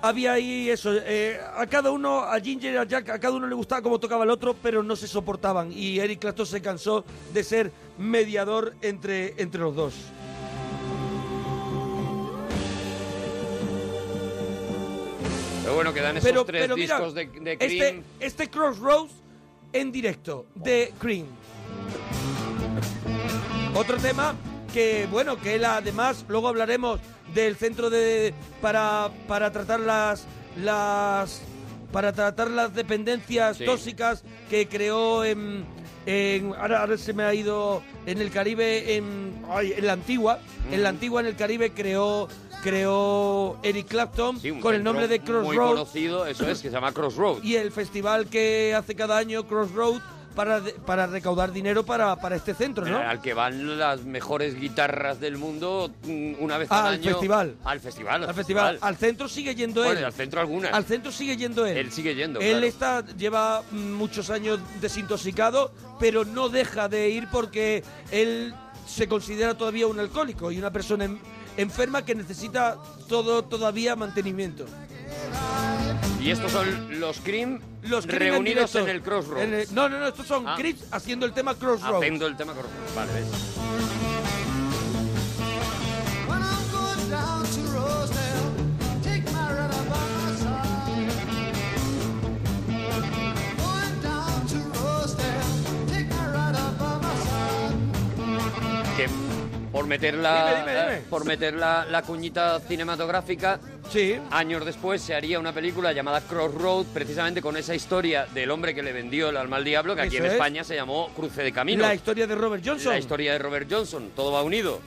Speaker 7: Había ahí eso. eh, a cada uno, a Ginger, a Jack, a cada uno le gustaba cómo tocaba el otro, pero no se soportaban. Y Eric Clapton se cansó de ser mediador entre, entre los dos.
Speaker 2: Pero bueno, quedan esos
Speaker 7: Pero,
Speaker 2: tres
Speaker 7: pero mira,
Speaker 2: discos de, de
Speaker 7: este,
Speaker 2: Cream.
Speaker 7: este Crossroads en directo de Cream. Otro tema que, bueno, que él además, luego hablaremos del centro de para, para tratar las las para tratar las dependencias
Speaker 2: Sí.
Speaker 7: tóxicas que creó en, en- ahora, ahora se me ha ido en el Caribe en, ay, en la antigua, en la antigua en el Caribe creó creó Eric Clapton
Speaker 2: Un
Speaker 7: con
Speaker 2: centro
Speaker 7: el nombre de
Speaker 2: Muy
Speaker 7: Crossroads
Speaker 2: conocido, eso es, que se llama Crossroads.
Speaker 7: y el festival que hace cada año Crossroads para, de- para recaudar dinero para, para este centro, ¿no?
Speaker 2: Al que van las mejores guitarras del mundo mm, una vez al,
Speaker 7: Al
Speaker 2: año.
Speaker 7: festival.
Speaker 2: Al festival. Al,
Speaker 7: al festival. Al centro sigue yendo
Speaker 2: Bueno,
Speaker 7: él.
Speaker 2: y al centro algunas.
Speaker 7: Al centro sigue yendo él.
Speaker 2: Él sigue yendo,
Speaker 7: Él
Speaker 2: claro.
Speaker 7: está, lleva mm, muchos años desintoxicado, pero no deja de ir porque él se considera todavía un alcohólico y una persona en- enferma que necesita todo todavía mantenimiento.
Speaker 2: Y estos son los Cream,
Speaker 7: Los Cream en
Speaker 2: reunidos
Speaker 7: directo.
Speaker 2: en, el Crossroads.
Speaker 7: En el- no, no, no, estos son
Speaker 2: Ah.
Speaker 7: Crips haciendo el tema Crossroads.
Speaker 2: Haciendo el tema Crossroads. Vale, ves. Que por meter la,
Speaker 7: Dime, dime, dime.
Speaker 2: por meter la, la cuñita cinematográfica, años después se haría una película llamada Crossroad, precisamente con esa historia del hombre que le vendió el alma al diablo, que aquí
Speaker 7: Eso
Speaker 2: en
Speaker 7: es.
Speaker 2: España se llamó Cruce de Caminos.
Speaker 7: La historia de Robert Johnson.
Speaker 2: La historia de Robert Johnson, todo va unido.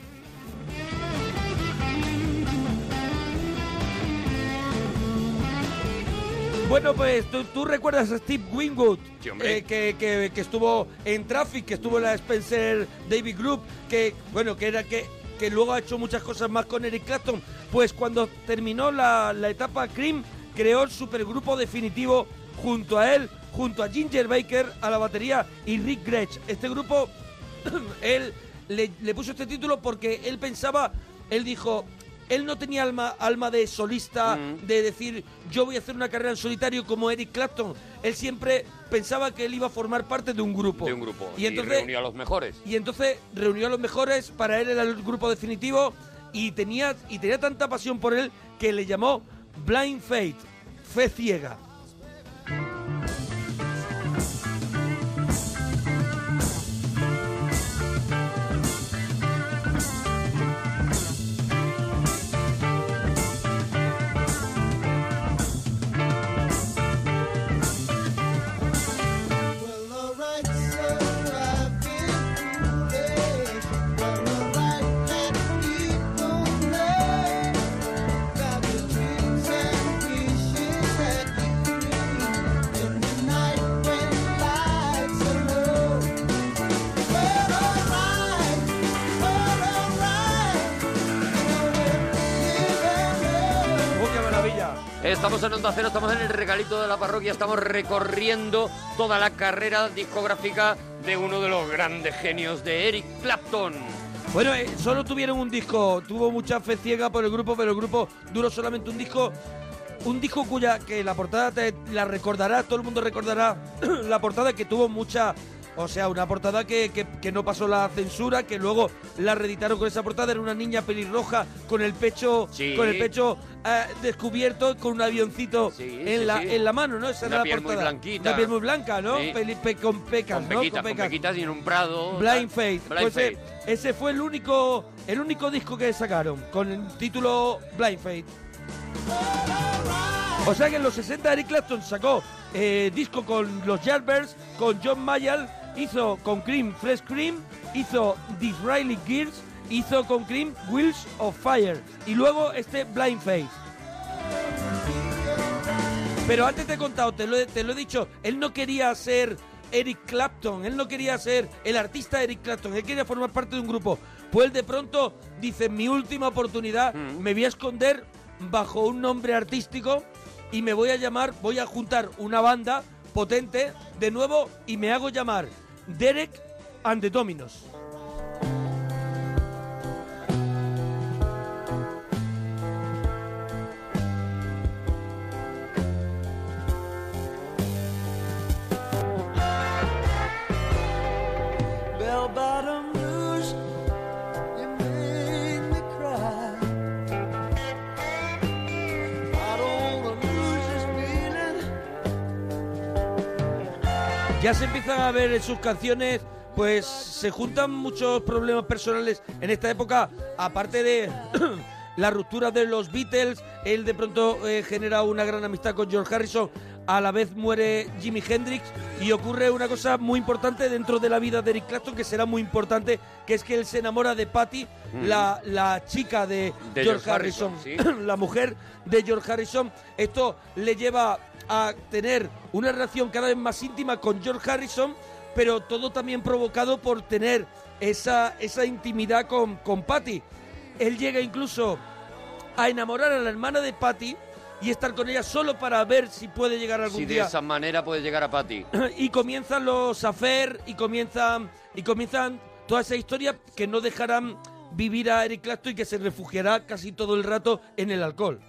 Speaker 7: Bueno, pues ¿tú, tú recuerdas a Steve Winwood,
Speaker 2: Sí, hombre.
Speaker 7: eh, que, que- que estuvo en Traffic, que estuvo en la Spencer David Group, que bueno, que era que, que luego ha hecho muchas cosas más con Eric Clapton. Pues cuando terminó la, la etapa Cream, creó el supergrupo definitivo junto a él, junto a Ginger Baker a la batería y Rick Gretsch. Este grupo [COUGHS] él le, le puso este título porque él pensaba, él dijo, él no tenía alma, alma de solista,
Speaker 2: Mm.
Speaker 7: de decir, yo voy a hacer una carrera en solitario como Eric Clapton. Él siempre pensaba que él iba a formar parte de un grupo.
Speaker 2: De un grupo.
Speaker 7: Y entonces,
Speaker 2: Pues reunió a los mejores.
Speaker 7: y entonces reunió a los mejores, para él era el grupo definitivo y tenía, y tenía tanta pasión por él que le llamó Blind Faith, fe ciega. ¡Oh, qué maravilla!
Speaker 2: Estamos en Onda Cero, estamos en el regalito de la parroquia, estamos recorriendo toda la carrera discográfica de uno de los grandes genios de Eric Clapton.
Speaker 7: Bueno, eh, solo tuvieron un disco, tuvo mucha fe ciega por el grupo, pero el grupo duró solamente un disco, un disco cuya que la portada te- la recordará, todo el mundo recordará [CLEARS THROAT] la portada que tuvo mucha, o sea, una portada que, que- que no pasó la censura, que luego la reeditaron con esa portada, era una niña pelirroja con el pecho,
Speaker 2: Sí.
Speaker 7: con el pecho eh, descubierto, con un avioncito en,
Speaker 2: sí,
Speaker 7: la,
Speaker 2: sí.
Speaker 7: en la mano, ¿no? Esa
Speaker 2: Una
Speaker 7: era la
Speaker 2: piel muy
Speaker 7: portada.
Speaker 2: blanquita.
Speaker 7: Una piel muy blanca, ¿no?
Speaker 2: Sí.
Speaker 7: Peli- pe- con pecas,
Speaker 2: Con
Speaker 7: ¿no?
Speaker 2: pequitas, con pequitas y en un prado.
Speaker 7: Blind
Speaker 2: tal.
Speaker 7: Faith.
Speaker 2: Blind
Speaker 7: Pues, eh,
Speaker 2: Faith.
Speaker 7: Ese fue el único, el único disco que sacaron con el título Blind Faith. O sea que en los 60 Eric Clapton sacó eh, disco con los Yardbirds, con John Mayall, hizo con Cream Fresh Cream, hizo Disraeli Gears, hizo con Cream Wheels of Fire y luego este Blind Faith. Pero antes te he contado, te lo, he- te lo he dicho, él no quería ser Eric Clapton. Él no quería ser el artista Eric Clapton, él quería formar parte de un grupo. Pues él de pronto dice, mi última oportunidad, me voy a esconder bajo un nombre artístico y me voy a llamar, voy a juntar una banda potente de nuevo y me hago llamar Derek and the Dominos.
Speaker 14: Bell bottom blues, you make me cry. I don't wanna lose this feeling.
Speaker 7: Ya se empiezan a ver en sus canciones, pues se juntan muchos problemas personales en esta época, aparte de [CLEARS THROAT] la ruptura de los Beatles, él de pronto eh, genera una gran amistad con George Harrison, a la vez muere Jimi Hendrix y ocurre una cosa muy importante dentro de la vida de Eric Clapton que será muy importante, que es que él se enamora de Patty,
Speaker 2: Mm.
Speaker 7: la, la chica de,
Speaker 2: De
Speaker 7: George
Speaker 2: George Harrison,
Speaker 7: Harrison, [CLEARS THROAT] la mujer de George Harrison. Esto le lleva a tener una relación cada vez más íntima con George Harrison, pero todo también provocado por tener esa, esa intimidad con, con Patty. Él llega incluso a enamorar a la hermana de Patty y estar con ella solo para ver si puede llegar algún
Speaker 2: Si de
Speaker 7: día
Speaker 2: esa manera puedes llegar a Patty.
Speaker 7: [CLEARS THROAT] y comienzan los afer y comienzan y comienzan toda esa historia que no dejarán vivir a Eric Clapton y que se refugiará casi todo el rato en el alcohol.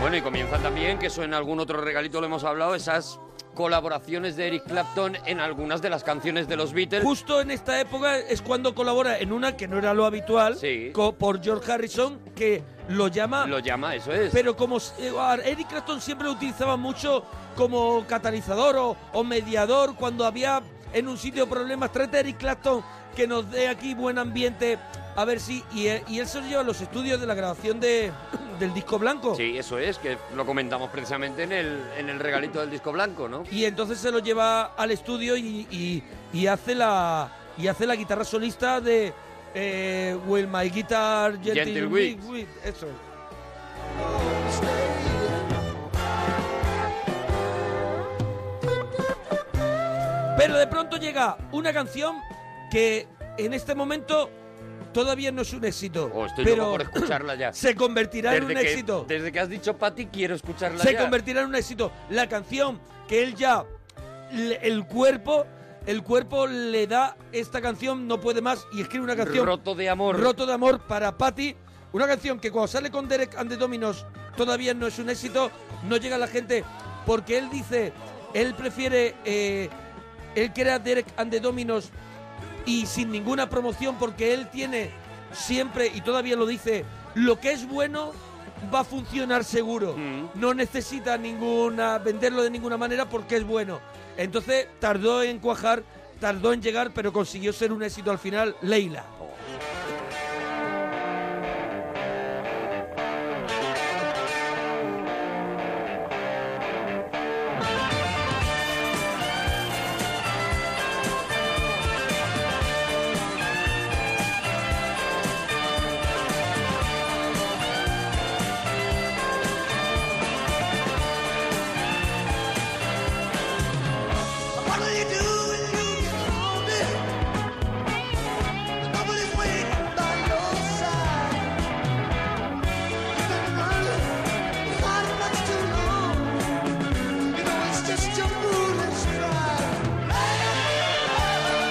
Speaker 2: Bueno, y comienza también, que eso en algún otro regalito lo hemos hablado, esas colaboraciones de Eric Clapton en algunas de las canciones de los Beatles.
Speaker 7: Justo en esta época es cuando colabora en una que no era lo habitual co- por George Harrison que lo llama
Speaker 2: Lo llama, eso es.
Speaker 7: pero como s- eh, a Eric Clapton siempre lo utilizaba mucho como catalizador o, o mediador cuando había en un sitio problemas, trata a Eric Clapton que nos dé aquí buen ambiente, a ver si... Y, él- y él se lo lleva a los estudios de la grabación de, [COUGHS] del disco blanco.
Speaker 2: Sí, eso es, que lo comentamos precisamente en el, en el regalito del disco blanco, ¿no?
Speaker 7: Y entonces se lo lleva al estudio y, y- y hace, la, y hace la guitarra solista de eh, Will My Guitar Gentle,
Speaker 2: Gentle
Speaker 7: Wig-
Speaker 2: Wig.
Speaker 7: Wig, Eso es.
Speaker 14: Oh,
Speaker 7: Pero de pronto llega una canción que en este momento todavía no es un éxito.
Speaker 2: Oh, Estoy
Speaker 7: pero
Speaker 2: loco por escucharla ya.
Speaker 7: [CLEARS THROAT] se convertirá en
Speaker 2: Desde
Speaker 7: un
Speaker 2: que-
Speaker 7: éxito.
Speaker 2: Desde que has dicho Patty, quiero escucharla
Speaker 7: se
Speaker 2: ya.
Speaker 7: convertirá en un éxito. La canción que él ya, le- el cuerpo, el cuerpo le da esta canción, no puede más, y escribe una canción.
Speaker 2: Roto de amor.
Speaker 7: Roto de amor para Patty. Una canción que cuando sale con Derek and the Dominos todavía no es un éxito, no llega a la gente, porque él dice, él prefiere, eh, él crea Derek and the Dominos y sin ninguna promoción porque él tiene siempre y todavía lo dice lo que es bueno va a funcionar seguro no necesita ninguna venderlo de ninguna manera porque es bueno entonces tardó en cuajar tardó en llegar pero consiguió ser un éxito al final Leila
Speaker 14: What do you do when you get lonely? Nobody's waiting by your side. You've been running far much too long. You know it's just your foolish pride.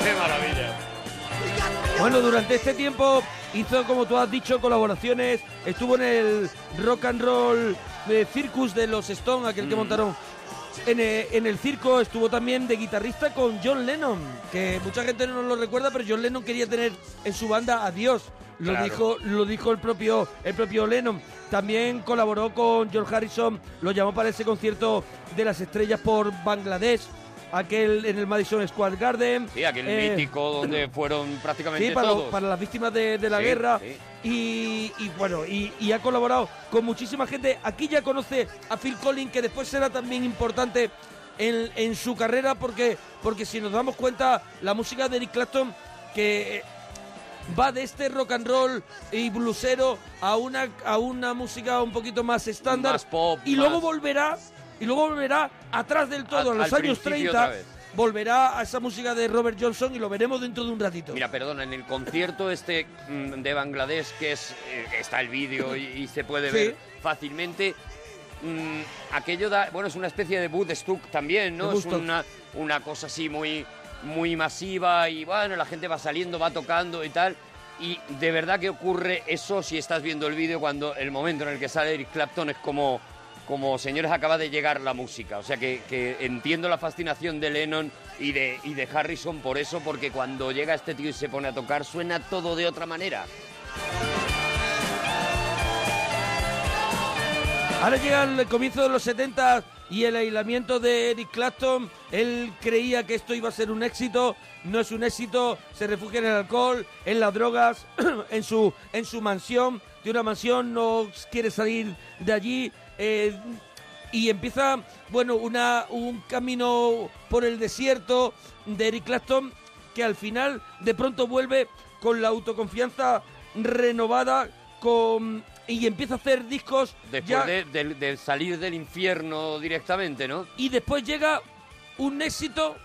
Speaker 2: ¡Qué maravilla!
Speaker 7: Bueno, durante este tiempo hizo, como tú has dicho, colaboraciones. Estuvo en el Rock and Roll eh, Circus de los Stone, aquel
Speaker 2: Mm.
Speaker 7: que montaron. En, eh, en el circo estuvo también de guitarrista con John Lennon, que mucha gente no lo recuerda, pero John Lennon quería tener en su banda a Dios. Lo
Speaker 2: Claro.
Speaker 7: dijo, lo dijo el propio, el propio Lennon. También colaboró con George Harrison, lo llamó para ese concierto de las estrellas por Bangladesh, aquel en el Madison Square Garden.
Speaker 2: Sí, aquel
Speaker 7: Eh,
Speaker 2: mítico donde fueron prácticamente
Speaker 7: Sí, para,
Speaker 2: todos.
Speaker 7: para las víctimas de, de la
Speaker 2: Sí,
Speaker 7: guerra.
Speaker 2: sí.
Speaker 7: Y, y bueno, y, y ha colaborado con muchísima gente. Aquí ya conoce a Phil Collins, que después será también importante en, en su carrera, porque, porque si nos damos cuenta, la música de Eric Clapton, que eh, va de este rock and roll y blusero a una, a una música un poquito más estándar. Y luego
Speaker 2: más-
Speaker 7: volverá, y luego volverá atrás del todo,
Speaker 2: Al-
Speaker 7: en los
Speaker 2: al
Speaker 7: años
Speaker 2: principio otra
Speaker 7: 30,
Speaker 2: vez.
Speaker 7: volverá a esa música de Robert Johnson y lo veremos dentro de un ratito.
Speaker 2: Mira, perdona, en el concierto este mm, de Bangladesh, que es eh, está el vídeo y, y se puede
Speaker 7: Sí.
Speaker 2: ver fácilmente, mm, aquello da, bueno, es una especie de Woodstock también, ¿no?
Speaker 7: De
Speaker 2: Es
Speaker 7: Woodstock.
Speaker 2: una, una cosa así muy, muy masiva y bueno, la gente va saliendo, va tocando y tal. Y de verdad que ocurre eso si estás viendo el vídeo cuando el momento en el que sale Eric Clapton es como, como señores, acaba de llegar la música. O sea que, que entiendo la fascinación de Lennon y de, y de Harrison por eso, porque cuando llega este tío y se pone a tocar, suena todo de otra manera.
Speaker 7: Ahora llega el comienzo de los 70 y el aislamiento de Eric Clapton. Él creía que esto iba a ser un éxito. No es un éxito. Se refugia en el alcohol, en las drogas, [CLEARS THROAT] en su, en su mansión. De una mansión, no quiere salir de allí. Eh, y empieza, bueno, una, un camino por el desierto de Eric Clapton que al final de pronto vuelve con la autoconfianza renovada con, y empieza a hacer discos
Speaker 2: Después
Speaker 7: ya-
Speaker 2: de, de- de salir del infierno directamente, ¿no?
Speaker 7: y después llega un éxito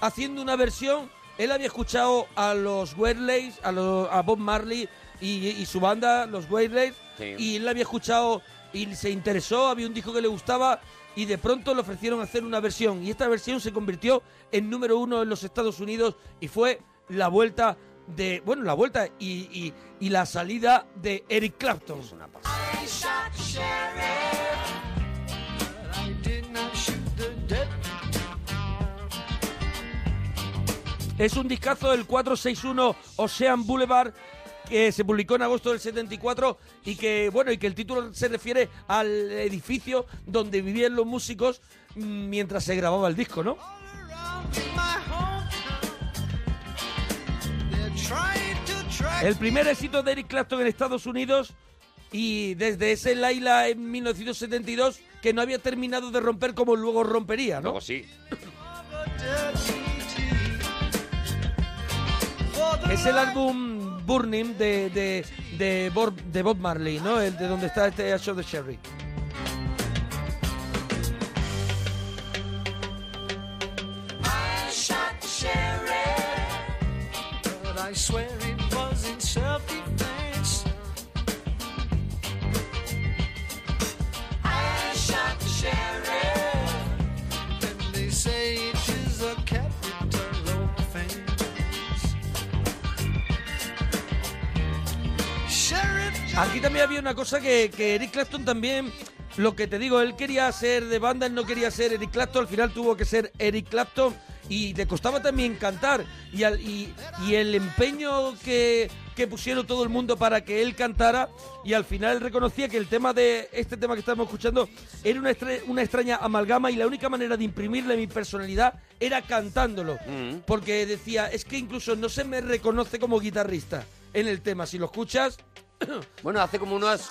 Speaker 7: haciendo una versión. Él había escuchado a los Wailers, a, los- a Bob Marley y, y su banda, los Wailers,
Speaker 2: Sí.
Speaker 7: y él había escuchado y se interesó, había un disco que le gustaba y de pronto le ofrecieron hacer una versión. Y esta versión se convirtió en número uno en los Estados Unidos y fue la vuelta de, bueno, la vuelta y, y- y la salida de Eric Clapton.
Speaker 14: I shot sheriff, but I did not shoot the dead.
Speaker 7: Es un discazo del 461 Ocean Boulevard que se publicó en agosto del 74 y que bueno y que el título se refiere al edificio donde vivían los músicos mm, mientras se grababa el disco, ¿no?
Speaker 14: In my hometown, they're trying to track
Speaker 7: El primer éxito de Eric Clapton en Estados Unidos y desde ese Laila en 1972 que no había terminado de romper como luego rompería, ¿no?
Speaker 2: Luego sí.
Speaker 7: Es el álbum Burning de, de, de, Bob, de Bob Marley, ¿no? El de donde está este Ash of the Sherry.
Speaker 14: I shot the sheriff, but I swear it was in self-defense. I shot the sheriff, and they say it is a capital offense. Sheriff
Speaker 7: Aquí también había una cosa que, que Eric Clapton también, lo que te digo, él quería ser de banda, él no quería ser Eric Clapton, al final tuvo que ser Eric Clapton y le costaba también cantar. Y, al- y- y el empeño que, que pusieron todo el mundo para que él cantara y al final él reconocía que el tema de este tema que estamos escuchando era una, estre- una extraña amalgama y la única manera de imprimirle mi personalidad era cantándolo. Porque decía, es que incluso no se me reconoce como guitarrista en el tema, si lo escuchas...
Speaker 2: [COUGHS] Bueno, hace como unos,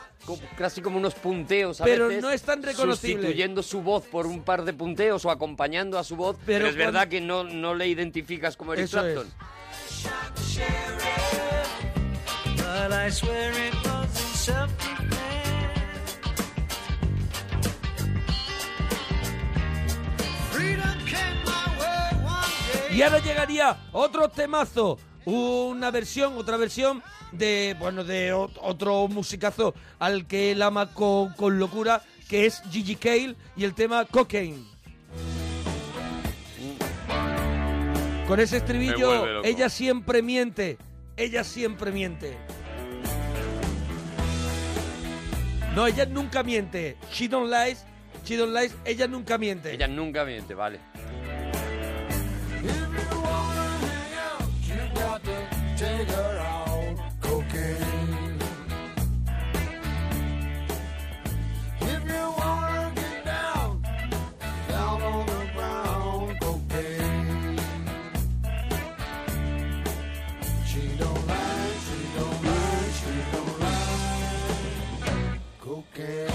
Speaker 2: casi como unos punteos a
Speaker 7: Pero
Speaker 2: veces,
Speaker 7: no es tan reconocible.
Speaker 2: Sustituyendo su voz por un par de punteos o acompañando a su voz. Pero,
Speaker 7: Pero
Speaker 2: es
Speaker 7: cuando-
Speaker 2: verdad que no, no le identificas como Eric
Speaker 7: Eso es.
Speaker 2: Clapton.
Speaker 14: But I swear it was in self-defense. Freedom came my way one day.
Speaker 7: Y ahora llegaría otro temazo, una versión, otra versión de, bueno, de ot- otro musicazo al que él ama con, con locura, que es Gigi Cale y el tema Cocaine. Con ese
Speaker 14: Me vuelve
Speaker 7: estribillo,
Speaker 14: loco.
Speaker 7: ella siempre miente, ella siempre miente. No, ella nunca miente. She don't lies, she don't lies, ella nunca miente.
Speaker 2: Ella nunca miente, vale.
Speaker 14: You got to take her out cocaine. If you wanna get down, down on the ground cocaine. She don't lie, she don't lie, she don't lie. Cocaine.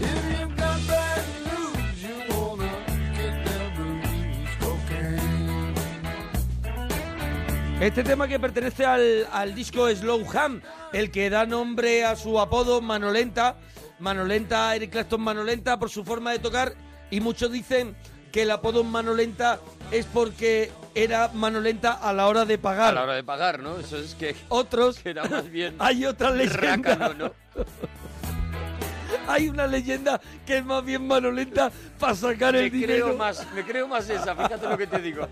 Speaker 14: If you've got bad news,
Speaker 7: Este tema que pertenece al, al disco Slow Ham, el que da nombre a su apodo Manolenta. Manolenta, Eric Clapton Manolenta, por su forma de tocar. Y muchos dicen que el apodo Manolenta es porque era Manolenta a la hora de pagar.
Speaker 2: A la hora de pagar, ¿no? Eso es que.
Speaker 7: Otros.
Speaker 2: [LAUGHS] Que era más
Speaker 7: [LAUGHS]
Speaker 2: bien.
Speaker 7: Hay otra leyenda.
Speaker 2: rácano, ¿no?
Speaker 7: Hay una leyenda que es más bien Manolenta para sacar
Speaker 2: Me
Speaker 7: el dinero.
Speaker 2: creo, más, me creo más esa, fíjate lo que te
Speaker 7: [LAUGHS]
Speaker 2: digo.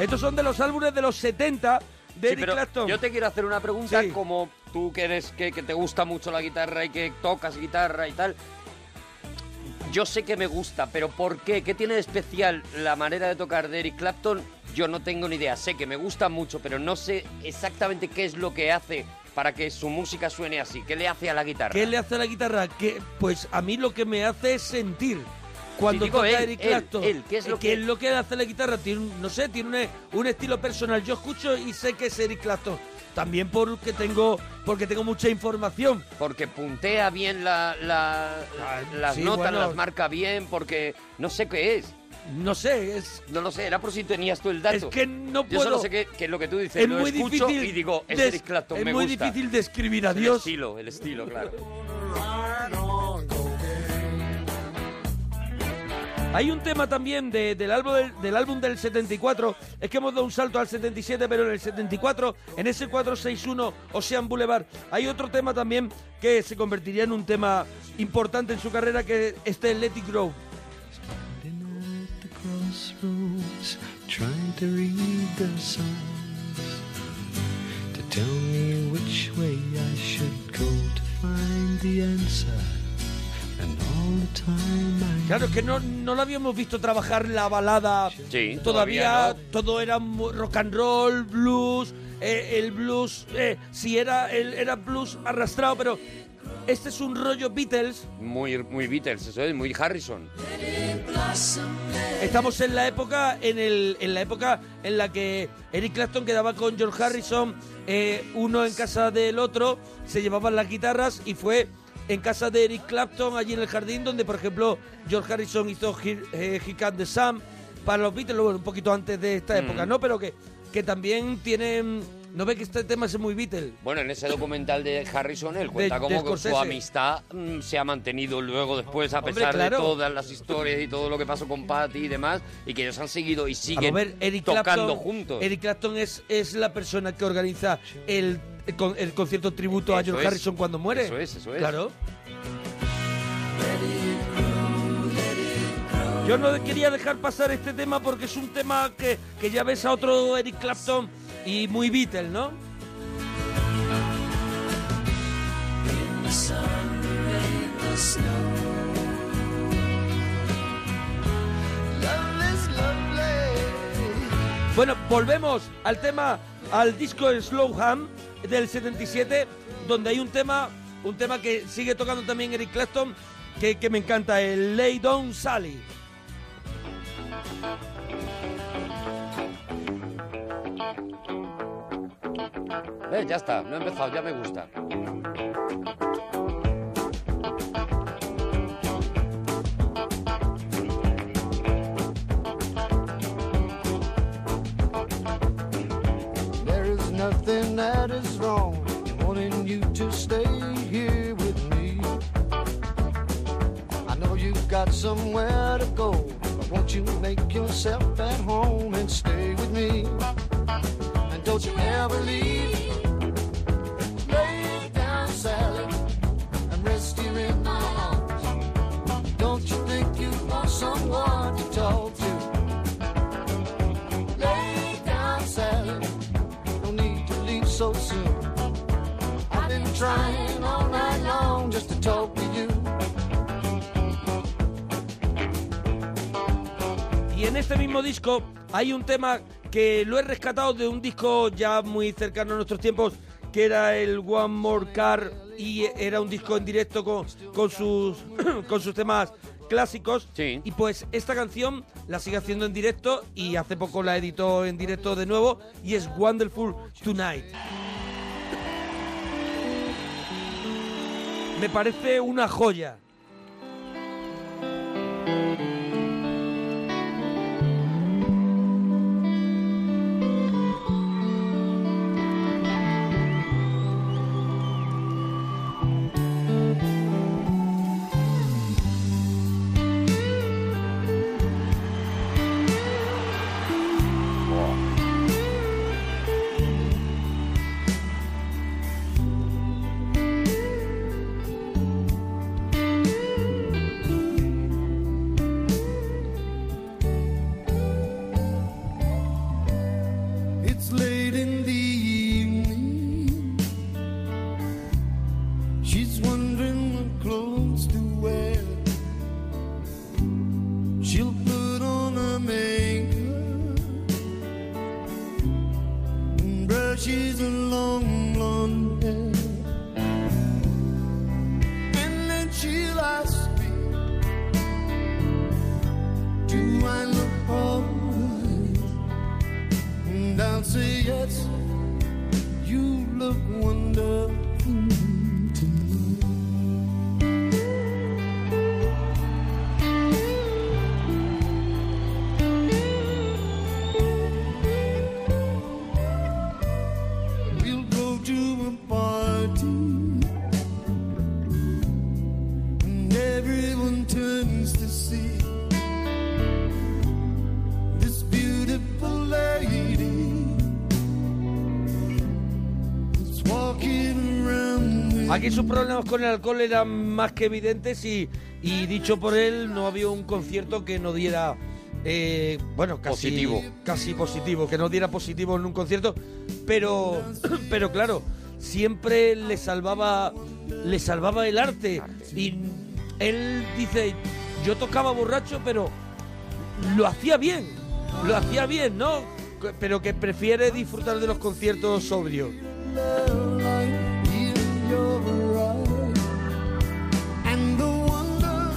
Speaker 7: Estos son de los álbumes de los 70 de
Speaker 2: Sí,
Speaker 7: Eric
Speaker 2: pero
Speaker 7: Clapton.
Speaker 2: yo te quiero hacer una pregunta como tú que eres que, que te gusta mucho la guitarra y que tocas guitarra y tal. Yo sé que me gusta, pero ¿por qué? ¿Qué tiene de especial la manera de tocar de Eric Clapton? Yo no tengo ni idea. Sé que me gusta mucho, pero no sé exactamente qué es lo que hace para que su música suene así. ¿Qué le hace a la guitarra?
Speaker 7: ¿Qué le hace a la guitarra? Que, pues a mí lo que me hace es sentir. Cuando
Speaker 2: Sí, digo
Speaker 7: toca
Speaker 2: él,
Speaker 7: Eric
Speaker 2: él,
Speaker 7: Clapton, eh,
Speaker 2: él, ¿qué es lo que-
Speaker 7: le hace la guitarra? Tiene, un- no sé, tiene un, un estilo personal. Yo escucho y sé que es Eric Clapton. También porque tengo, porque tengo mucha información.
Speaker 2: Porque puntea bien la- la- las
Speaker 7: Ah, sí,
Speaker 2: notas,
Speaker 7: bueno.
Speaker 2: las marca bien, porque no sé qué es.
Speaker 7: No sé, es...
Speaker 2: No lo sé, era por si tenías tú el dato.
Speaker 7: Es que no
Speaker 2: Yo solo
Speaker 7: puedo-
Speaker 2: sé que, que es lo que tú dices,
Speaker 7: es
Speaker 2: lo
Speaker 7: muy
Speaker 2: escucho
Speaker 7: difícil
Speaker 2: y digo, es
Speaker 7: des-
Speaker 2: Eric Clapton,
Speaker 7: es
Speaker 2: me
Speaker 7: muy
Speaker 2: gusta.
Speaker 7: difícil describir a
Speaker 2: Es
Speaker 7: Dios.
Speaker 2: El estilo, el estilo, claro.
Speaker 7: Hay un tema también de- del, álbum del, del álbum del 74, es que hemos dado un salto al 77, pero en el 74, en ese 461 Ocean Boulevard, hay otro tema también que se convertiría en un tema importante en su carrera, que este Let It Grow.
Speaker 28: crossroads trying to read the signs to tell me which way I should go to find the answer. And all the time I
Speaker 7: Claro, es que no, no lo habíamos visto trabajar la balada
Speaker 2: Sí,
Speaker 7: todavía,
Speaker 2: todavía
Speaker 7: todo era mu- rock and roll, blues, eh, el blues, eh, si era, el, era blues arrastrado, pero este es un rollo Beatles.
Speaker 2: Muy, muy Beatles, eso es, muy Harrison.
Speaker 7: Estamos en la época en, el, en la época en la que Eric Clapton quedaba con George Harrison, eh, uno en casa del otro, se llevaban las guitarras y fue en casa de Eric Clapton allí en el jardín donde por ejemplo George Harrison hizo Here, eh, Here Comes the Sun para los Beatles, bueno, un poquito antes de esta época, ¿no? Pero que, que también tienen... ¿No ve que este tema es muy Beatle?
Speaker 2: Bueno, en ese documental de Harrison, él cuenta
Speaker 7: de
Speaker 2: cómo que su
Speaker 7: Scorsese.
Speaker 2: amistad mm, se ha mantenido luego después, a
Speaker 7: Hombre,
Speaker 2: pesar
Speaker 7: claro.
Speaker 2: de todas las historias y todo lo que pasó con Patty y demás, y que ellos han seguido y
Speaker 7: Vamos a
Speaker 2: siguen
Speaker 7: ver, Eric
Speaker 2: tocando
Speaker 7: Clapton,
Speaker 2: juntos.
Speaker 7: Eric Clapton es, es la persona que organiza el, el con- el concierto tributo a
Speaker 2: Eso es,
Speaker 7: George Harrison cuando muere.
Speaker 2: eso es, eso es.
Speaker 7: Claro. Yo no quería dejar pasar este tema porque es un tema que, que ya ves a otro Eric Clapton y muy Beatle, ¿no?
Speaker 28: the sun made the snow. Love is lovely.
Speaker 7: Bueno, volvemos al tema, al disco de Slowham del 77, donde hay un tema, un tema que sigue tocando también Eric Clapton, que, que me encanta, el Lay Down Sally.
Speaker 2: Eh, ya está, no he empezado, ya me gusta.
Speaker 28: There is nothing that is wrong in wanting you to stay here with me. I know you've got somewhere to go, but won't you make yourself at home and stay with me? And don't you ever leave. Lay down, Sally, and rest here in my arms. Don't you think you want someone to talk to? Lay down, Sally. No need to leave so soon. I've been trying all night long just to talk to you.
Speaker 7: Y en este mismo disco hay un tema que lo he rescatado de un disco ya muy cercano a nuestros tiempos, que era el One More Car, y era un disco en directo con, con, sus, [COUGHS] con sus temas clásicos. Y pues esta canción la sigue haciendo en directo y hace poco la editó en directo de nuevo y es Wonderful Tonight. Me parece una joya.
Speaker 14: look wonderful to me. We'll go to a party, and everyone turns to see this beautiful lady.
Speaker 7: Aquí sus problemas con el alcohol eran más que evidentes y, y dicho por él, no había un concierto que no diera, eh, bueno, casi
Speaker 2: Positivo.
Speaker 7: casi positivo, que no diera positivo en un concierto, pero, [CLEARS THROAT] pero claro, siempre le salvaba, le salvaba el arte y él dice, yo tocaba borracho, pero lo hacía bien, lo hacía bien, ¿no? Pero que prefiere disfrutar de los conciertos sobrios.
Speaker 14: And the wonder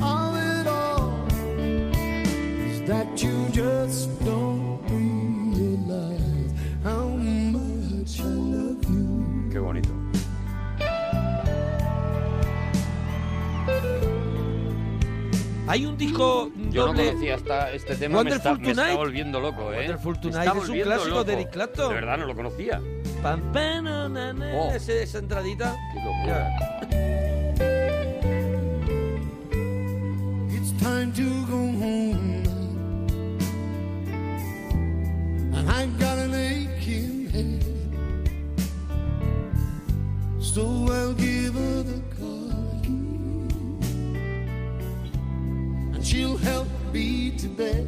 Speaker 14: of it all is that you just don't realize how much I love you.
Speaker 4: Qué bonito.
Speaker 7: Hay un disco
Speaker 2: Yo
Speaker 7: donde-
Speaker 2: no conocía esta- este tema, me está,
Speaker 7: Wonderful
Speaker 2: me está
Speaker 7: Tonight.
Speaker 2: volviendo loco, ¿eh?
Speaker 7: Wonderful
Speaker 2: Me
Speaker 7: Tonight
Speaker 2: está
Speaker 7: es un
Speaker 2: volviendo
Speaker 7: clásico de
Speaker 2: loco.
Speaker 7: Eric Clapton.
Speaker 2: De verdad, no lo conocía.
Speaker 7: Pam, pam, na, na, na,
Speaker 2: Oh.
Speaker 7: ese- esa entradita.
Speaker 14: It's time to go home. And I've got an aching head. So I'll give her the car key. And she'll help me to bed.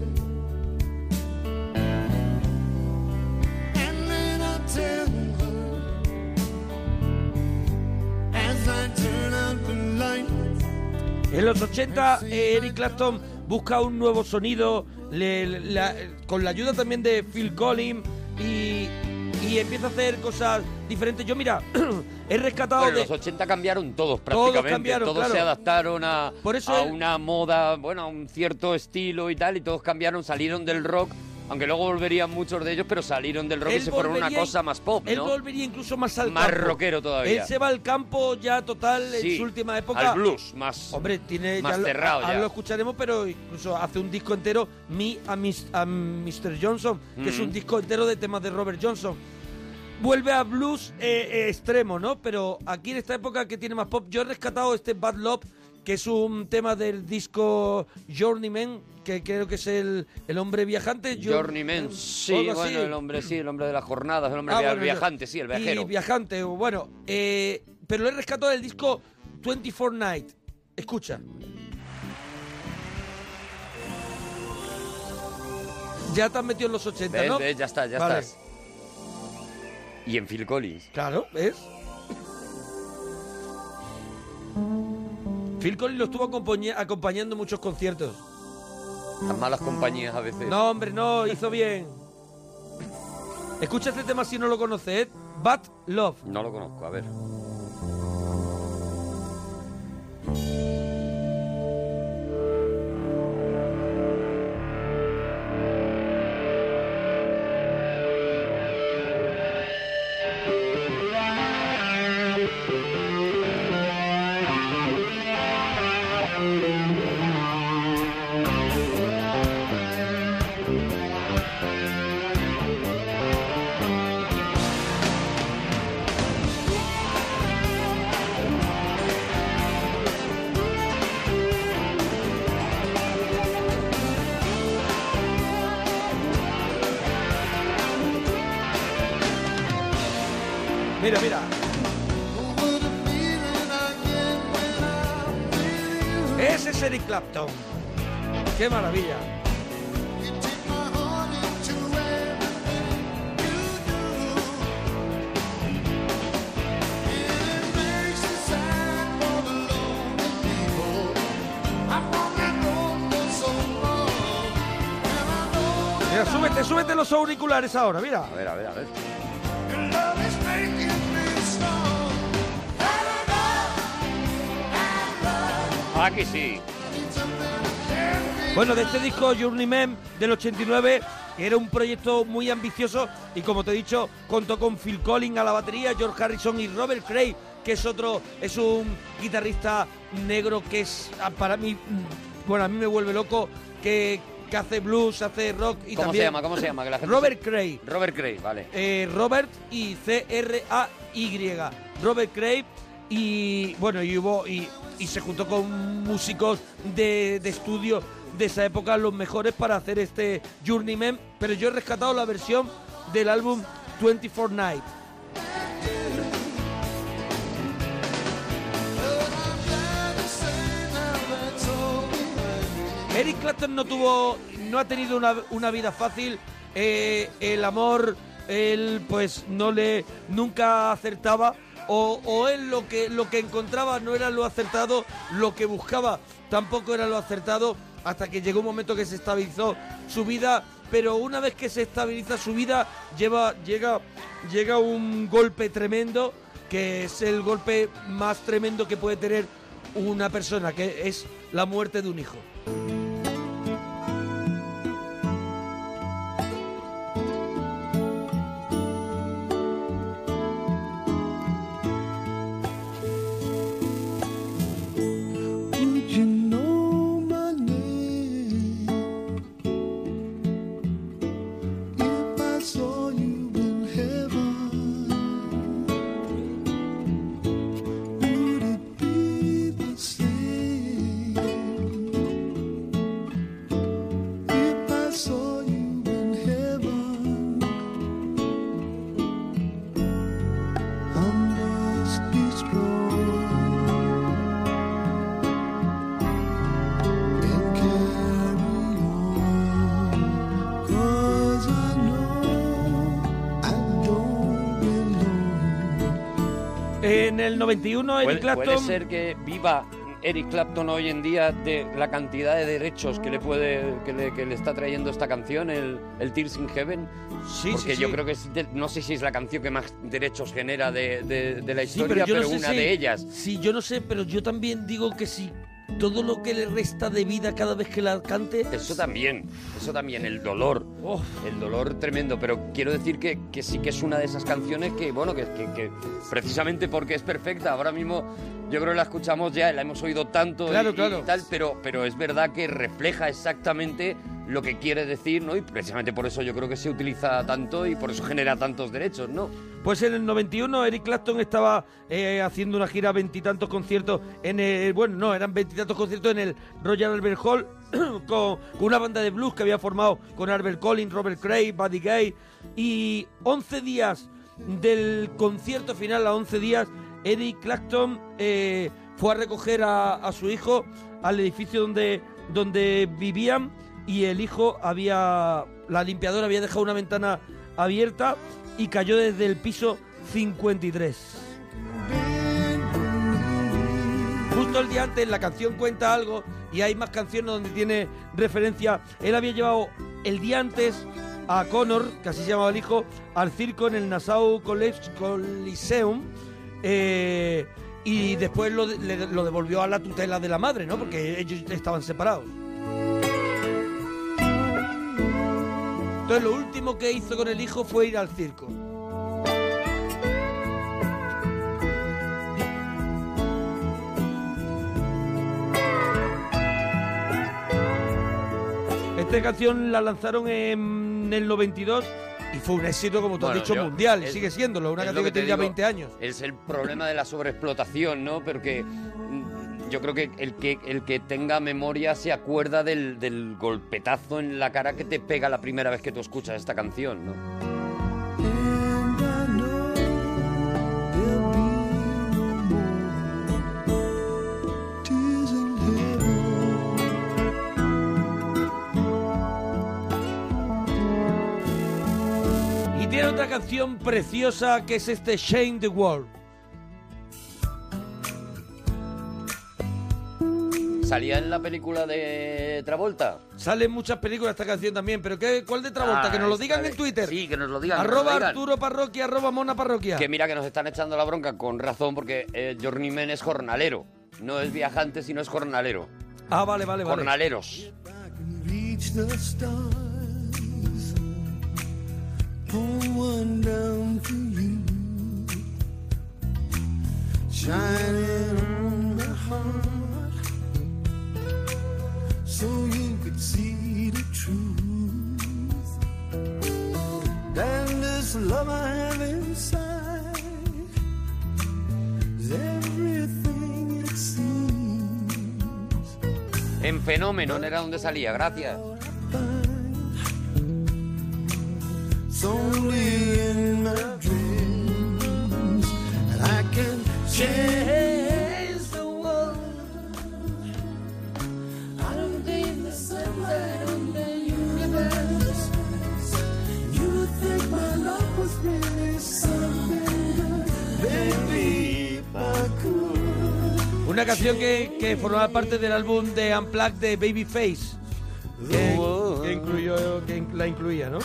Speaker 14: And then I'll tell her as I turn out the light.
Speaker 7: En los 80, eh, Eric Clapton busca un nuevo sonido le- la- eh, con la ayuda también de Phil Collins y, y empieza a hacer cosas diferentes. Yo, mira, [CLEARS THROAT] he rescatado
Speaker 2: Bueno,
Speaker 7: de.
Speaker 2: los 80 cambiaron todos
Speaker 7: Todos
Speaker 2: prácticamente. Todos,
Speaker 7: cambiaron, claro.
Speaker 2: se adaptaron a,
Speaker 7: Por eso
Speaker 2: a
Speaker 7: él-
Speaker 2: una moda, bueno, a un cierto estilo y tal, y todos cambiaron, salieron del rock, aunque luego volverían muchos de ellos, pero salieron del rock y
Speaker 7: Él
Speaker 2: se fueron a una
Speaker 7: volvería-
Speaker 2: cosa más pop,
Speaker 7: Él
Speaker 2: ¿no?
Speaker 7: volvería incluso más al
Speaker 2: Más
Speaker 7: campo.
Speaker 2: rockero todavía.
Speaker 7: Él se va al campo ya total en
Speaker 2: Sí,
Speaker 7: su última época.
Speaker 2: Al blues, más.
Speaker 7: Hombre, tiene
Speaker 2: más
Speaker 7: ya lo-
Speaker 2: cerrado
Speaker 7: ahora
Speaker 2: ya.
Speaker 7: lo escucharemos, pero incluso hace un disco entero, Me a, Mis- a Mr. Johnson, que es un
Speaker 2: Mm.
Speaker 7: disco entero de temas de Robert Johnson. Vuelve a blues eh, eh, extremo, ¿no? Pero aquí en esta época que tiene más pop, yo he rescatado este Bad Love, que es un tema del disco Journeyman, que creo que es el, el hombre viajante. Jour-
Speaker 2: Journeyman,
Speaker 7: eh,
Speaker 2: sí,
Speaker 7: algo así.
Speaker 2: bueno, el hombre, sí, el hombre de las jornadas, el hombre
Speaker 7: Ah,
Speaker 2: via-
Speaker 7: bueno,
Speaker 2: viajante, sí, el viajero.
Speaker 7: Y viajante, bueno. eh, pero le rescatado del disco 24 Night. Escucha. Ya te has metido en los 80,
Speaker 2: ¿Ves?
Speaker 7: ¿no?
Speaker 2: ¿Ves? Ya está, ya
Speaker 7: Vale.
Speaker 2: estás. Y en Phil Collins.
Speaker 7: Claro, ¿ves? Phil Collins lo estuvo acompañe- acompañando en muchos conciertos.
Speaker 2: Las malas compañías a veces.
Speaker 7: No, hombre, no, hizo bien. Escucha este tema si no lo conoces, ¿eh? Bad Love.
Speaker 2: No lo conozco, a ver.
Speaker 7: Mira, mira. Ese es Eric Clapton. ¡Qué maravilla! Mira, súbete, súbete los auriculares ahora, mira.
Speaker 2: A ver, a ver, a ver. Aquí sí.
Speaker 7: Bueno, de este disco Journeyman del 89 Era un proyecto muy ambicioso y como te he dicho, contó con Phil Collins a la batería, George Harrison y Robert Cray, que es otro, es un guitarrista negro que es ah, para mí, mm, bueno, a mí me vuelve loco, que, que hace blues, hace rock
Speaker 2: ¿Cómo
Speaker 7: y
Speaker 2: se
Speaker 7: también...
Speaker 2: llama? ¿Cómo se llama? Que la gente
Speaker 7: Robert Cray.
Speaker 2: Robert Cray, vale.
Speaker 7: Eh, Robert y C-R-A-Y. Robert Craig y bueno, y hubo y, y se juntó con músicos de, de estudio de esa época, los mejores para hacer este Journeyman, pero yo he rescatado la versión del álbum 24 Night. Eric Clapton no tuvo, no ha tenido una, una vida fácil. eh, el amor, él pues no le nunca acertaba o, o él lo que lo que encontraba no era lo acertado, lo que buscaba tampoco era lo acertado hasta que llegó un momento que se estabilizó su vida. Pero una vez que se estabiliza su vida lleva llega llega un golpe tremendo que es el golpe más tremendo que puede tener una persona que es la muerte de un hijo.
Speaker 14: Would you know my name if I saw you in heaven? Would it be the same if I saw you in heaven? I must be strong. Cause I know I don't
Speaker 7: En el 91 Eric
Speaker 2: ¿Puede, puede
Speaker 7: Clapton
Speaker 2: ser que viva Eric Clapton hoy en día de la cantidad de derechos que le puede que le, que le está trayendo esta canción, el, el Tears in Heaven?
Speaker 7: Sí,
Speaker 2: Porque
Speaker 7: sí,
Speaker 2: yo
Speaker 7: sí.
Speaker 2: creo que es de- no sé si es la canción que más derechos genera de, de- de la
Speaker 7: Sí,
Speaker 2: historia,
Speaker 7: yo
Speaker 2: pero,
Speaker 7: no sé
Speaker 2: una
Speaker 7: si-
Speaker 2: de ellas.
Speaker 7: Sí, yo no sé, pero yo también digo que sí. Todo lo que le resta de vida cada vez que la cante.
Speaker 2: Eso también, eso también, el dolor.
Speaker 7: Uf.
Speaker 2: El dolor tremendo, pero quiero decir que, que sí que es una de esas canciones que, bueno, que, que- que precisamente porque es perfecta, ahora mismo yo creo que la escuchamos ya, la hemos oído tanto y-
Speaker 7: Claro,
Speaker 2: y,
Speaker 7: claro.
Speaker 2: tal, pero, pero es verdad que refleja exactamente lo que quiere decir, ¿no? Y precisamente por eso yo creo que se utiliza tanto y por eso genera tantos derechos, ¿no?
Speaker 7: Pues en el 91 Eric Clapton estaba eh, haciendo una gira veintitantos conciertos en el... Bueno, no, eran veintitantos conciertos en el Royal Albert Hall [CLEARS THROAT] con, con una banda de blues que había formado con Albert Collins, Robert Cray, Buddy Gay. Y 11 días del concierto final, a 11 días, Eric Clapton eh, fue a recoger a, a su hijo al edificio donde, donde vivían y el hijo había... La limpiadora había dejado una ventana abierta y cayó desde el piso 53. Justo el día antes la canción cuenta algo y hay más canciones donde tiene referencia. Él había llevado el día antes a Connor, que así se llamaba el hijo, al circo en el Nassau College- Coliseum eh, y después lo, de- le- lo devolvió a la tutela de la madre, ¿no? Porque ellos estaban separados. Entonces lo último que hizo con el hijo fue ir al circo. Esta canción la lanzaron en el 92 y fue un éxito, como tú
Speaker 2: Bueno,
Speaker 7: has dicho,
Speaker 2: yo-
Speaker 7: mundial. Y
Speaker 2: es-
Speaker 7: sigue siéndolo, una
Speaker 2: es lo
Speaker 7: canción que,
Speaker 2: te
Speaker 7: tiene ya
Speaker 2: digo,
Speaker 7: 20 años.
Speaker 2: Es el problema de la sobreexplotación, ¿no? Porque mm, yo creo que el que, el que tenga memoria se acuerda del, del golpetazo en la cara que te pega la primera vez que tú escuchas esta canción, ¿no?
Speaker 7: Y tiene otra canción preciosa que es este Shame the World.
Speaker 2: ¿Salía en la película de Travolta?
Speaker 7: Salen muchas películas esta canción también, pero ¿qué, ¿cuál de Travolta?
Speaker 2: Ah,
Speaker 7: que nos lo
Speaker 2: esta
Speaker 7: digan
Speaker 2: de-
Speaker 7: en Twitter.
Speaker 2: Sí, que nos lo digan. que nos lo
Speaker 7: Arroba
Speaker 2: digan.
Speaker 7: Arturo Parroquia, arroba Mona Parroquia.
Speaker 2: Que mira que nos están echando la bronca con razón porque eh, Journeyman es jornalero. No es viajante, sino es jornalero.
Speaker 7: Ah, vale, vale, vale.
Speaker 2: Jornaleros.
Speaker 14: reach the stars Pour one down to you, shining on my heart, so you could see the truth. And this love I have inside is everything it seems.
Speaker 2: En fenómeno era donde salía, gracias.
Speaker 14: It's only in my dreams that I can chase the world. I don't need the sunlight on the universe. You think my love was really something good, baby? if I could.
Speaker 7: Una canción que, que formaba parte del álbum de Unplugged de Babyface. Que, que incluyó, que in- la incluía, ¿no?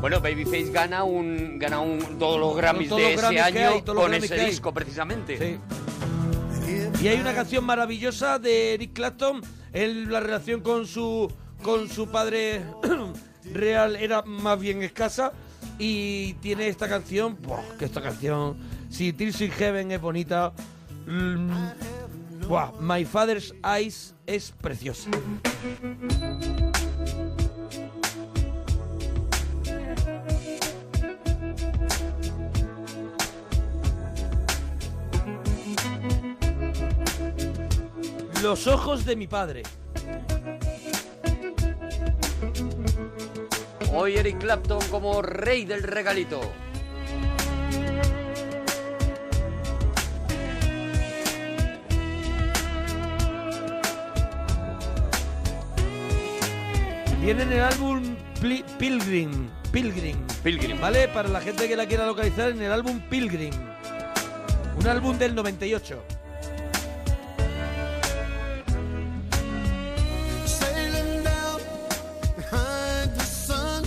Speaker 2: Bueno, Babyface gana un gana un todos los Grammys
Speaker 7: Todos los
Speaker 2: de ese
Speaker 7: Grammys que
Speaker 2: año
Speaker 7: hay, todos los
Speaker 2: con
Speaker 7: Grammys
Speaker 2: ese
Speaker 7: que hay.
Speaker 2: disco precisamente.
Speaker 7: Y hay una canción maravillosa de Eric Clapton. Él, la relación con su, con su padre [CLEARS THROAT] real era más bien escasa. Y tiene esta canción. Buah, que esta canción. Si Tears in Heaven es bonita. mm, buah, My Father's Eyes es preciosa. Los ojos de mi padre.
Speaker 2: Hoy Eric Clapton como rey del regalito.
Speaker 7: Viene en el álbum Pli- Pilgrim. Pilgrim. Pilgrim. ¿Vale? Para la gente que la quiera localizar, en el álbum Pilgrim. Un álbum del 98.
Speaker 14: Sailing down behind the sun,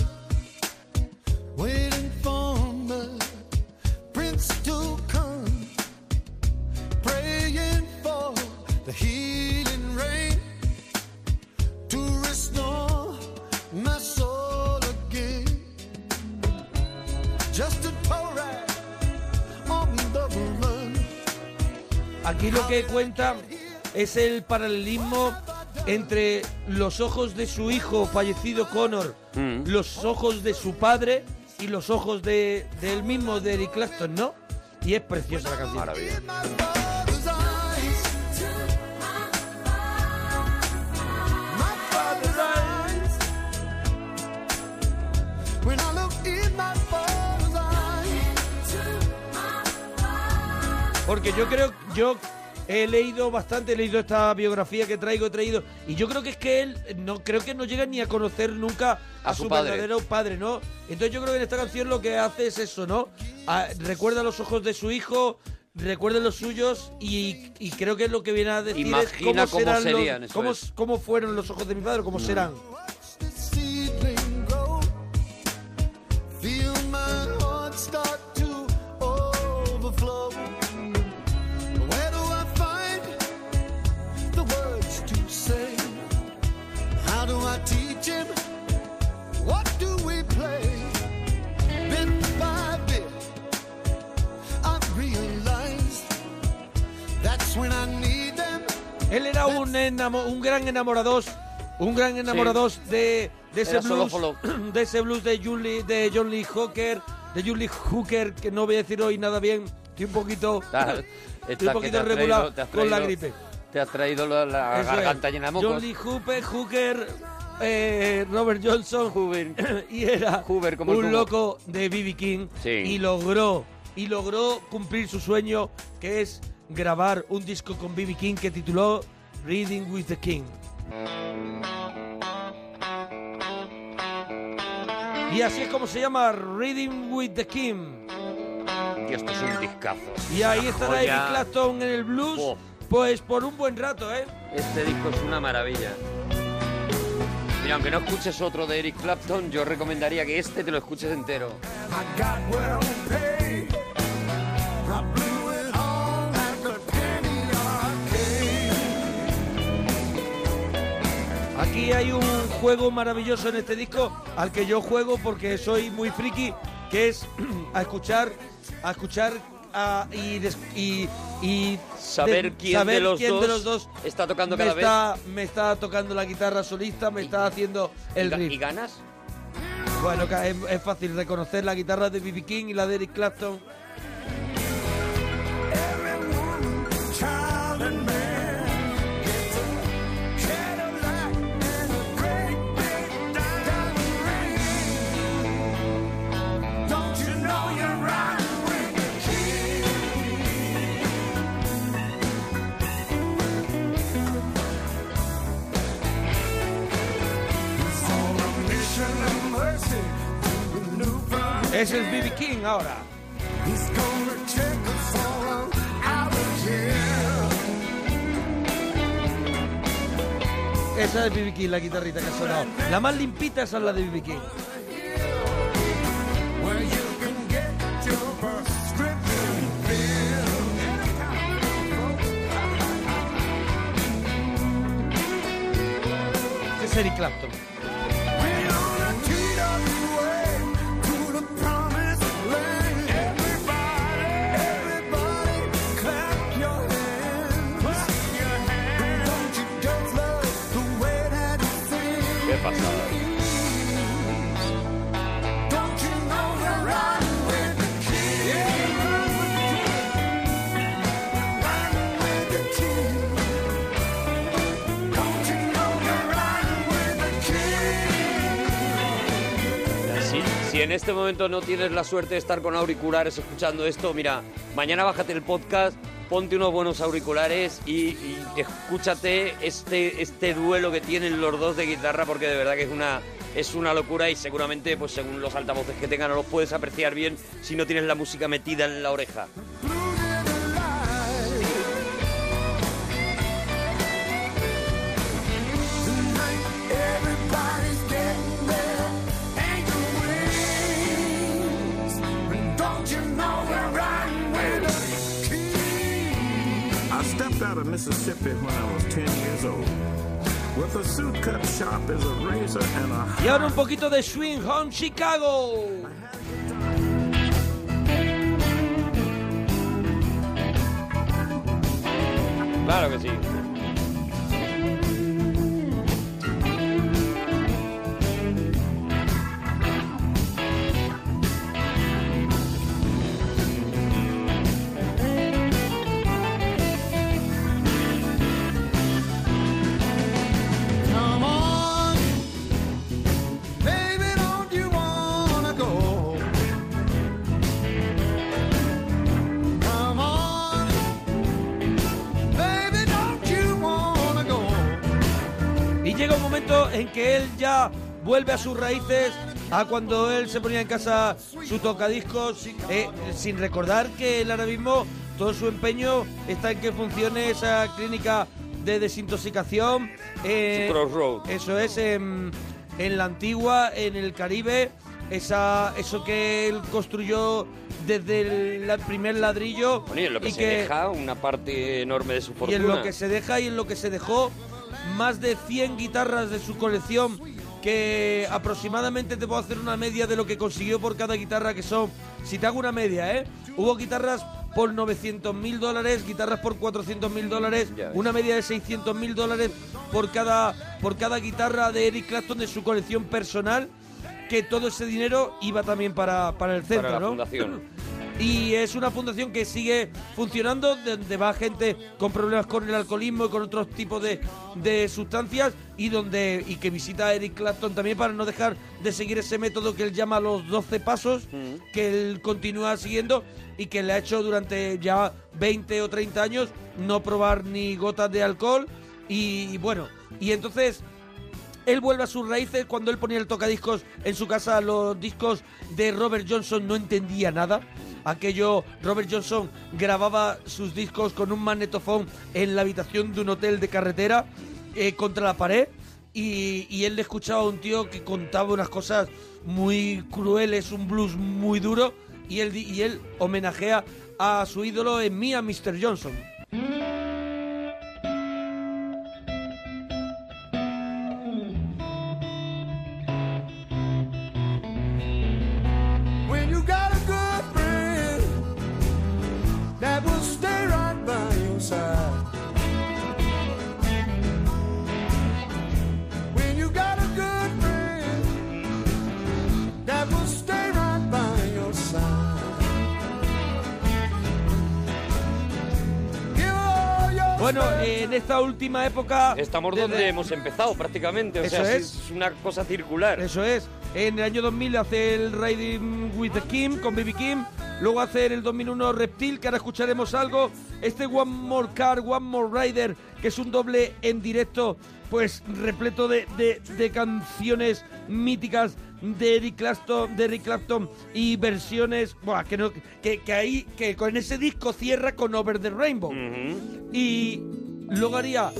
Speaker 14: waiting for the prince to come, praying for the healing rain to restore my soul again. Just a tow ride on the run.
Speaker 7: Aquí lo que cuenta es el paralelismo entre los ojos de su hijo fallecido Connor, los ojos de su padre y los ojos de, de él mismo, de Eric Clapton, ¿no? Y es preciosa la canción.
Speaker 14: When I look in my father's eyes,
Speaker 7: Porque yo creo, yo he leído bastante, he leído esta biografía que traigo, he traído, y yo creo que es que él, no creo que no llega ni a conocer nunca a,
Speaker 2: A su
Speaker 7: su
Speaker 2: padre.
Speaker 7: verdadero padre, ¿no? Entonces yo creo que en esta canción lo que hace es eso, ¿no? Ah, recuerda los ojos de su hijo, recuerda los suyos, y, y creo que lo que viene a decir
Speaker 2: Imagina cómo
Speaker 7: es cómo, serán los-
Speaker 2: serían, eso
Speaker 7: cómo,
Speaker 2: es. Mm.
Speaker 7: cómo fueron los ojos de mi padre, cómo serán.
Speaker 14: seedling grow. Feel my heart start to overflow. Where do I find the words to say? How do I teach him? What do we play? Bit by bit, I've realized that's when I need them.
Speaker 7: Él era un, enamo- un gran enamorados, un gran enamorados de, de ese
Speaker 2: Era solo
Speaker 7: blues, [CLEARS THROAT] de ese blues de Julie, de John Lee Hooker, de Julie Hooker que no voy a decir hoy nada bien, estoy un poquito,
Speaker 2: Está-
Speaker 7: [LAUGHS] estoy
Speaker 2: está
Speaker 7: un
Speaker 2: que te
Speaker 7: poquito
Speaker 2: has traído-
Speaker 7: regular
Speaker 2: te has
Speaker 7: con la
Speaker 2: traído-
Speaker 7: gripe.
Speaker 2: Te has traído la, la
Speaker 7: Eso es.
Speaker 2: garganta llena de mocos.
Speaker 7: John Lee Hooker, Hooker, eh, Robert Johnson, [CLEARS THROAT] y era
Speaker 2: como el
Speaker 7: un
Speaker 2: cubo.
Speaker 7: loco de BB King
Speaker 2: Sí.
Speaker 7: y logró y logró cumplir su sueño que es grabar un disco con BB King que tituló Reading with the King. Y así es como se llama Reading with the King.
Speaker 2: Y esto es un discazo.
Speaker 7: Y ahí
Speaker 2: Una
Speaker 7: estará
Speaker 2: joya.
Speaker 7: Eric Clapton en el blues, pues por un buen rato, ¿eh?
Speaker 2: Este disco es una maravilla. Mira, aunque no escuches otro de Eric Clapton, yo recomendaría que este te lo escuches entero.
Speaker 14: I got well paid. I blew it all at the penny arcade.
Speaker 7: Aquí Aquí hay un juego maravilloso en este disco al que yo juego porque soy muy friki, que es [CLEARS THROAT] a escuchar, a escuchar a- y, des- y- y
Speaker 2: Saber quién de los dos está tocando
Speaker 7: me
Speaker 2: cada vez.
Speaker 7: está, Me está tocando la guitarra solista, me está haciendo el
Speaker 2: y ga-
Speaker 7: riff.
Speaker 2: ¿y ganas?
Speaker 7: Bueno, ca- es, es fácil reconocer la guitarra de B.B. King y la de Eric Clapton.
Speaker 14: Child and man gets a Cadillac and a great big diamond ring. Don't you know you're riding with a king? It's on a mission of mercy to maneuver.
Speaker 7: Ese es B.B. King ahora.
Speaker 14: He's gonna take us all out of here.
Speaker 7: Esa es B.B. King, la guitarrita que ha sonado. La más limpita esa es la de B.B. King.
Speaker 14: Where you can get your prescription filled.
Speaker 7: Es Eric Clapton.
Speaker 14: We're on a two-dollar way to the promised land. Everybody, everybody, clap your hands. Don't you just love the way that it feels?
Speaker 2: Qué pasada.
Speaker 14: Don't you know you're riding with the king? Riding with the king. Don't you know you're riding with the king?
Speaker 2: Si, si en este momento no tienes la suerte de estar con auriculares escuchando esto, mira, mañana bájate el podcast, ponte unos buenos auriculares y, y escúchate este, este duelo que tienen los dos de guitarra, porque de verdad que es una, es una locura y seguramente, pues según los altavoces que tengan, no los puedes apreciar bien si no tienes la música metida en la oreja.
Speaker 14: Tonight everybody's getting their angel wings. And don't you know we're riding with the king?
Speaker 29: I stepped out of Mississippi when I was 10 years old. With a suit cut sharp as a razor and a
Speaker 7: Y ahora un poquito de Swing Home Chicago.
Speaker 2: Claro que sí.
Speaker 14: Come on, baby, don't you wanna go? Come on, baby, don't you wanna go?
Speaker 7: Y llega un momento en que él ya vuelve a sus raíces, a cuando él se ponía en casa su tocadiscos, eh, sin recordar que él ahora mismo todo su empeño está en que funcione esa clínica de desintoxicación. eh,
Speaker 2: Su Crossroad.
Speaker 7: Eso es, en, en la antigua, en el Caribe, esa, eso que él construyó desde el la- primer ladrillo.
Speaker 2: Bueno, y en lo que
Speaker 7: y
Speaker 2: se deja, una parte enorme de su
Speaker 7: y
Speaker 2: fortuna.
Speaker 7: en lo que se deja y en lo que se dejó más de 100 guitarras de su colección que aproximadamente te puedo hacer una media de lo que consiguió por cada guitarra que son si te hago una media eh hubo guitarras por 900 mil dólares guitarras por 400 mil dólares
Speaker 2: Ya ves.
Speaker 7: una media de 600 mil dólares por cada por cada guitarra de Eric Clapton de su colección personal que todo ese dinero iba también para, para el centro,
Speaker 2: la
Speaker 7: ¿no?
Speaker 2: fundación.
Speaker 7: [LAUGHS] Y es una fundación que sigue funcionando, donde va gente con problemas con el alcoholismo y con otros tipos de, de sustancias y donde y que visita a Eric Clapton también para no dejar de seguir ese método que él llama los 12 pasos,
Speaker 2: Mm.
Speaker 7: que él continúa siguiendo y que le ha hecho durante ya 20 o 30 años no probar ni gotas de alcohol y bueno, y entonces él vuelve a sus raíces cuando él ponía el tocadiscos en su casa. Los discos de Robert Johnson no entendía nada. Aquello, Robert Johnson grababa sus discos con un magnetofón en la habitación de un hotel de carretera eh, contra la pared. Y, y él le escuchaba a un tío que contaba unas cosas muy crueles, un blues muy duro. Y él, di- y él homenajea a su ídolo en mí, a Mr. Johnson.
Speaker 14: Come
Speaker 7: Bueno, eh, en esta última época...
Speaker 2: Estamos
Speaker 7: desde-
Speaker 2: donde hemos empezado prácticamente. O
Speaker 7: Eso
Speaker 2: sea,
Speaker 7: es.
Speaker 2: una cosa circular.
Speaker 7: Eso es. En el año 2000 hace el Riding with the Kim con Baby Kim. Luego hace en el 2001 Reptil, que ahora escucharemos algo. Este One More Car, One More Rider, que es un doble en directo, pues repleto de, de- de canciones míticas de Eric Clapton, de Eric Clapton y versiones, buah, que, no, que, que ahí, que con ese disco cierra con Over the Rainbow. Y luego haría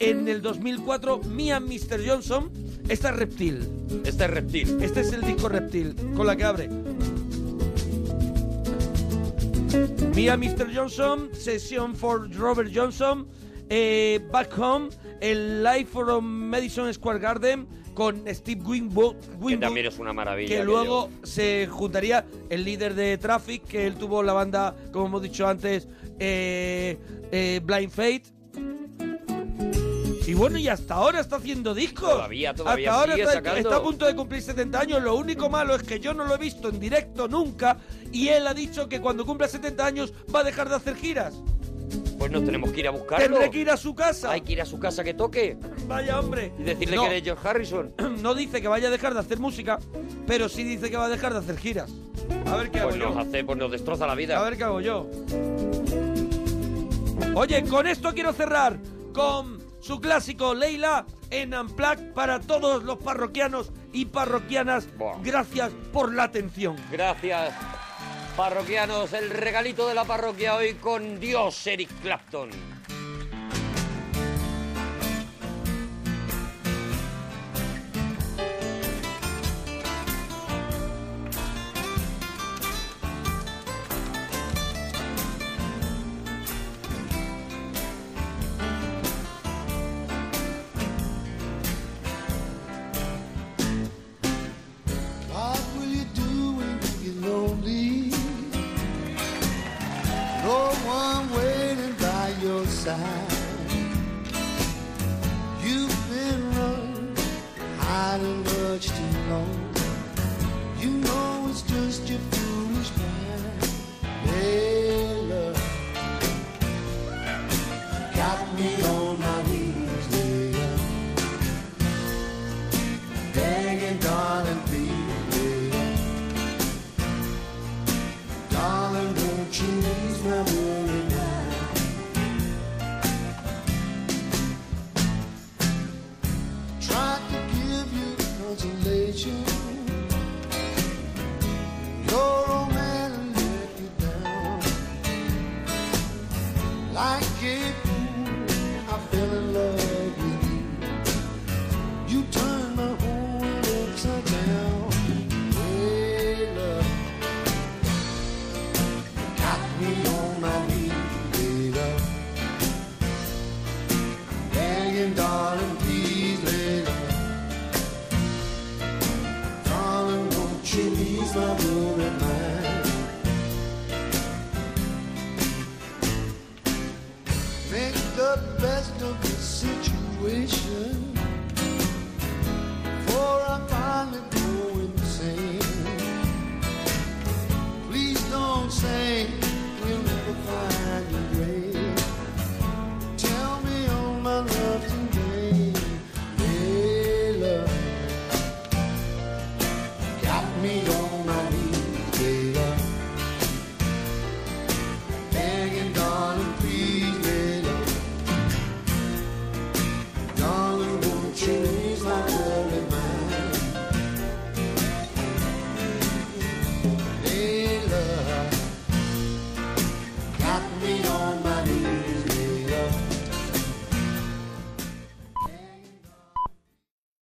Speaker 7: en el 2004 Mia Mr. Johnson, esta es Reptil.
Speaker 2: Este es Reptil.
Speaker 7: Este es el disco Reptil, con la que abre. Mia Mr. Johnson, Session for Robert Johnson, eh, Back Home, el Live from Madison Square Garden con Steve Winwood,
Speaker 2: Que
Speaker 7: Winwood,
Speaker 2: también es una maravilla.
Speaker 7: que
Speaker 2: aquello.
Speaker 7: luego se juntaría el líder de Traffic, que él tuvo la banda, como hemos dicho antes, eh, eh, Blind Fate. Y bueno, y hasta ahora está haciendo discos.
Speaker 2: Todavía, todavía
Speaker 7: Hasta ahora
Speaker 2: sigue
Speaker 7: está,
Speaker 2: sacando.
Speaker 7: está a punto de cumplir 70 años. Lo único malo es que yo no lo he visto en directo nunca. Y él ha dicho que cuando cumpla 70 años va a dejar de hacer giras.
Speaker 2: Pues nos tenemos que ir a buscarlo.
Speaker 7: Tendré que ir a su casa.
Speaker 2: Hay que ir a su casa que toque.
Speaker 7: Vaya hombre.
Speaker 2: Y decirle que eres George Harrison.
Speaker 7: [CLEARS THROAT] No dice que vaya a dejar de hacer música, pero sí dice que va a dejar de hacer giras. A ver qué
Speaker 2: Pues
Speaker 7: hago yo.
Speaker 2: nos hace, pues nos destroza la vida.
Speaker 7: A ver qué hago yo. Oye, con esto quiero cerrar con su clásico Leila en Amplac para todos los parroquianos y parroquianas. Gracias por la atención.
Speaker 2: Gracias. Parroquianos, el regalito de la parroquia hoy con Dios, Eric Clapton.
Speaker 28: What will you do when you get lonely? No one waiting by your side. You've been running, hiding much too long. You know it's just your foolish mind. Hey, love, got me on my knees, Leah. Begging, darling, baby. Darling, won't you ease my worry now? Tried to give you consolation.